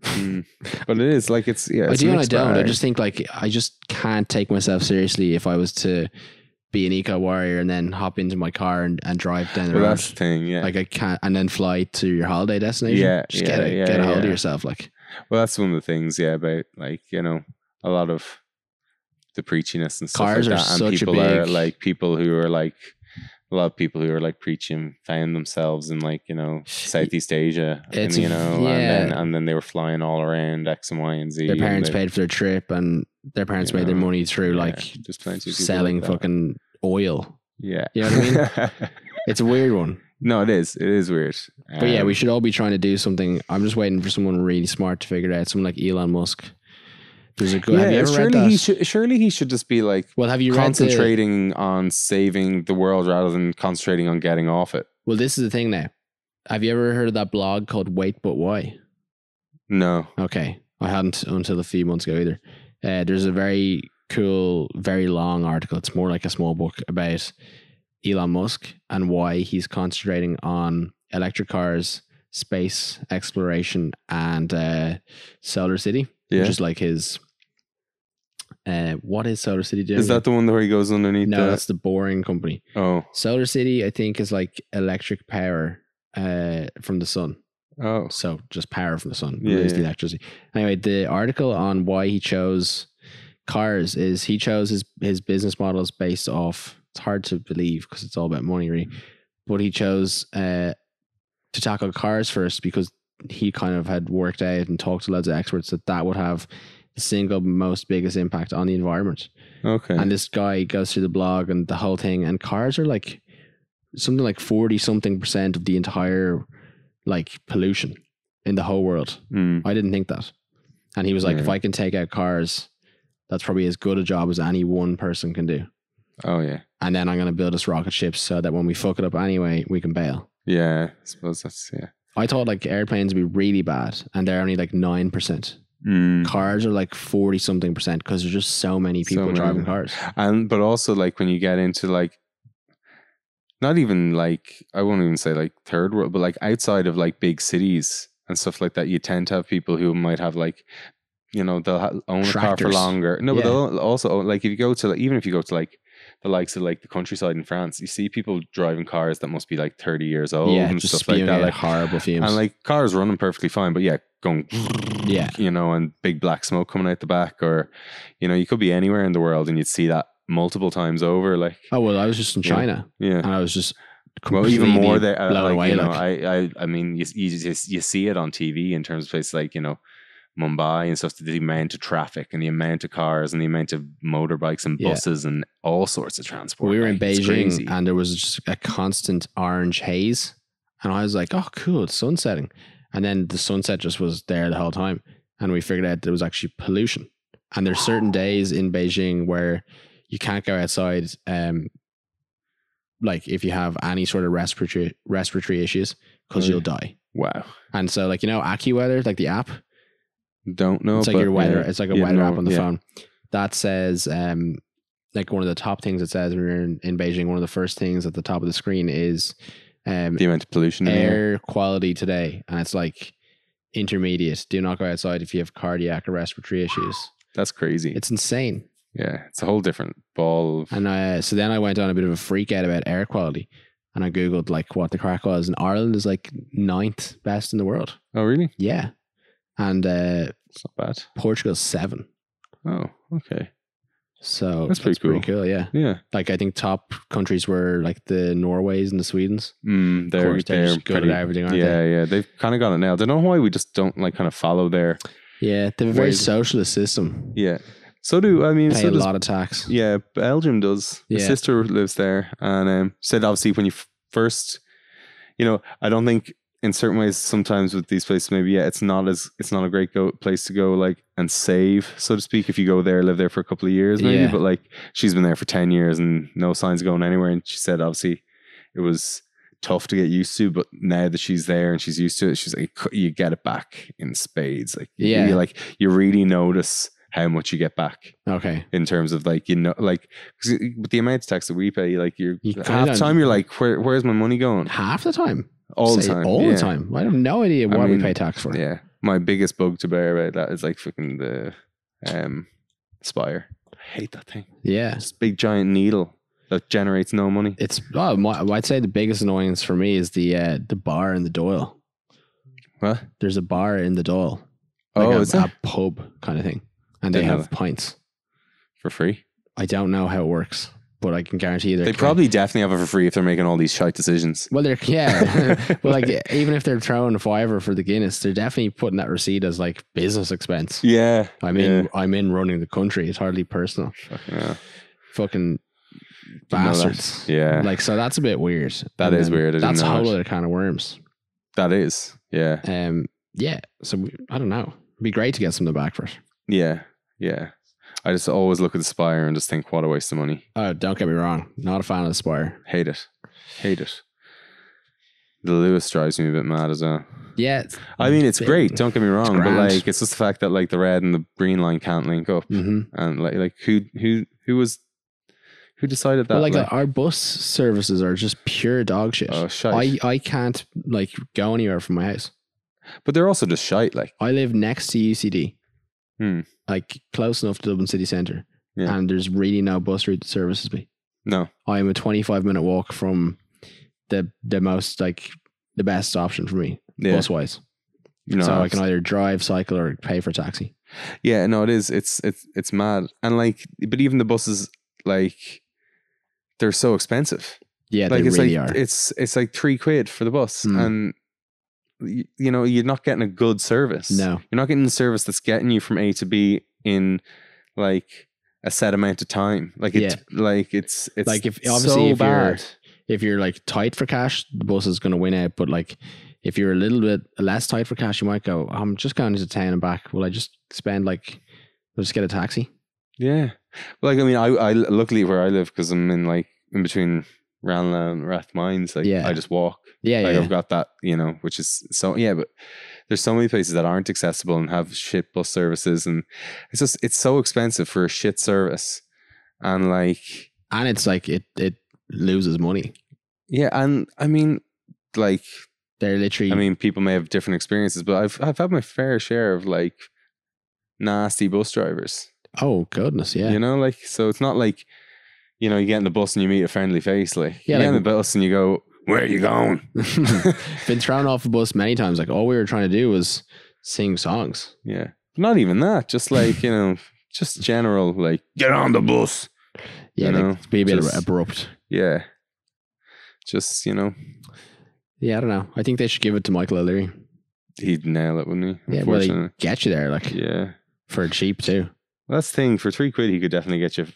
S2: Mm. but it is like it's yeah.
S1: I
S2: it's a
S1: do and I
S2: mixed
S1: don't. I
S2: bag.
S1: just think like I just can't take myself seriously if I was to be an eco warrior and then hop into my car and, and drive down the
S2: well,
S1: road.
S2: that's the thing. Yeah,
S1: Like I can't, and then fly to your holiday destination.
S2: Yeah,
S1: just
S2: yeah,
S1: get a,
S2: yeah,
S1: get a hold of
S2: yeah.
S1: yourself. Like,
S2: Well, that's one of the things, yeah, about like you know a lot of the preachiness and stuff
S1: Cars are
S2: like that, and
S1: such a
S2: people are
S1: big-
S2: like people who are like a lot of people who are like preaching found themselves in like you know Southeast Asia, and
S1: It's a-
S2: you know,
S1: yeah.
S2: and then and then they were flying all around X and Y and Z.
S1: their
S2: and
S1: parents
S2: they-
S1: paid for their trip, and their parents
S2: You
S1: made their
S2: know,
S1: money through
S2: yeah,
S1: like
S2: there's plenty of people like
S1: selling
S2: that.
S1: fucking oil.
S2: yeah.
S1: You know what It's a weird one,
S2: no, it is. It is weird. Um,
S1: but yeah, we should all be trying to do something. I'm just waiting for someone really smart to figure it out. Someone like Elon Musk. There's a good. have you ever read
S2: surely
S1: that?
S2: he should. Surely he should just be like
S1: well, have you read the,
S2: concentrating on saving the world rather than concentrating on getting off it.
S1: Well, this is the thing now. Have you ever heard of that blog called Wait But Why?
S2: No.
S1: Okay. I hadn't until a few months ago either. Uh, there's a very cool, very long article. It's more like a small book about Elon Musk and why he's concentrating on electric cars, space exploration, and uh, Solar City,
S2: Yeah.
S1: which is like his. Uh, what is Solar City doing?
S2: Is that the one where he goes underneath?
S1: no,
S2: the,
S1: that's the boring company.
S2: oh,
S1: Solar City, I think, is like electric power uh, from the sun.
S2: oh,
S1: So just power from the sun,
S2: Yeah,
S1: lose the
S2: yeah.
S1: electricity. Anyway, the article on why he chose cars is he chose his his business model is based off. It's hard to believe because it's all about money, really. But he chose uh, to tackle cars first because he kind of had worked out and talked to loads of experts that that would have the single most biggest impact on the environment.
S2: okay.
S1: And this guy goes through the blog and the whole thing, and cars are like something like 40 something percent of the entire like pollution in the whole world.
S2: Mm.
S1: I didn't think that. And he was like,
S2: Yeah.
S1: if I can take out cars, that's probably as good a job as any one person can do.
S2: Oh yeah,
S1: And then I'm going to build us rocket ships so that when we fuck it up anyway, we can bail.
S2: yeah. I suppose that's yeah.
S1: I thought like airplanes would be really bad and they're only like 9%.
S2: Mm.
S1: Cars are like 40 something percent because there's just so many
S2: So
S1: people
S2: many.
S1: driving cars.
S2: And but also like when you get into like, not even like I won't even say like third world, but like outside of like big cities and stuff like that, you tend to have people who might have like, you know, they'll ha- own a car for
S1: Tractors.
S2: longer. No, but
S1: Yeah.
S2: they'll also own- like if you go to like, even if you go to like. The likes of like the countryside in France, you see people driving cars that must be like thirty years old
S1: yeah,
S2: Oh, and
S1: just
S2: stuff like
S1: spewing
S2: that.
S1: out
S2: Like
S1: horrible fumes.
S2: And like cars running perfectly fine, but yeah, going,
S1: Yeah.
S2: you know, and big black smoke coming out the back, or you know, you could be anywhere in the world and you'd see that multiple times over. Like,
S1: Oh well, I was just in
S2: Yeah.
S1: China
S2: yeah,
S1: and I was just
S2: well,
S1: completely
S2: even more there. uh,
S1: blown
S2: like,
S1: away.
S2: you know,
S1: like,
S2: I, I, I mean, you, you just you see it on TV in terms of places like you know. Mumbai and stuff, the amount of traffic and the amount of cars and the amount of motorbikes and
S1: Yeah.
S2: buses and all sorts of transport.
S1: we were in
S2: like, it's
S1: Beijing
S2: crazy.
S1: and there was just a constant orange haze, and I was like, "Oh, cool, it's sunsetting," and then the sunset just was there the whole time. and we figured out there was actually pollution. And there's certain days in Beijing where you can't go outside. Um, like if you have any sort of respiratory respiratory issues, because
S2: Oh, yeah.
S1: you'll die.
S2: Wow.
S1: And so, like you know, AccuWeather, like the app,
S2: Don't know.
S1: it's like
S2: but,
S1: your weather.
S2: yeah.
S1: It's like a
S2: yeah,
S1: weather
S2: no,
S1: app on the
S2: yeah.
S1: phone that says, um, like one of the top things it says when you're in, in Beijing. One of the first things at the top of the screen is, um,
S2: The amount of pollution in the air.
S1: air quality today, and it's like intermediate. Do not go outside if you have cardiac or respiratory issues.
S2: That's crazy.
S1: It's insane.
S2: yeah, it's a whole different ball. Of,
S1: And uh, so then I went on a bit of a freak out about air quality, and I googled like what the crack was, and Ireland is like ninth best in the world.
S2: oh, really?
S1: Yeah, and uh,
S2: It's not bad.
S1: Portugal's seven.
S2: Oh, okay.
S1: So
S2: That's pretty
S1: pretty cool. Yeah,
S2: Yeah.
S1: like I think top countries were like the Norways and the Swedens.
S2: Mm,
S1: Of
S2: they're
S1: course,
S2: they're
S1: just good
S2: pretty-
S1: at everything, aren't
S2: yeah,
S1: they?
S2: yeah. They've kind of got it now. Don't know why we just don't like kind of follow their.
S1: Yeah, they have a very
S2: Whereas-
S1: socialist system.
S2: Yeah. So do I mean?
S1: Pay
S2: so
S1: a
S2: does,
S1: lot of tax.
S2: Yeah, Belgium does. My
S1: Yeah.
S2: sister lives there, and um, said obviously when you f- first, you know, I don't think in certain ways sometimes with these places maybe yeah it's not as it's not a great go place to go like and save so to speak if you go there live there for a couple of years maybe
S1: Yeah.
S2: but like she's been there for ten years and no signs of going anywhere and she said obviously it was tough to get used to but now that she's there and she's used to it she's like you get it back in spades like you-
S1: Yeah.
S2: you like you really notice how much you get back
S1: Okay.
S2: in terms of like you know like 'cause it- with the amount of tax that we pay like you're
S1: You
S2: half
S1: kinda-
S2: the time you're like where where's my money going
S1: Half the time.
S2: all the
S1: Say
S2: time
S1: All
S2: yeah.
S1: the time. I have no idea
S2: I
S1: what we
S2: mean,
S1: pay tax for.
S2: yeah my biggest bug to bear about that is like fucking the um spire I hate that thing
S1: Yeah.
S2: this big giant needle that generates no money
S1: It's oh, my, I'd say the biggest annoyance for me is the uh, the bar in the Doyle.
S2: what
S1: There's a bar in the Doyle. Like
S2: oh
S1: a,
S2: is that
S1: a pub kind of thing. And they
S2: Didn't know
S1: have pints.
S2: for free
S1: I don't know how it works, but I can guarantee you they're
S2: they probably definitely have it for free if they're making all these shite decisions
S1: well they're yeah. but like even if they're throwing a fiver for the Guinness, they're definitely putting that receipt as like business expense.
S2: yeah
S1: I'm in I'm in running the country. It's hardly personal.
S2: yeah
S1: Fucking
S2: Didn't know that.
S1: bastards.
S2: yeah
S1: Like so that's a bit weird.
S2: That
S1: That is
S2: is weird. I didn't
S1: that's a
S2: know
S1: whole
S2: that.
S1: other kind of worms.
S2: that is yeah
S1: Um, yeah. So we, I don't know. It'd be great to get something back for it.
S2: Yeah, yeah. I just always look at the Spire and just think, what a waste of money.
S1: Oh, don't get me wrong. Not a fan of the Spire.
S2: Hate it. Hate it. The Lewis drives me a bit mad as well.
S1: Yeah. it's-
S2: I mean, it's
S1: Bit-
S2: great. Don't get me wrong, but
S1: grand.
S2: like, it's just the fact that like the red and the green line can't link up,
S1: mhm.
S2: and like, like who who who was who decided that?
S1: But like, our bus services are just pure dog shit.
S2: oh shite!
S1: I, I can't like go anywhere from my house.
S2: but they're also just shite. Like,
S1: I live next to UCD,
S2: Hmm.
S1: like close enough to Dublin city centre,
S2: Yeah.
S1: and there's really no bus route that services me.
S2: no,
S1: I am a 25 minute walk from the the most like the best option for me
S2: yeah,
S1: bus wise.
S2: no,
S1: so I can either drive, cycle, or pay for a taxi.
S2: Yeah, no, it is. It's it's it's mad, and like, but even the buses, like, they're so expensive.
S1: Yeah,
S2: like
S1: they
S2: it's
S1: really
S2: like
S1: are.
S2: it's it's like three quid for the bus,
S1: Mm.
S2: and y- you know you're not getting a good service.
S1: no,
S2: you're not getting the service that's getting you from A to B in like a set amount of time. Like it's like it's it's
S1: Like, if-
S2: so
S1: obviously if you're-
S2: bad.
S1: if you're like tight for cash, the bus is going to win out. But like, if you're a little bit less tight for cash, you might go, "I'm just going into town and back. Will I just spend like, I'll just get a taxi?"
S2: Yeah, like I mean, I I luckily where I live because I'm in like in between Ranelagh and Rathmines. Like
S1: Yeah.
S2: I just walk.
S1: Yeah,
S2: Like
S1: yeah,
S2: I've got that, you know, which is so yeah, but there's so many places that aren't accessible and have shit bus services and it's just it's so expensive for a shit service. And like
S1: and it's like it it loses money.
S2: yeah, and I mean like
S1: They're literally.
S2: I mean people may have different experiences, but I've I've had my fair share of like nasty bus drivers.
S1: oh goodness, yeah,
S2: You know, like so it's not like you know, you get in the bus and you meet a friendly face. Like
S1: Yeah,
S2: you get
S1: like- Hmm.
S2: in the bus and you go, Where are you going?
S1: been thrown off a bus many times. Like all we were trying to do was sing songs.
S2: Yeah. Not even that. Just like, you know, just general, like, get on the bus.
S1: Yeah,
S2: You
S1: like,
S2: know,
S1: it's be a bit
S2: just-
S1: abrupt.
S2: Yeah. Just, you know,
S1: Yeah, I don't know. I think they should give it to Michael O'Leary.
S2: he'd nail it, wouldn't he?
S1: Yeah, well, they
S2: Unfortunately.
S1: get you there like
S2: Yeah.
S1: for cheap too.
S2: Well, that's the thing. For three quid, he could definitely get you.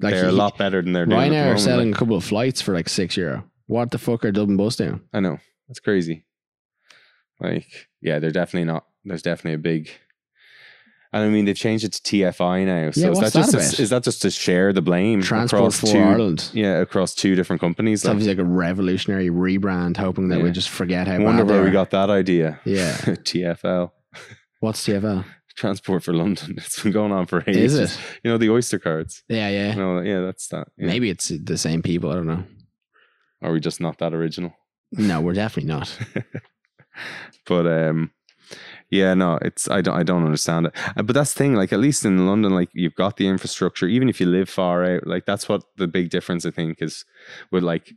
S1: Like
S2: they're a
S1: he-
S2: lot better than they're doing. at the
S1: Ryanair are
S2: moment,
S1: selling
S2: like.
S1: a couple of flights for like six euro. What the fuck are Dublin Bus doing?
S2: I know. That's crazy. Like, yeah, they're definitely not. There's definitely a big. And I mean, they've changed it to TFI now. So
S1: Yeah,
S2: is
S1: what's
S2: that just
S1: that
S2: to-
S1: about?
S2: is that just to share the blame
S1: Transport
S2: Mm, across
S1: for
S2: two?
S1: Ireland.
S2: Yeah, across two different companies.
S1: It's
S2: Like,
S1: obviously like a revolutionary rebrand, hoping that
S2: Yeah.
S1: we just forget how
S2: I wonder
S1: bad they
S2: where we
S1: are.
S2: got that idea.
S1: Yeah.
S2: TFL,
S1: What's TFL?
S2: Transport for London. It's been going on for ages.
S1: Is it?
S2: You know the Oyster cards.
S1: Yeah, yeah.
S2: No, yeah, that's that. Yeah.
S1: Maybe it's the same people. I don't know.
S2: Are we just not that original?
S1: No, we're definitely not.
S2: but um yeah no it's i don't i don't understand it Uh, but that's the thing like at least in london like you've got the infrastructure even if you live far out like that's what the big difference i think is with like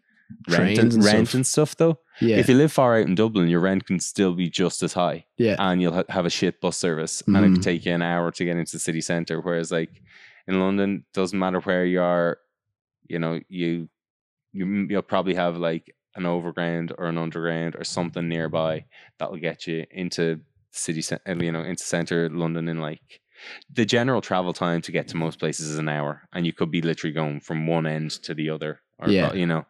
S2: rent
S1: Trains
S2: and,
S1: and
S2: rent
S1: stuff.
S2: and stuff though
S1: Yeah.
S2: if you live far out in dublin your rent can still be just as high
S1: Yeah. Mm.
S2: and you'll ha- have a shit bus service and it could take you an hour to get into the city center whereas like in london doesn't matter where you are you know you, you you'll probably have like an overground or an underground or something nearby that will get you into city cen- uh, you know into center london in like the general travel time to get to most places is an hour and you could be literally going from one end to the other or
S1: Yeah.
S2: you know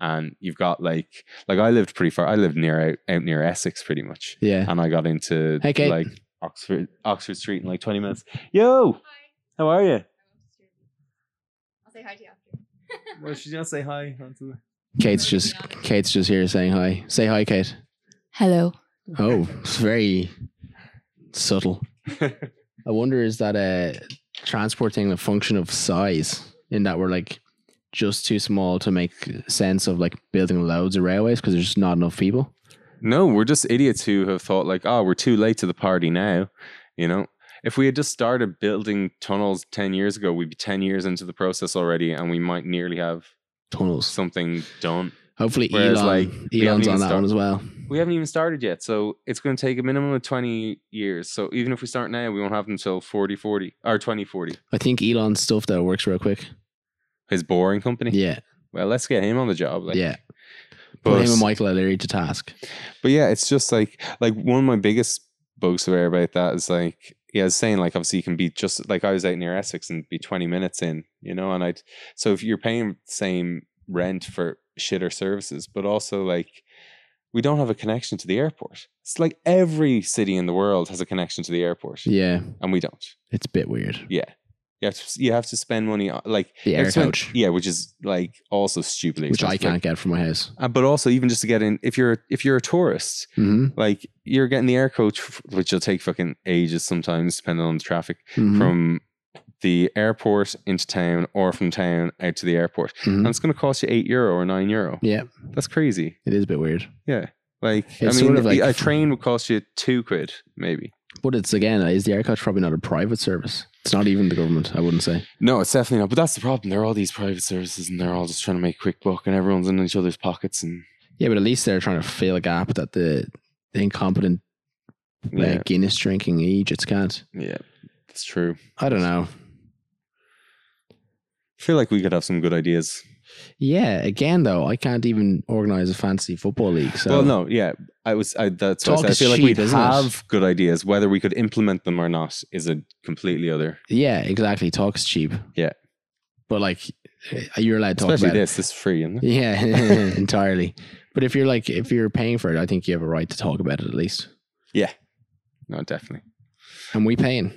S2: and you've got like like i lived pretty far i lived near out, out near essex pretty much
S1: yeah.
S2: and I got into
S1: Hey, Kate.
S2: like Oxford Oxford Street in like 20 minutes. Yo, how are you?
S3: I'll say hi to you after.
S2: Well, she's gonna say hi.
S1: Kate's just Kate's just here saying hi. Say hi, Kate.
S3: Hello.
S1: Oh, it's very subtle. I wonder is that a transport thing a function of size in that we're like just too small to make sense of like building loads of railways because there's just not enough people.
S2: No, we're just idiots who have thought like, oh, we're too late to the party now. You know, if we had just started building tunnels 10 years ago, we'd be 10 years into the process already, and we might nearly have
S1: Tunnels.
S2: something done.
S1: Hopefully,
S2: Whereas,
S1: Elon
S2: like, we haven't
S1: Elon's
S2: even
S1: on that
S2: start-
S1: one as well.
S2: We haven't even started yet, so it's going to take a minimum of 20 years. So even if we start now, we won't have them until 40, 40 or 2040.
S1: I think Elon's stuff though works real quick.
S2: His boring company.
S1: Yeah,
S2: Well, let's get him on the job. Like,
S1: yeah. Put
S2: But,
S1: him and Michael O'Leary to task.
S2: but yeah, it's just like like one of my biggest bugbear about that is like yeah, I was saying like obviously you can be just like I was out near Essex and be twenty minutes in, you know, and I'd so if you're paying the same rent for shitter services, but also like we don't have a connection to the airport. It's like every city in the world has a connection to the airport,
S1: Yeah,
S2: and we don't.
S1: it's a bit weird.
S2: You have to you have to spend money on like
S1: The
S2: you have
S1: air
S2: to spend-
S1: coach.
S2: yeah, which is like also stupidly
S1: Which I
S2: expensive, like-
S1: can't get from my house.
S2: Uh, but also even just to get in, if you're if you're a tourist,
S1: hmm
S2: like you're getting the air coach, f- which will take fucking ages sometimes, depending on the traffic,
S1: mm-hmm,
S2: from the airport into town or from town out to the airport.
S1: mm-hmm.
S2: And it's going to cost you eight euro or nine euro.
S1: Yeah,
S2: That's crazy.
S1: it is a bit weird.
S2: Yeah. Like, I mean,
S1: It's sort of
S2: the- a
S1: like-
S2: train would cost you two quid, maybe.
S1: But it's again, is the air coach probably not a private service? It's not even the government, I wouldn't say.
S2: No, it's definitely not. But that's the problem. They're all these private services and they're all just trying to make quick buck and everyone's in each other's pockets. And
S1: Yeah, but at least they're trying to fill a gap that the, the incompetent
S2: yeah,
S1: uh, Guinness drinking Egypts can't.
S2: yeah, it's true.
S1: I don't know.
S2: I feel like we could have some good ideas.
S1: Yeah, again though, I can't even organize a fancy football league. So
S2: well, no, yeah, I was. I, that's what I,
S1: uh, Talk
S2: said. I
S1: is
S2: feel like
S1: cheap,
S2: we
S1: isn't it?
S2: have good ideas. Whether we could implement them or not is a completely other.
S1: yeah, exactly. Talk's cheap.
S2: Yeah.
S1: but like you're allowed to talk
S2: Especially
S1: about it.
S2: this. This is free, isn't it?
S1: Yeah, entirely. But if you're like if you're paying for it, I think you have a right to talk about it at least.
S2: No, definitely.
S1: And we paying.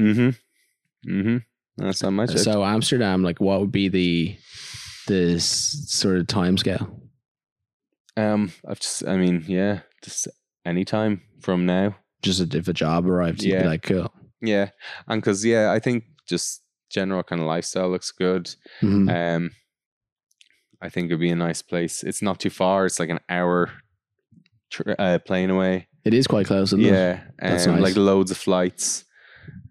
S2: Mm-hmm. Mm-hmm. That's not much.
S1: So Amsterdam, like, what would be the the s- sort of time scale?
S2: um, I've just. I mean, yeah, just anytime from now.
S1: Just if a job arrived, you'd
S2: Yeah.
S1: be like, cool.
S2: Yeah, and because yeah, I think just general kind of lifestyle looks good.
S1: Mhm.
S2: Um, I think it'd be a nice place. It's not too far. It's like an hour. Tr- uh, plane away.
S1: It is quite close, isn't it?
S2: Yeah,
S1: That's
S2: um,
S1: nice.
S2: like loads of flights.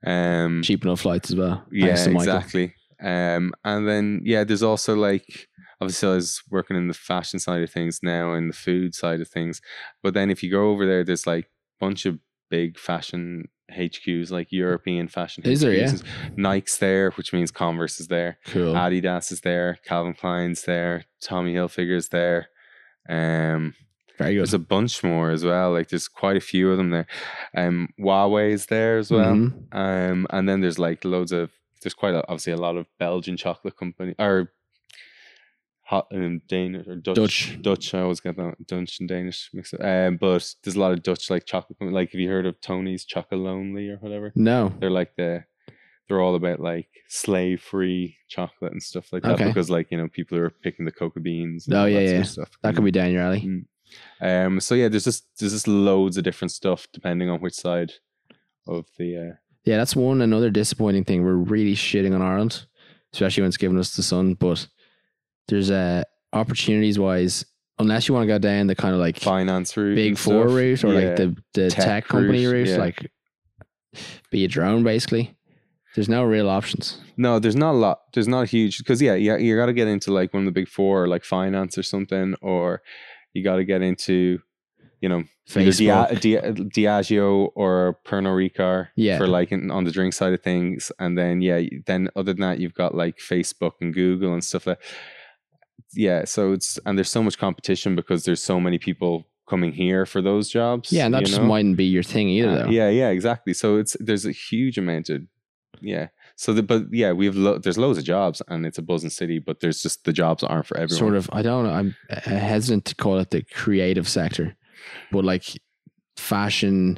S2: Um,
S1: Cheap enough flights as well.
S2: yeah,
S1: thanks to Michael.
S2: exactly. Um, and then yeah, there's also like obviously I was working in the fashion side of things now and the food side of things, but then if you go over there, there's like bunch of big fashion HQs, like European fashion.
S1: Is there,
S2: HQs. Nike's there, which means Converse is there.
S1: Cool.
S2: Adidas is there. Calvin Klein's there. Tommy Hilfiger's there. Um,
S1: Very good.
S2: there's a bunch more as well. Like there's quite a few of them there. Um, Huawei's there as well.
S1: Mhm.
S2: Um, and then there's like loads of there's quite a, obviously a lot of Belgian chocolate company or hot um, Danish or Dutch,
S1: Dutch.
S2: Dutch. I always get that Dutch and Danish mixed up. Um, but there's a lot of Dutch like chocolate. Like have you heard of Tony's Chocolate Lonely or whatever?
S1: No.
S2: They're like the they're all about like slave free chocolate and stuff like that
S1: Okay.
S2: because like you know people are picking the coca beans. And
S1: Oh,
S2: all
S1: yeah,
S2: that sort
S1: yeah.
S2: of stuff.
S1: That could be down your alley.
S2: Um. So yeah, there's just there's just loads of different stuff depending on which side of the. Uh,
S1: Yeah, that's one another disappointing thing. We're really shitting on Ireland, especially when it's given us the sun. But there's uh, opportunities wise, unless you want to go down the kind of like
S2: finance route,
S1: big
S2: and
S1: four
S2: stuff.
S1: route or
S2: Yeah.
S1: like the, the
S2: Tech
S1: tech, company
S2: route,
S1: route,
S2: yeah.
S1: like be a drone basically. There's no real options.
S2: No, there's not a lot. There's not a huge because yeah, yeah, you got to get into like one of the big four, or like finance or something, or you got to get into, you know, either Dia-
S1: Facebook.
S2: Dia- Diageo or Pernod Ricard
S1: Yeah.
S2: for like in, on the drink side of things, and then yeah, you- then other than that, you've got like Facebook and Google and stuff like. Yeah, so it's and there's so much competition because there's so many people coming here for those jobs.
S1: yeah, and that
S2: you
S1: just
S2: know?
S1: mightn't be your thing either,
S2: Uh,
S1: though.
S2: Yeah, yeah, exactly. So it's there's a huge amount of yeah. So the but yeah, we have lo- there's loads of jobs and it's a buzzing city, but there's just the jobs aren't for everyone.
S1: Sort of, I don't know. I'm uh, hesitant to call it the creative sector, but like fashion,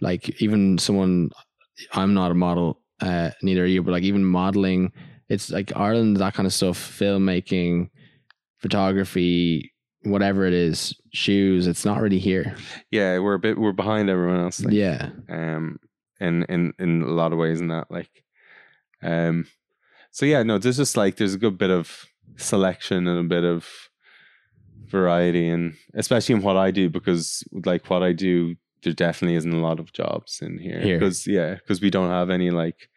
S1: like even someone, I'm not a model, uh, neither are you, but like even modeling, it's like Ireland, that kind of stuff, filmmaking, photography, whatever it is, shoes, it's not really here.
S2: Yeah, we're a bit we're behind everyone else. Like,
S1: yeah.
S2: Um. In in in a lot of ways, in that like, um. So yeah, no, there's just like there's a good bit of selection and a bit of variety, and especially in what I do because like what I do, there definitely isn't a lot of jobs in here
S1: Here.
S2: because yeah, because we don't have any like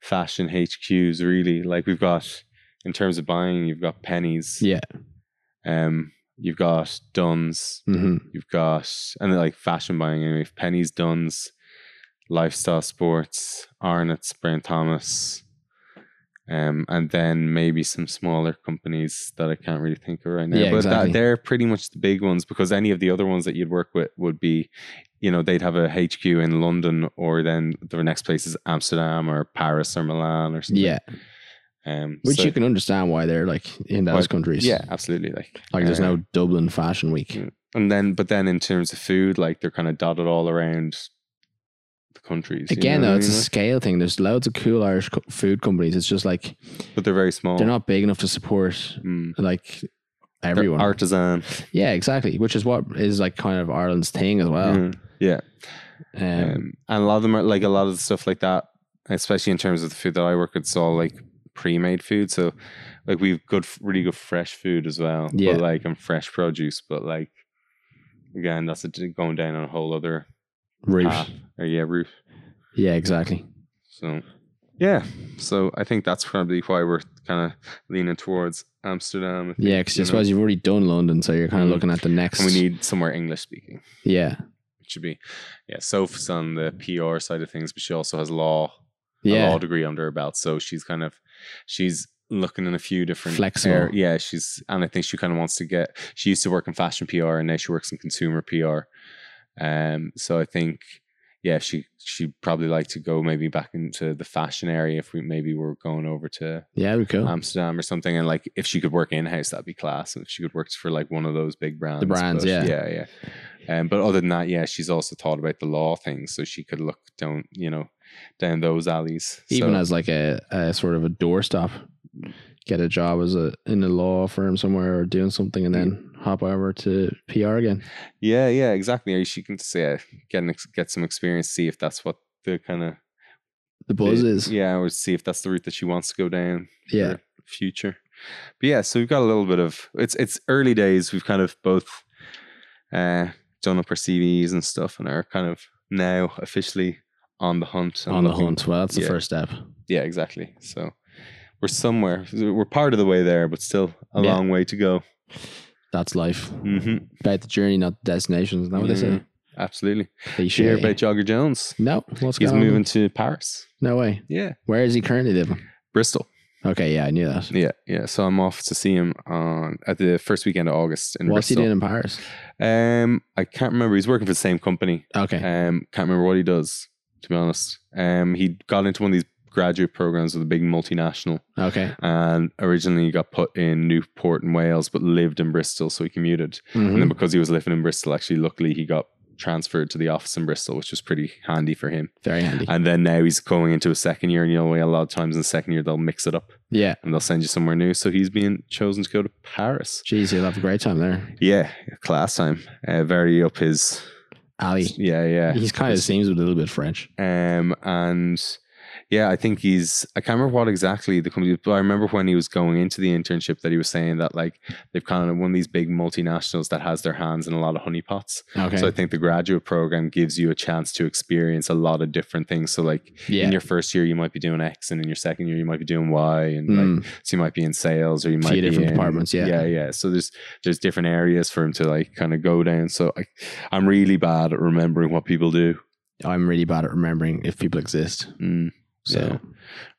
S2: fashion HQs really. Like we've got in terms of buying, you've got pennies,
S1: Yeah.
S2: um, you've got Duns,
S1: hmm
S2: you've got and like fashion buying anyway. Penny's Duns, Lifestyle Sports, Arnott's, Brand Thomas, um, and then maybe some smaller companies that I can't really think of right now.
S1: Yeah,
S2: but
S1: exactly.
S2: that, they're pretty much the big ones because any of the other ones that you'd work with would be, you know, they'd have a HQ in London or then the next place is Amsterdam or Paris or Milan or something.
S1: Yeah.
S2: um,
S1: Which
S2: so-
S1: you can understand why they're like in those
S2: Why-
S1: countries.
S2: yeah, absolutely. Like,
S1: Like there's
S2: uh,
S1: no Dublin Fashion Week.
S2: Yeah. And then, but then in terms of food, like they're kind of dotted all around the countries. you
S1: Again,
S2: know
S1: though,
S2: what I
S1: it's a
S2: mean, like?
S1: scale thing. There's loads of cool Irish co- food companies. It's just like
S2: but they're very small.
S1: they're not big enough to support
S2: Mm.
S1: like
S2: They're
S1: everyone.
S2: artisan.
S1: Yeah, exactly. Which is what is like kind of Ireland's thing as well.
S2: Mm. Yeah.
S1: Um,
S2: Um, and a lot of them are like a lot of the stuff like that, especially in terms of the food that I work with, it's all like pre-made food. So like we've good, really good fresh food as well.
S1: Yeah.
S2: But like and fresh produce, but like again, that's a, going down on a whole other
S1: route.
S2: path. Or, yeah, roof.
S1: Yeah, exactly.
S2: So yeah, so I think that's probably why we're kind of leaning towards Amsterdam. I think,
S1: Yeah, because I
S2: you know,
S1: suppose you've already done London, so you're kind of
S2: Mm.
S1: looking at the next.
S2: and we need somewhere English speaking.
S1: yeah,
S2: It should be yeah. Soph's on the PR side of things, but she also has law a
S1: yeah,
S2: law degree under her belt, so she's kind of she's looking in a few different
S1: Flexible.
S2: ar- yeah, she's and I think she kind of wants to get. She used to work in fashion PR, and now she works in consumer PR. Um, so I think yeah, she she'd probably like to go maybe back into the fashion area if we maybe were going over to
S1: yeah, we cool.
S2: Amsterdam um, or something. And like, if she could work in house, that'd be class. If she could work for like one of those big brands,
S1: brands,
S2: but-
S1: yeah.
S2: yeah, yeah. Um, but other than that, yeah, she's also thought about the law thing, so she could look down, you know, down those alleys.
S1: Even
S2: So,
S1: as like a, a sort of a doorstop, get a job as a in a law firm somewhere or doing something, and then hop over to PR again.
S2: yeah, yeah, exactly. Or She can just yeah, get an ex- get some experience, see if that's what the kind of
S1: The buzz is
S2: yeah, or see if that's the route that she wants to go down.
S1: yeah.
S2: for future. But yeah, so we've got a little bit of it's it's early days. We've kind of both uh done up our CVs and stuff and are kind of now officially on the hunt. and
S1: on the
S2: looking-
S1: hunt. Well, that's the
S2: yeah.
S1: first step.
S2: Yeah, exactly. So we're somewhere. We're part of the way there, but still a
S1: Yeah.
S2: long way to go.
S1: That's life.
S2: hmm
S1: About the journey, not the destination. Isn't that what they say?
S2: Mm-hmm. Absolutely. Did you hear
S1: Cliche.
S2: about Jogger Jones?
S1: No, what's
S2: He's
S1: going on?
S2: moving to Paris.
S1: No way.
S2: Yeah.
S1: Where is he currently living?
S2: Bristol.
S1: Okay, yeah, I knew that.
S2: Yeah, yeah. So I'm off to see him on at the first weekend of August in
S1: What's he
S2: Bristol.
S1: doing in Paris?
S2: Um, I can't remember. He's working for the same company.
S1: Okay,
S2: Um, can't remember what he does. To be honest, um, he got into one of these graduate programs with a big multinational
S1: Okay.
S2: and originally he got put in Newport in Wales but lived in Bristol so he commuted and
S1: Mhm.
S2: then because he was living in Bristol actually luckily he got transferred to the office in Bristol which was pretty handy for him
S1: Very handy.
S2: and then now he's going into a second year and you know a lot of times in the second year they'll mix it up
S1: Yeah.
S2: and they'll send you somewhere new so he's being chosen to go to Paris
S1: Jeez, you'll have a great time there.
S2: yeah class time uh, very up his
S1: Ali.
S2: yeah yeah
S1: He's kind of seems a little bit French.
S2: Um, and yeah, I think he's, I can't remember what exactly the company, but I remember when he was going into the internship that he was saying that like they've kind of one of these big multinationals that has their hands in a lot of honeypots.
S1: Okay.
S2: So I think the graduate program gives you a chance to experience a lot of different things. So like
S1: yeah.
S2: in your first year, you might be doing X and in your second year, you might be doing Y and like,
S1: Mm,
S2: so you might be in sales or you might be
S1: different
S2: in-
S1: departments, yeah.
S2: yeah, yeah. So there's there's different areas for him to like kind of go down. So I, I'm really bad at remembering what people do.
S1: I'm really bad at remembering if people exist.
S2: Mm.
S1: So
S2: Yeah.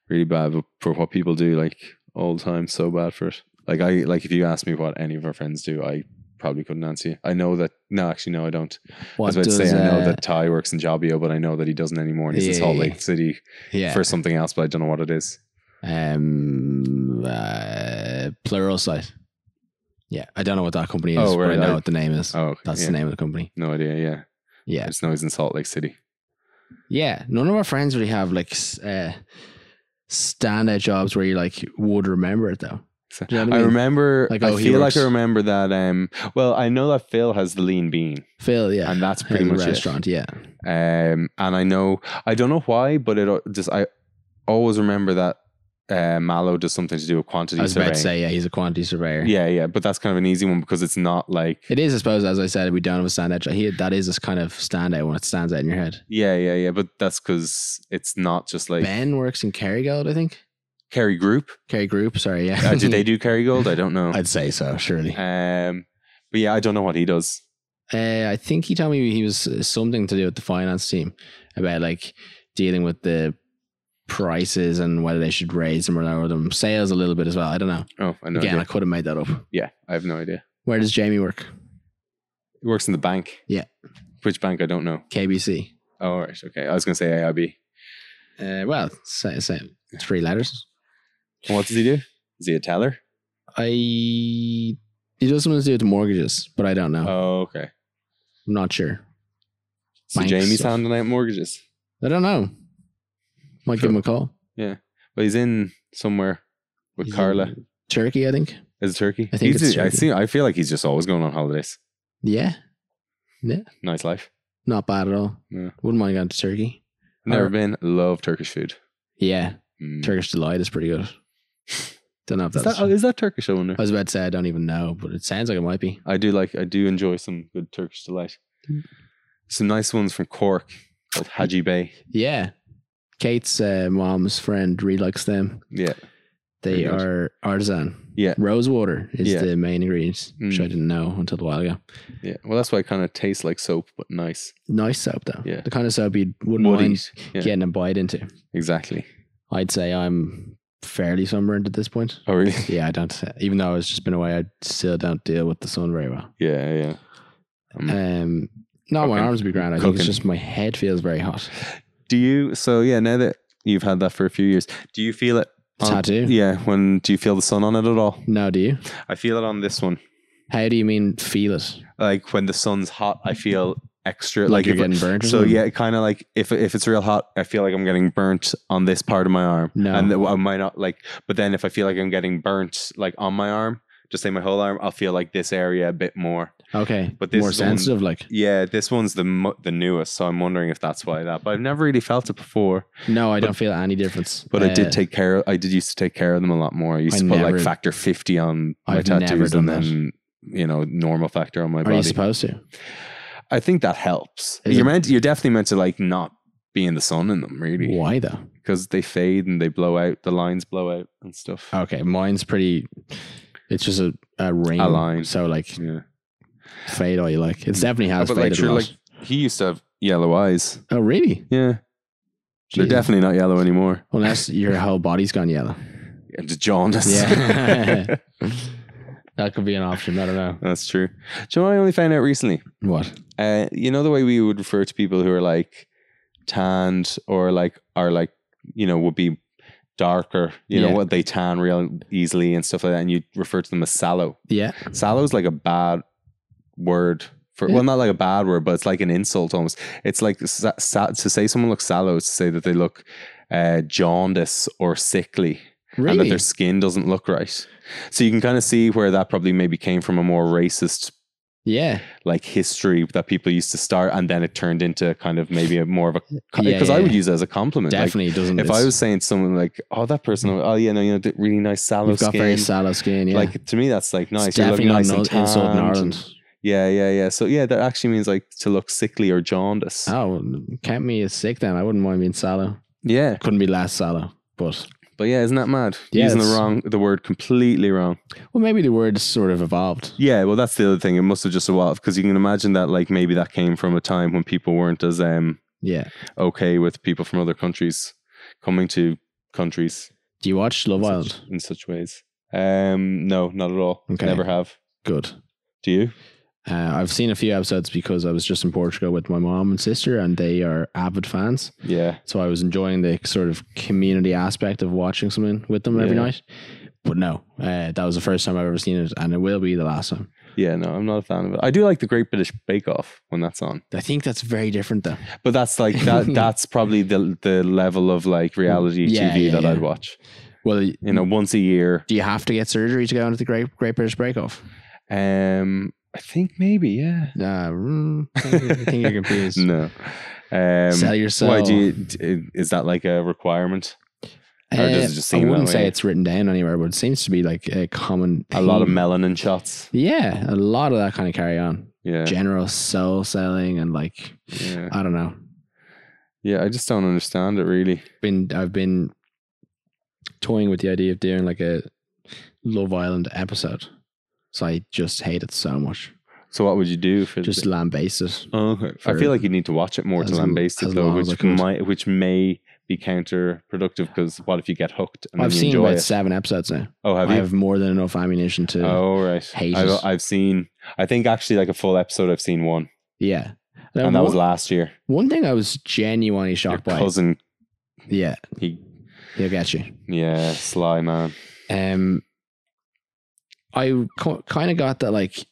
S2: really bad but for what people do like all the time so bad for it like i like if you ask me what any of our friends do i probably couldn't answer you i know that no actually no i don't i
S1: what
S2: was about
S1: does
S2: to say i know
S1: uh,
S2: that ty works in Jobio, but i know that he doesn't anymore and he's in
S1: Yeah,
S2: salt
S1: yeah,
S2: lake city
S1: yeah.
S2: for something else but i don't know what it is
S1: um uh, plural site. Yeah, I don't know what that company is,
S2: Oh,
S1: but I
S2: right,
S1: know
S2: I-
S1: what the name is.
S2: oh
S1: That's
S2: yeah.
S1: the name of the company.
S2: no idea yeah i
S1: Yeah.
S2: just know he's in salt lake city
S1: Yeah, none of our friends really have like s- uh, standout jobs where you like would remember it though.
S2: So-
S1: Do you know what I
S2: I
S1: mean?
S2: remember.
S1: Like,
S2: I
S1: oh, he
S2: feel
S1: works-
S2: like I remember that. Um. Well, I know that Phil has the lean bean,
S1: Phil, yeah,
S2: and that's pretty
S1: His
S2: much it.
S1: restaurant. Yeah,
S2: Um, and I know I don't know why, but it al- just I always remember that uh, Mallow does something to do with quantity
S1: I was
S2: surveying.
S1: about to say yeah, he's a quantity surveyor.
S2: Yeah, yeah, but that's kind of an easy one because it's not like
S1: It is, I suppose, as I said, we don't have a standout job. He, that is this kind of standout when it stands out in your head.
S2: yeah, yeah, yeah. But that's because it's not just like
S1: ben works in Kerrygold, I think.
S2: Kerry Group.
S1: Kerry Group, sorry, yeah.
S2: Uh, did they do Kerry Gold? I don't know.
S1: I'd say so, surely. Uh,
S2: um, but yeah, I don't know what he does.
S1: I think he told me he was uh, something to do with the finance team about like dealing with the prices and whether they should raise them or lower them. Sales a little bit as well. I don't know.
S2: Oh, I know.
S1: Again, I
S2: idea.
S1: could have made that up.
S2: yeah, I have no idea.
S1: Where does Jamie work?
S2: He works in the bank.
S1: Yeah.
S2: Which bank? I don't know.
S1: KBC.
S2: Oh, all right. Okay. I was going to say AIB.
S1: Uh, well, same, same. Three letters.
S2: And what does he do? Is he a teller?
S1: I. He does something to do with mortgages, but I don't know.
S2: Oh, okay.
S1: I'm not sure.
S2: So
S1: Bank
S2: Jamie's
S1: stuff.
S2: handing out mortgages.
S1: I don't know. Might give him a call.
S2: But he's in somewhere with
S1: He's
S2: Carla.
S1: in Turkey, I think.
S2: Is it Turkey?
S1: I think
S2: He's-
S1: it's
S2: I
S1: Turkey.
S2: see. I feel like he's just always going on holidays.
S1: Yeah,
S2: Nice life.
S1: not bad at all.
S2: Yeah.
S1: Wouldn't mind going to Turkey.
S2: Never
S1: Or-
S2: been. Love Turkish food.
S1: Yeah,
S2: Mm.
S1: Turkish delight is pretty good. Don't know if
S2: Is
S1: that's.
S2: that, oh, is that Turkish? I wonder.
S1: I was about to say I don't even know, but it sounds like it might be.
S2: I do like. I do enjoy some good Turkish delight.
S1: Mm.
S2: Some nice ones from Cork called Haji Bey.
S1: Yeah, Kate's uh, mom's friend really likes them.
S2: Yeah.
S1: They
S2: Pretty good.
S1: are artisan.
S2: Yeah.
S1: rose water is
S2: Yeah.
S1: the main ingredient, which
S2: Mm.
S1: I didn't know until a while ago.
S2: Yeah. Well, that's why it kind of tastes like soap, but nice.
S1: Nice soap though.
S2: Yeah.
S1: the kind of soap you wouldn't
S2: Woody.
S1: mind
S2: Yeah.
S1: getting a bite into.
S2: Exactly.
S1: I'd say I'm fairly sunburned at this point.
S2: Oh, really?
S1: Yeah, I don't. Even though it's just been away, I still don't deal with the sun very well.
S2: Yeah. Yeah. Um,
S1: Um, no, my
S2: Cooking.
S1: arms be grand. I think it's
S2: Cooking.
S1: just my head feels very hot.
S2: do you? So yeah. Now that you've had that for a few years, do you feel it?
S1: The
S2: on-
S1: tattoo?
S2: Yeah. When do you feel the sun on it at all?
S1: No, do you?
S2: I feel it on this one.
S1: How do you mean feel it?
S2: like when the sun's hot, I feel extra
S1: Like,
S2: like,
S1: you're
S2: if I-
S1: getting burnt? or
S2: so
S1: something?
S2: yeah, kind of like if if it's real hot, I feel like I'm getting burnt on this part of my arm,
S1: No.
S2: and I might not like. But then if I feel like I'm getting burnt like on my arm, just say my whole arm, I'll feel like this area a bit more.
S1: Okay.
S2: But this
S1: more
S2: is the one-
S1: sensitive, like.
S2: Yeah, this one's the mo- the newest, so I'm wondering if that's why that. But I've never really felt it before.
S1: No, I
S2: but-
S1: don't feel any difference.
S2: But I
S1: Uh,
S2: did take care. Of, I did used to take care of them a lot more. I used
S1: I
S2: to put
S1: never-
S2: like factor fifty on my
S1: I've never
S2: tattoos, and
S1: done that.
S2: then you know normal factor on my
S1: Are
S2: body.
S1: you supposed to?
S2: I think that helps.
S1: Is
S2: you're
S1: it-
S2: meant. You're definitely meant to like not be in the sun in them, really,
S1: Why though?
S2: because they fade and they blow out. The lines blow out and stuff.
S1: Okay, mine's pretty. It's just a, a ring.
S2: A line.
S1: So like
S2: Yeah,
S1: fade all you like. It's definitely has
S2: but like
S1: faded a
S2: sure,
S1: lot.
S2: like he used to have yellow eyes.
S1: oh really?
S2: Yeah, they're
S1: Jeez.
S2: definitely not yellow anymore.
S1: Unless your whole body's gone yellow.
S2: And the jaundice.
S1: Yeah. That could be an option. I don't know.
S2: that's true. Do you know what I only found out recently?
S1: What?
S2: Uh, you know the way we would refer to people who are like tanned or like are like you know would be darker. You
S1: Yeah.
S2: know what they tan real easily and stuff like that, and you refer to them as sallow.
S1: Yeah.
S2: Sallow's like a bad word for
S1: Yeah.
S2: well, not like a bad word, but it's like an insult almost. It's like sa- sa- to say someone looks sallow is to say that they look uh, jaundice or sickly, and that
S1: Really?
S2: their skin doesn't look right. So you can kind of see where that probably maybe came from a more racist
S1: Yeah.
S2: like history that people used to start, and then it turned into kind of maybe a more of a because
S1: Yeah,
S2: I
S1: yeah,
S2: would
S1: yeah.
S2: use it as a compliment. like,
S1: Definitely doesn't.
S2: if I was saying to someone like, "Oh, that person, oh yeah, no, you know, d- really nice sallow
S1: you've got
S2: skin,"
S1: very sallow skin. Yeah.
S2: like to me, that's like nice.
S1: It's
S2: You're looking
S1: definitely
S2: nice
S1: not
S2: and
S1: an insult in
S2: tanned and-
S1: Ireland.
S2: Yeah, yeah, yeah. So yeah, that actually means like to look sickly or jaundice.
S1: Oh, well, count me as sick then. I wouldn't mind being sallow.
S2: Yeah,
S1: Couldn't be last sallow, but
S2: but yeah, isn't that mad?
S1: Yeah,
S2: Using the
S1: it's-
S2: wrong, the word completely wrong.
S1: well, maybe the word sort of evolved.
S2: Yeah, well, that's the other thing. It must have just evolved because you can imagine that like maybe that came from a time when people weren't as um
S1: Yeah.
S2: okay with people from other countries coming to countries
S1: Do you watch Love
S2: in such-
S1: Island?
S2: in such ways. Um, no, not at all.
S1: Okay.
S2: Never have.
S1: Good.
S2: Do you?
S1: Uh, I've seen a few episodes because I was just in Portugal with my mom and sister, and they are avid fans.
S2: Yeah.
S1: So I was enjoying the sort of community aspect of watching something with them every
S2: Yeah.
S1: night. But no, uh, that was the first time I've ever seen it, and it will be the last time.
S2: Yeah, no, I'm not a fan of it. I do like the Great British Bake Off when that's on.
S1: I think that's very different, though.
S2: But that's like that that's probably the the level of like reality
S1: Yeah,
S2: TV
S1: yeah,
S2: that
S1: yeah.
S2: I'd watch.
S1: Well,
S2: You know, once a year.
S1: do you have to get surgery to go into the Great Great British Break Off?
S2: Um I think maybe, yeah.
S1: Nah, mm, I think you're confused.
S2: No. Um
S1: Sell yourself.
S2: why do you d- is that like a requirement? Or does it just seem
S1: Eh, I
S2: that
S1: wouldn't say
S2: way?
S1: it's written down anywhere, but it seems to be like a common.
S2: A lot of
S1: theme.
S2: melanin shots.
S1: Yeah, a lot of that kind of carry on.
S2: Yeah.
S1: General soul selling and like
S2: Yeah.
S1: I don't know.
S2: Yeah, I just don't understand it really.
S1: Been I've been toying with the idea of doing like a Love Island episode. So I just hate it so much.
S2: So what would you do for
S1: Just
S2: the-
S1: lambaste it.
S2: Oh, okay. I
S1: for-
S2: feel like you need to watch it more to
S1: as l-
S2: lambaste it
S1: as
S2: though,
S1: long as I
S2: which
S1: could.
S2: might which may be counterproductive because what if you get hooked and then
S1: I've
S2: you
S1: seen
S2: enjoy
S1: about
S2: it?
S1: seven episodes now.
S2: Oh, have
S1: I
S2: you?
S1: have more than enough ammunition to.
S2: Oh right.
S1: hate
S2: I've,
S1: it.
S2: I've seen. I think actually like a full episode. I've seen one,
S1: Yeah.
S2: and,
S1: Now,
S2: that
S1: one,
S2: was last year.
S1: one thing I was genuinely
S2: Your
S1: shocked by.
S2: cousin,
S1: Yeah,
S2: he,
S1: he'll get you.
S2: yeah, sly man.
S1: Um, I co- kind of got that like,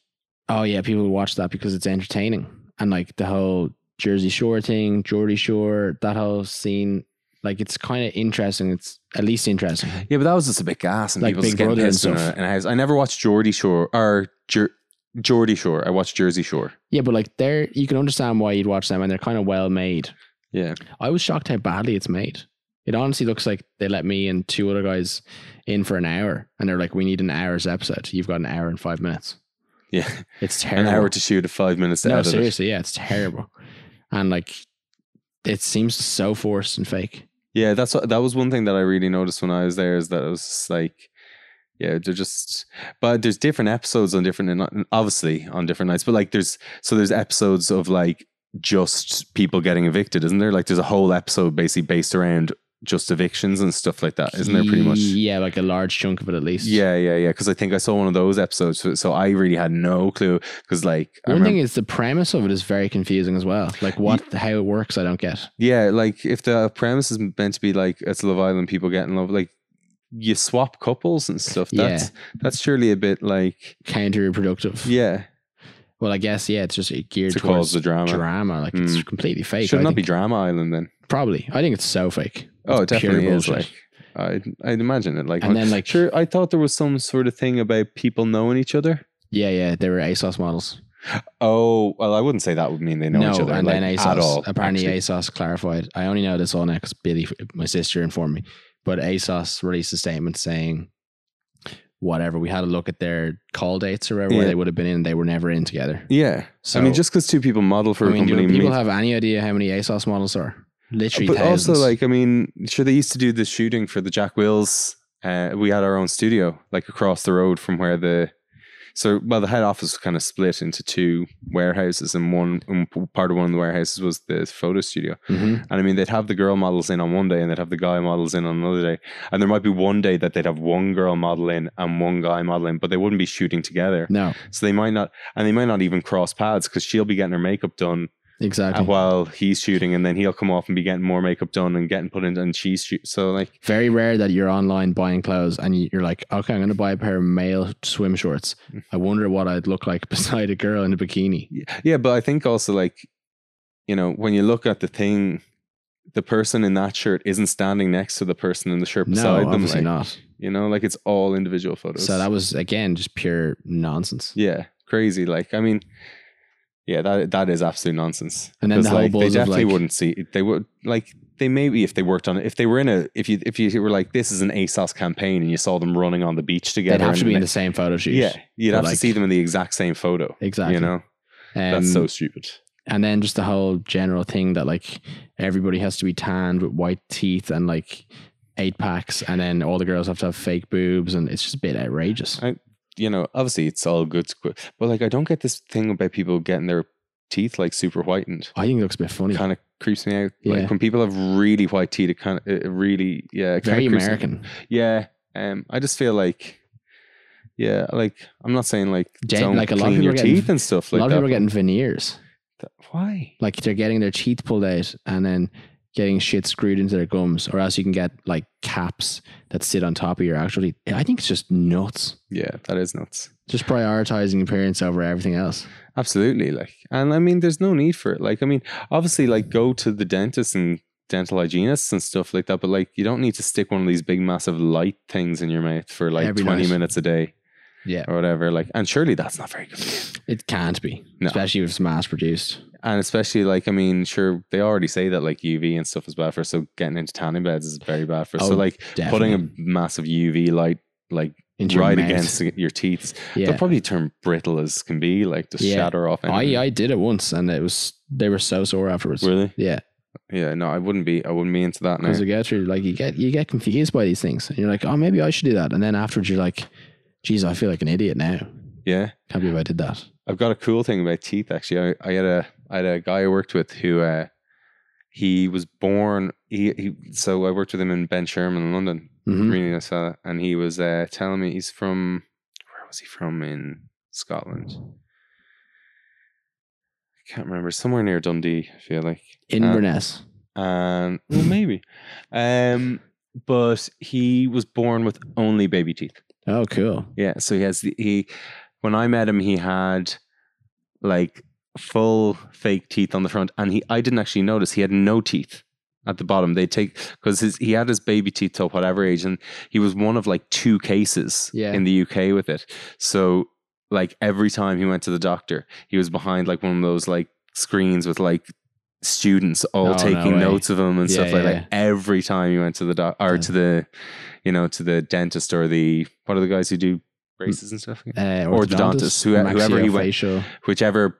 S1: oh yeah, people watch that because it's entertaining, and like the whole Jersey Shore thing, Geordie Shore, that whole scene, like it's kind of interesting. It's at least interesting.
S2: Yeah, but that was just a bit gas and
S1: Like
S2: people just
S1: Big
S2: getting
S1: Brother and
S2: pissed in
S1: stuff.
S2: a, in a house. I never watched Geordie Shore or Jer- Geordie Shore. I watched Jersey Shore.
S1: Yeah, but like they're you can understand why you'd watch them, and they're kind of well made.
S2: Yeah,
S1: I was shocked how badly it's made. It honestly looks like they let me and two other guys in for an hour, and they're like, "We need an hour's episode. You've got an hour and five minutes.
S2: yeah.
S1: It's
S2: An
S1: terrible."
S2: hour to shoot, five minutes to
S1: no,
S2: edit. it.
S1: seriously, yeah, it's terrible, and like it seems so forced and fake.
S2: Yeah, that's what, that was one thing that I really noticed when I was there is that it was just like, yeah, they're just, but there's different episodes on different, obviously on different nights, but like there's, so there's episodes of like just people getting evicted, isn't there? Like there's a whole episode basically based around just evictions and stuff like that, Uh, isn't there? Pretty much.
S1: Yeah, like a large chunk of it at least.
S2: Yeah, yeah, yeah. Because I think I saw one of those episodes, so- so I really had no clue. Because like, I
S1: One
S2: remember,
S1: thing is the premise of it is very confusing as well. Like what, how it works, I don't get.
S2: Yeah, like if the premise is meant to be like it's Love Island, people get in love, like you swap couples and stuff.
S1: Yeah.
S2: That's that's surely a bit like
S1: Counterproductive.
S2: yeah
S1: Well, I guess yeah, it's just geared
S2: to
S1: towards
S2: cause the drama.
S1: drama. Like it's
S2: Mm.
S1: completely fake.
S2: Should
S1: I
S2: not
S1: think.
S2: be Drama Island then.
S1: Probably. I think it's so fake.
S2: Oh, it
S1: It's pure
S2: definitely is.
S1: bullshit.
S2: Like I'd I'd imagine it. Like
S1: And then, like-
S2: sure, I thought there was some sort of thing about people knowing each other.
S1: yeah, yeah, they were ASOS models.
S2: Oh well, I wouldn't say that would mean they know
S1: no,
S2: each other
S1: and
S2: like,
S1: then ASOS
S2: at all.
S1: apparently
S2: actually.
S1: ASOS clarified. I only know this all now because Billy, my sister, informed me. But ASOS released a statement saying, "Whatever, we had a look at their call dates or whatever where
S2: Yeah.
S1: they would have been in. They were never in together.
S2: yeah.
S1: So
S2: I mean, just because two people model for
S1: I
S2: a
S1: mean, do
S2: company,
S1: people
S2: means-
S1: have any idea how many ASOS models are? Literally,
S2: but
S1: thousands.
S2: also like i mean sure they used to do the shooting for the jack wills uh, we had our own studio like across the road from where the so well the head office was kind of split into two warehouses and one and p- part of one of the warehouses was the photo studio
S1: Mhm.
S2: and i mean they'd have the girl models in on one day and they'd have the guy models in on another day and there might be one day that they'd have one girl model in and one guy model in but they wouldn't be shooting together
S1: no,
S2: so they might not and they might not even cross paths because she'll be getting her makeup done
S1: exactly.
S2: uh, while he's shooting, and then he'll come off and be getting more makeup done and getting put in, and she's shoot. So like,
S1: Very rare that you're online buying clothes and you- you're like, okay, I'm going to buy a pair of male swim shorts. I wonder what I'd look like beside a girl in a bikini.
S2: yeah, but I think also like, you know, when you look at the thing, the person in that shirt isn't standing next to the person in the shirt
S1: No,
S2: beside them.
S1: obviously
S2: like,
S1: not.
S2: You know, like it's all individual photos.
S1: So that was again just pure nonsense.
S2: yeah, crazy. Like, I mean. Yeah, that that is absolute nonsense.
S1: And then the
S2: 'Cause,
S1: whole
S2: like, they
S1: buzz of,
S2: definitely
S1: like-
S2: wouldn't see. They would like they maybe if they worked on it. If they were in a if you if you were like this is an ASOS campaign and you saw them running on the beach together,
S1: They'd have
S2: and
S1: to be in
S2: next-
S1: the same photo shoot.
S2: Yeah, you'd
S1: But,
S2: have
S1: like-
S2: to see them in the exact same photo.
S1: exactly.
S2: You know,
S1: Um,
S2: that's so stupid.
S1: and then just the whole general thing that like everybody has to be tanned with white teeth and like eight packs, and then all the girls have to have fake boobs, and it's just a bit outrageous.
S2: I- You know, obviously it's all good, to qu- but like I don't get this thing about people getting their teeth like super whitened.
S1: I think it looks a bit funny.
S2: Kind of creeps me out.
S1: Yeah.
S2: Like when people have really white teeth, it kind of it really yeah, it kinda
S1: Very
S2: creeps me-
S1: American.
S2: Yeah, um, I just feel like. Yeah, like I'm not saying like
S1: Gen-
S2: don't
S1: like, a lot of
S2: clean
S1: people
S2: your
S1: are getting-
S2: teeth and stuff
S1: A lot
S2: like
S1: of
S2: that.
S1: people are
S2: but
S1: getting veneers.
S2: th- why?
S1: Like they're getting their teeth pulled out and then getting shit screwed into their gums, or else you can get like caps that sit on top of your actual teeth. I think it's just nuts.
S2: Yeah, that is nuts.
S1: Just prioritizing appearance over everything else.
S2: Absolutely. Like, and I mean, there's no need for it. Like, I mean, obviously, like, go to the dentist and dental hygienists and stuff like that, but like, you don't need to stick one of these big, massive light things in your mouth for like
S1: Every
S2: 20
S1: night.
S2: minutes a day
S1: Yeah,
S2: or whatever. Like, and surely that's not very good. for you.
S1: it can't be,
S2: No.
S1: especially if it's mass produced.
S2: And especially, like, I mean, sure, they already say that like UV and stuff is bad for us. So getting into tanning beds is very bad for us.
S1: Oh,
S2: so, like,
S1: Definitely.
S2: putting a massive UV light, like,
S1: Into your
S2: right
S1: mouth.
S2: against your teeth,
S1: Yeah.
S2: they'll probably turn brittle as can be, like, just
S1: Yeah.
S2: shatter off.
S1: I,
S2: anything.
S1: I did it once and it was they were so sore afterwards.
S2: Really?
S1: Yeah,
S2: Yeah, no, I wouldn't be. I wouldn't be into that now.
S1: because you go through like you get you get confused by these things and you're like, oh, maybe I should do that, and then afterwards you're like, geez, I feel like an idiot now.
S2: Yeah,
S1: Can't believe I did that.
S2: I've got a cool thing about teeth. Actually, I, I had a I had a guy I worked with who uh, he was born. He, he so I worked with him in Ben Sherman in London.
S1: Mhm.
S2: Really nice fella, and he was uh, telling me he's from where was he from in Scotland? I can't remember. Somewhere near Dundee, I feel like.
S1: Inverness.
S2: And well, maybe, um, but he was born with only baby teeth.
S1: oh, cool.
S2: Yeah, so he has the, he when I met him he had like full fake teeth on the front and he I didn't actually notice he had no teeth at the bottom. They take cuz his he had his baby teeth till whatever age and he was one of like two cases
S1: Yeah.
S2: in the UK with it. So like every time he went to the doctor, he was behind like one of those like screens with like students all
S1: Oh, no
S2: taking
S1: way.
S2: notes of him and
S1: Yeah,
S2: stuff like
S1: yeah,
S2: that every time he went to the doc or
S1: Yeah.
S2: to the you know, to the dentist or the what are the guys who
S1: Mm.
S2: do braces and stuff?
S1: Uh,
S2: Orthodontist, who- whoever he went-
S1: maxillofacial.
S2: Whichever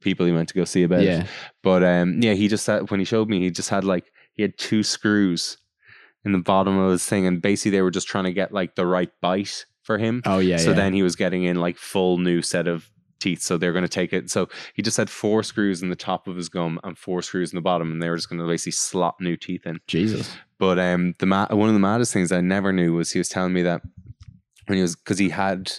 S2: people he went to go see about. it.
S1: Yeah,
S2: But um, yeah, he just had, when he showed me, he just had like he had two screws in the bottom of his thing, and basically they were just trying to get like the right bite for him.
S1: oh yeah.
S2: so
S1: yeah.
S2: then he was getting in like full new set of teeth. So they're going to take it. So he just had four screws in the top of his gum and four screws in the bottom, and they were just going to basically slot new teeth in.
S1: Jesus.
S2: But um, the ma- one of the maddest things I never knew was he was telling me that when he was because he had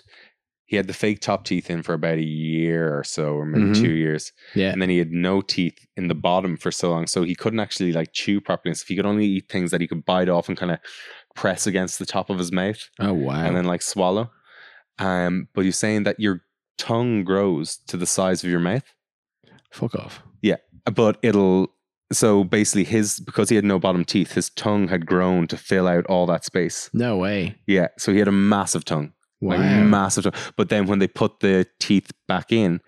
S2: he had the fake top teeth in for about a year or so, or maybe
S1: Mhm.
S2: two years,
S1: Yeah.
S2: and then he had no teeth in the bottom for so long, so he couldn't actually like chew properly. And stuff. He could only eat things that he could bite off and kind of press against the top of his mouth
S1: Oh wow.
S2: and then like swallow. Um, but he's saying that your tongue grows to the size of your mouth
S1: Fuck off.
S2: but it'll so basically his because he had no bottom teeth his tongue had grown to fill out all that space
S1: No way.
S2: yeah so he had a massive tongue
S1: Wow.
S2: like massive tongue but then when they put the teeth back in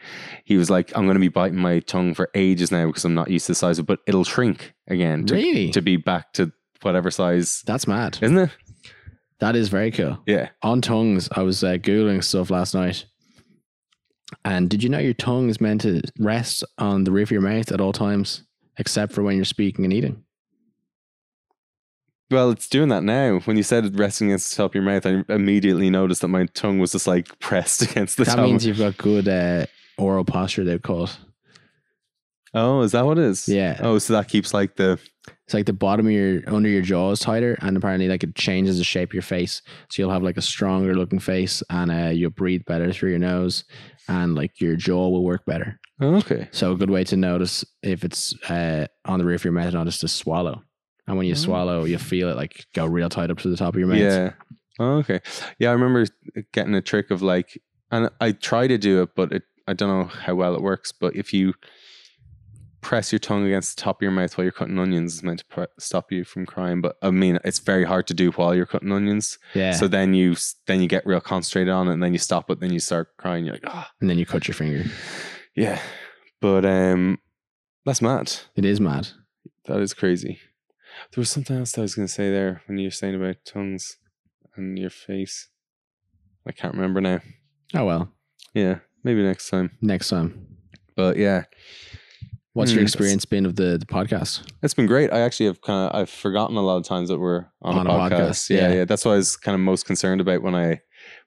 S2: he was like i'm going to be biting my tongue for ages now because i'm not used to the size of it but it'll shrink again to,
S1: really?
S2: to be back to whatever size
S1: That's mad.
S2: isn't it
S1: That is very cool.
S2: yeah
S1: on tongues, I was uh, googling stuff last night. And did you know your tongue is meant to rest on the roof of your mouth at all times, except for when you're speaking and eating?
S2: well it's doing that now when you said it resting against the top of your mouth i immediately noticed that my tongue was just like pressed against the
S1: that
S2: top
S1: means you've got good uh, oral posture, they've called.
S2: Oh, is that what it is?
S1: Yeah.
S2: Oh, so that keeps like the
S1: It's like the bottom of your under your jaw is tighter, and apparently, like it changes the shape of your face, so you'll have like a stronger looking face, and uh, you'll breathe better through your nose, and like your jaw will work better.
S2: oh, okay.
S1: So a good way to notice if it's uh, on the roof of your mouth or not is to swallow, and when you
S2: Oh.
S1: swallow, you feel it like go real tight up to the top of your mouth.
S2: Yeah. Oh, okay. Yeah, I remember getting a trick of like, and I try to do it, but it, I don't know how well it works. But if you press your tongue against the top of your mouth while you're cutting onions, it's meant to pre- stop you from crying. But I mean, it's very hard to do while you're cutting onions.
S1: yeah.
S2: So then you s- then you get real concentrated on it, and then you stop it, then you start crying. You're like, ah,
S1: and then you cut your finger.
S2: yeah. But um, that's mad.
S1: It is mad.
S2: That is crazy. There was something else that I was going to say there when you were saying about tongues and your face. I can't remember now.
S1: Oh well.
S2: Yeah, maybe next time.
S1: Next time,
S2: But yeah,
S1: what's
S2: Hmm,
S1: your
S2: that's-
S1: experience been of the, the podcast?
S2: it's been great. I actually have kind of I've forgotten a lot of times that we're on, a, podcast. Yeah, yeah, That's what I was kind of most concerned about when I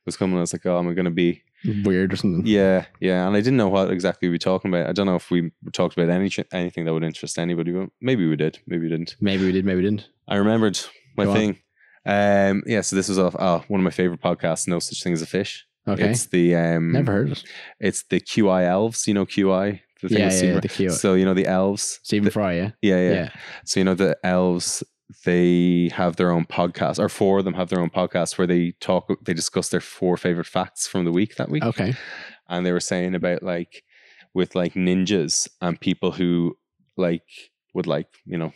S2: was coming. I was like, oh, am I going to be?
S1: Weird or something?
S2: Yeah, yeah. And I didn't know what exactly we'd be talking about. I don't know if we talked about any anything that would interest anybody. But maybe we did. Maybe we didn't.
S1: Maybe we did. Maybe we didn't.
S2: I remembered my
S1: Go on.
S2: thing. Um, yeah, so this was off uh, one of my favorite podcasts, No Such Thing as a Fish.
S1: Okay.
S2: It's the um,
S1: Never heard of it.
S2: It's the QI elves. You know QI, the
S1: yeah,
S2: with
S1: yeah,
S2: Stephen-
S1: yeah, the cute.
S2: So you know the elves.
S1: Stephen Fry, yeah?
S2: Yeah, yeah,
S1: yeah,
S2: So you know the elves. They have their own podcast, or four of them have their own podcast where they talk. They discuss their four favorite facts from the week that week
S1: Okay,
S2: and they were saying about like with like ninjas and people who like would like you know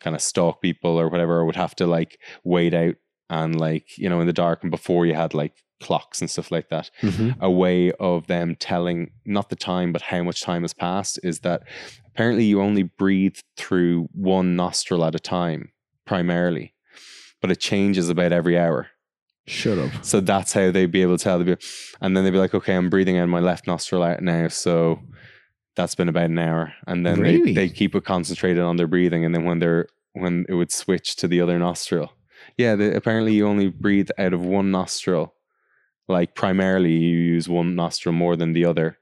S2: kind of stalk people or whatever or would have to like wait out and like you know in the dark and before you had like clocks and stuff like that
S1: Mhm.
S2: a way of them telling not the time but how much time has passed is that apparently you only breathe through one nostril at a time primarily but it changes about every hour
S1: shut up.
S2: so that's how they'd be able to tell. They'd be, and then they'd be like, okay, I'm breathing in my left nostril out now. So that's been about an hour. And then
S1: Really?
S2: they, they keep it concentrated on their breathing. And then when they're, when it would switch to the other nostril. Yeah. They, apparently you only breathe out of one nostril. Like primarily you use one nostril more than the other.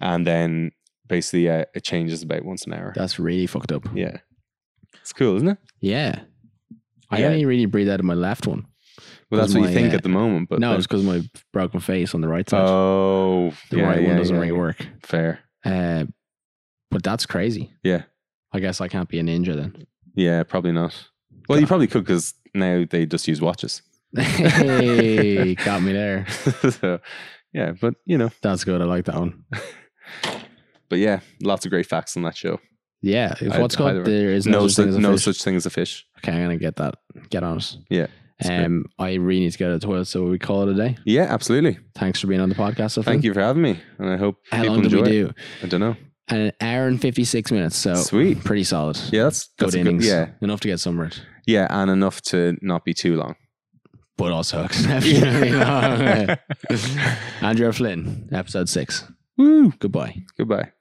S2: And then basically uh, it changes about once an hour.
S1: That's really fucked up.
S2: yeah. It's cool, isn't it?
S1: Yeah. I
S2: Yeah.
S1: only really breathe out of my left one.
S2: Well, that's
S1: Because
S2: what you
S1: my,
S2: think
S1: uh,
S2: at the moment, but
S1: no,
S2: then-
S1: it's because my broken face on the right side.
S2: oh,
S1: the
S2: yeah,
S1: right
S2: yeah,
S1: one doesn't
S2: yeah,
S1: really
S2: yeah.
S1: work.
S2: Fair.
S1: Uh, but that's crazy.
S2: Yeah.
S1: I guess I can't be a ninja then.
S2: Yeah, probably not. Well, you probably could because now they just use watches.
S1: hey, got me there.
S2: so, yeah, but you know,
S1: That's good. I like that one.
S2: but yeah, lots of great facts on that show.
S1: Yeah. If
S2: I'd
S1: what's called
S2: highly
S1: there is no,
S2: No,
S1: such thing
S2: such,
S1: as a
S2: no
S1: fish.
S2: such thing as a fish.
S1: Okay, I'm gonna get that. Get on it.
S2: Yeah, it's good.
S1: Um, I really need to go to the toilet, so we call it a day.
S2: Yeah, absolutely.
S1: Thanks for being on the podcast. Sophie.
S2: Thank you for having me, and I hope
S1: How
S2: people
S1: long did
S2: enjoy
S1: we
S2: it.
S1: do?
S2: I don't know.
S1: An hour and fifty six minutes. So
S2: Sweet.
S1: pretty solid.
S2: Yeah, that's
S1: good
S2: that's a
S1: innings.
S2: yeah,
S1: enough to get somewhere,
S2: yeah, and enough to not be too long.
S1: but also exceptionally long. Andrew Flynn, episode six.
S2: Woo!
S1: Goodbye.
S2: Goodbye.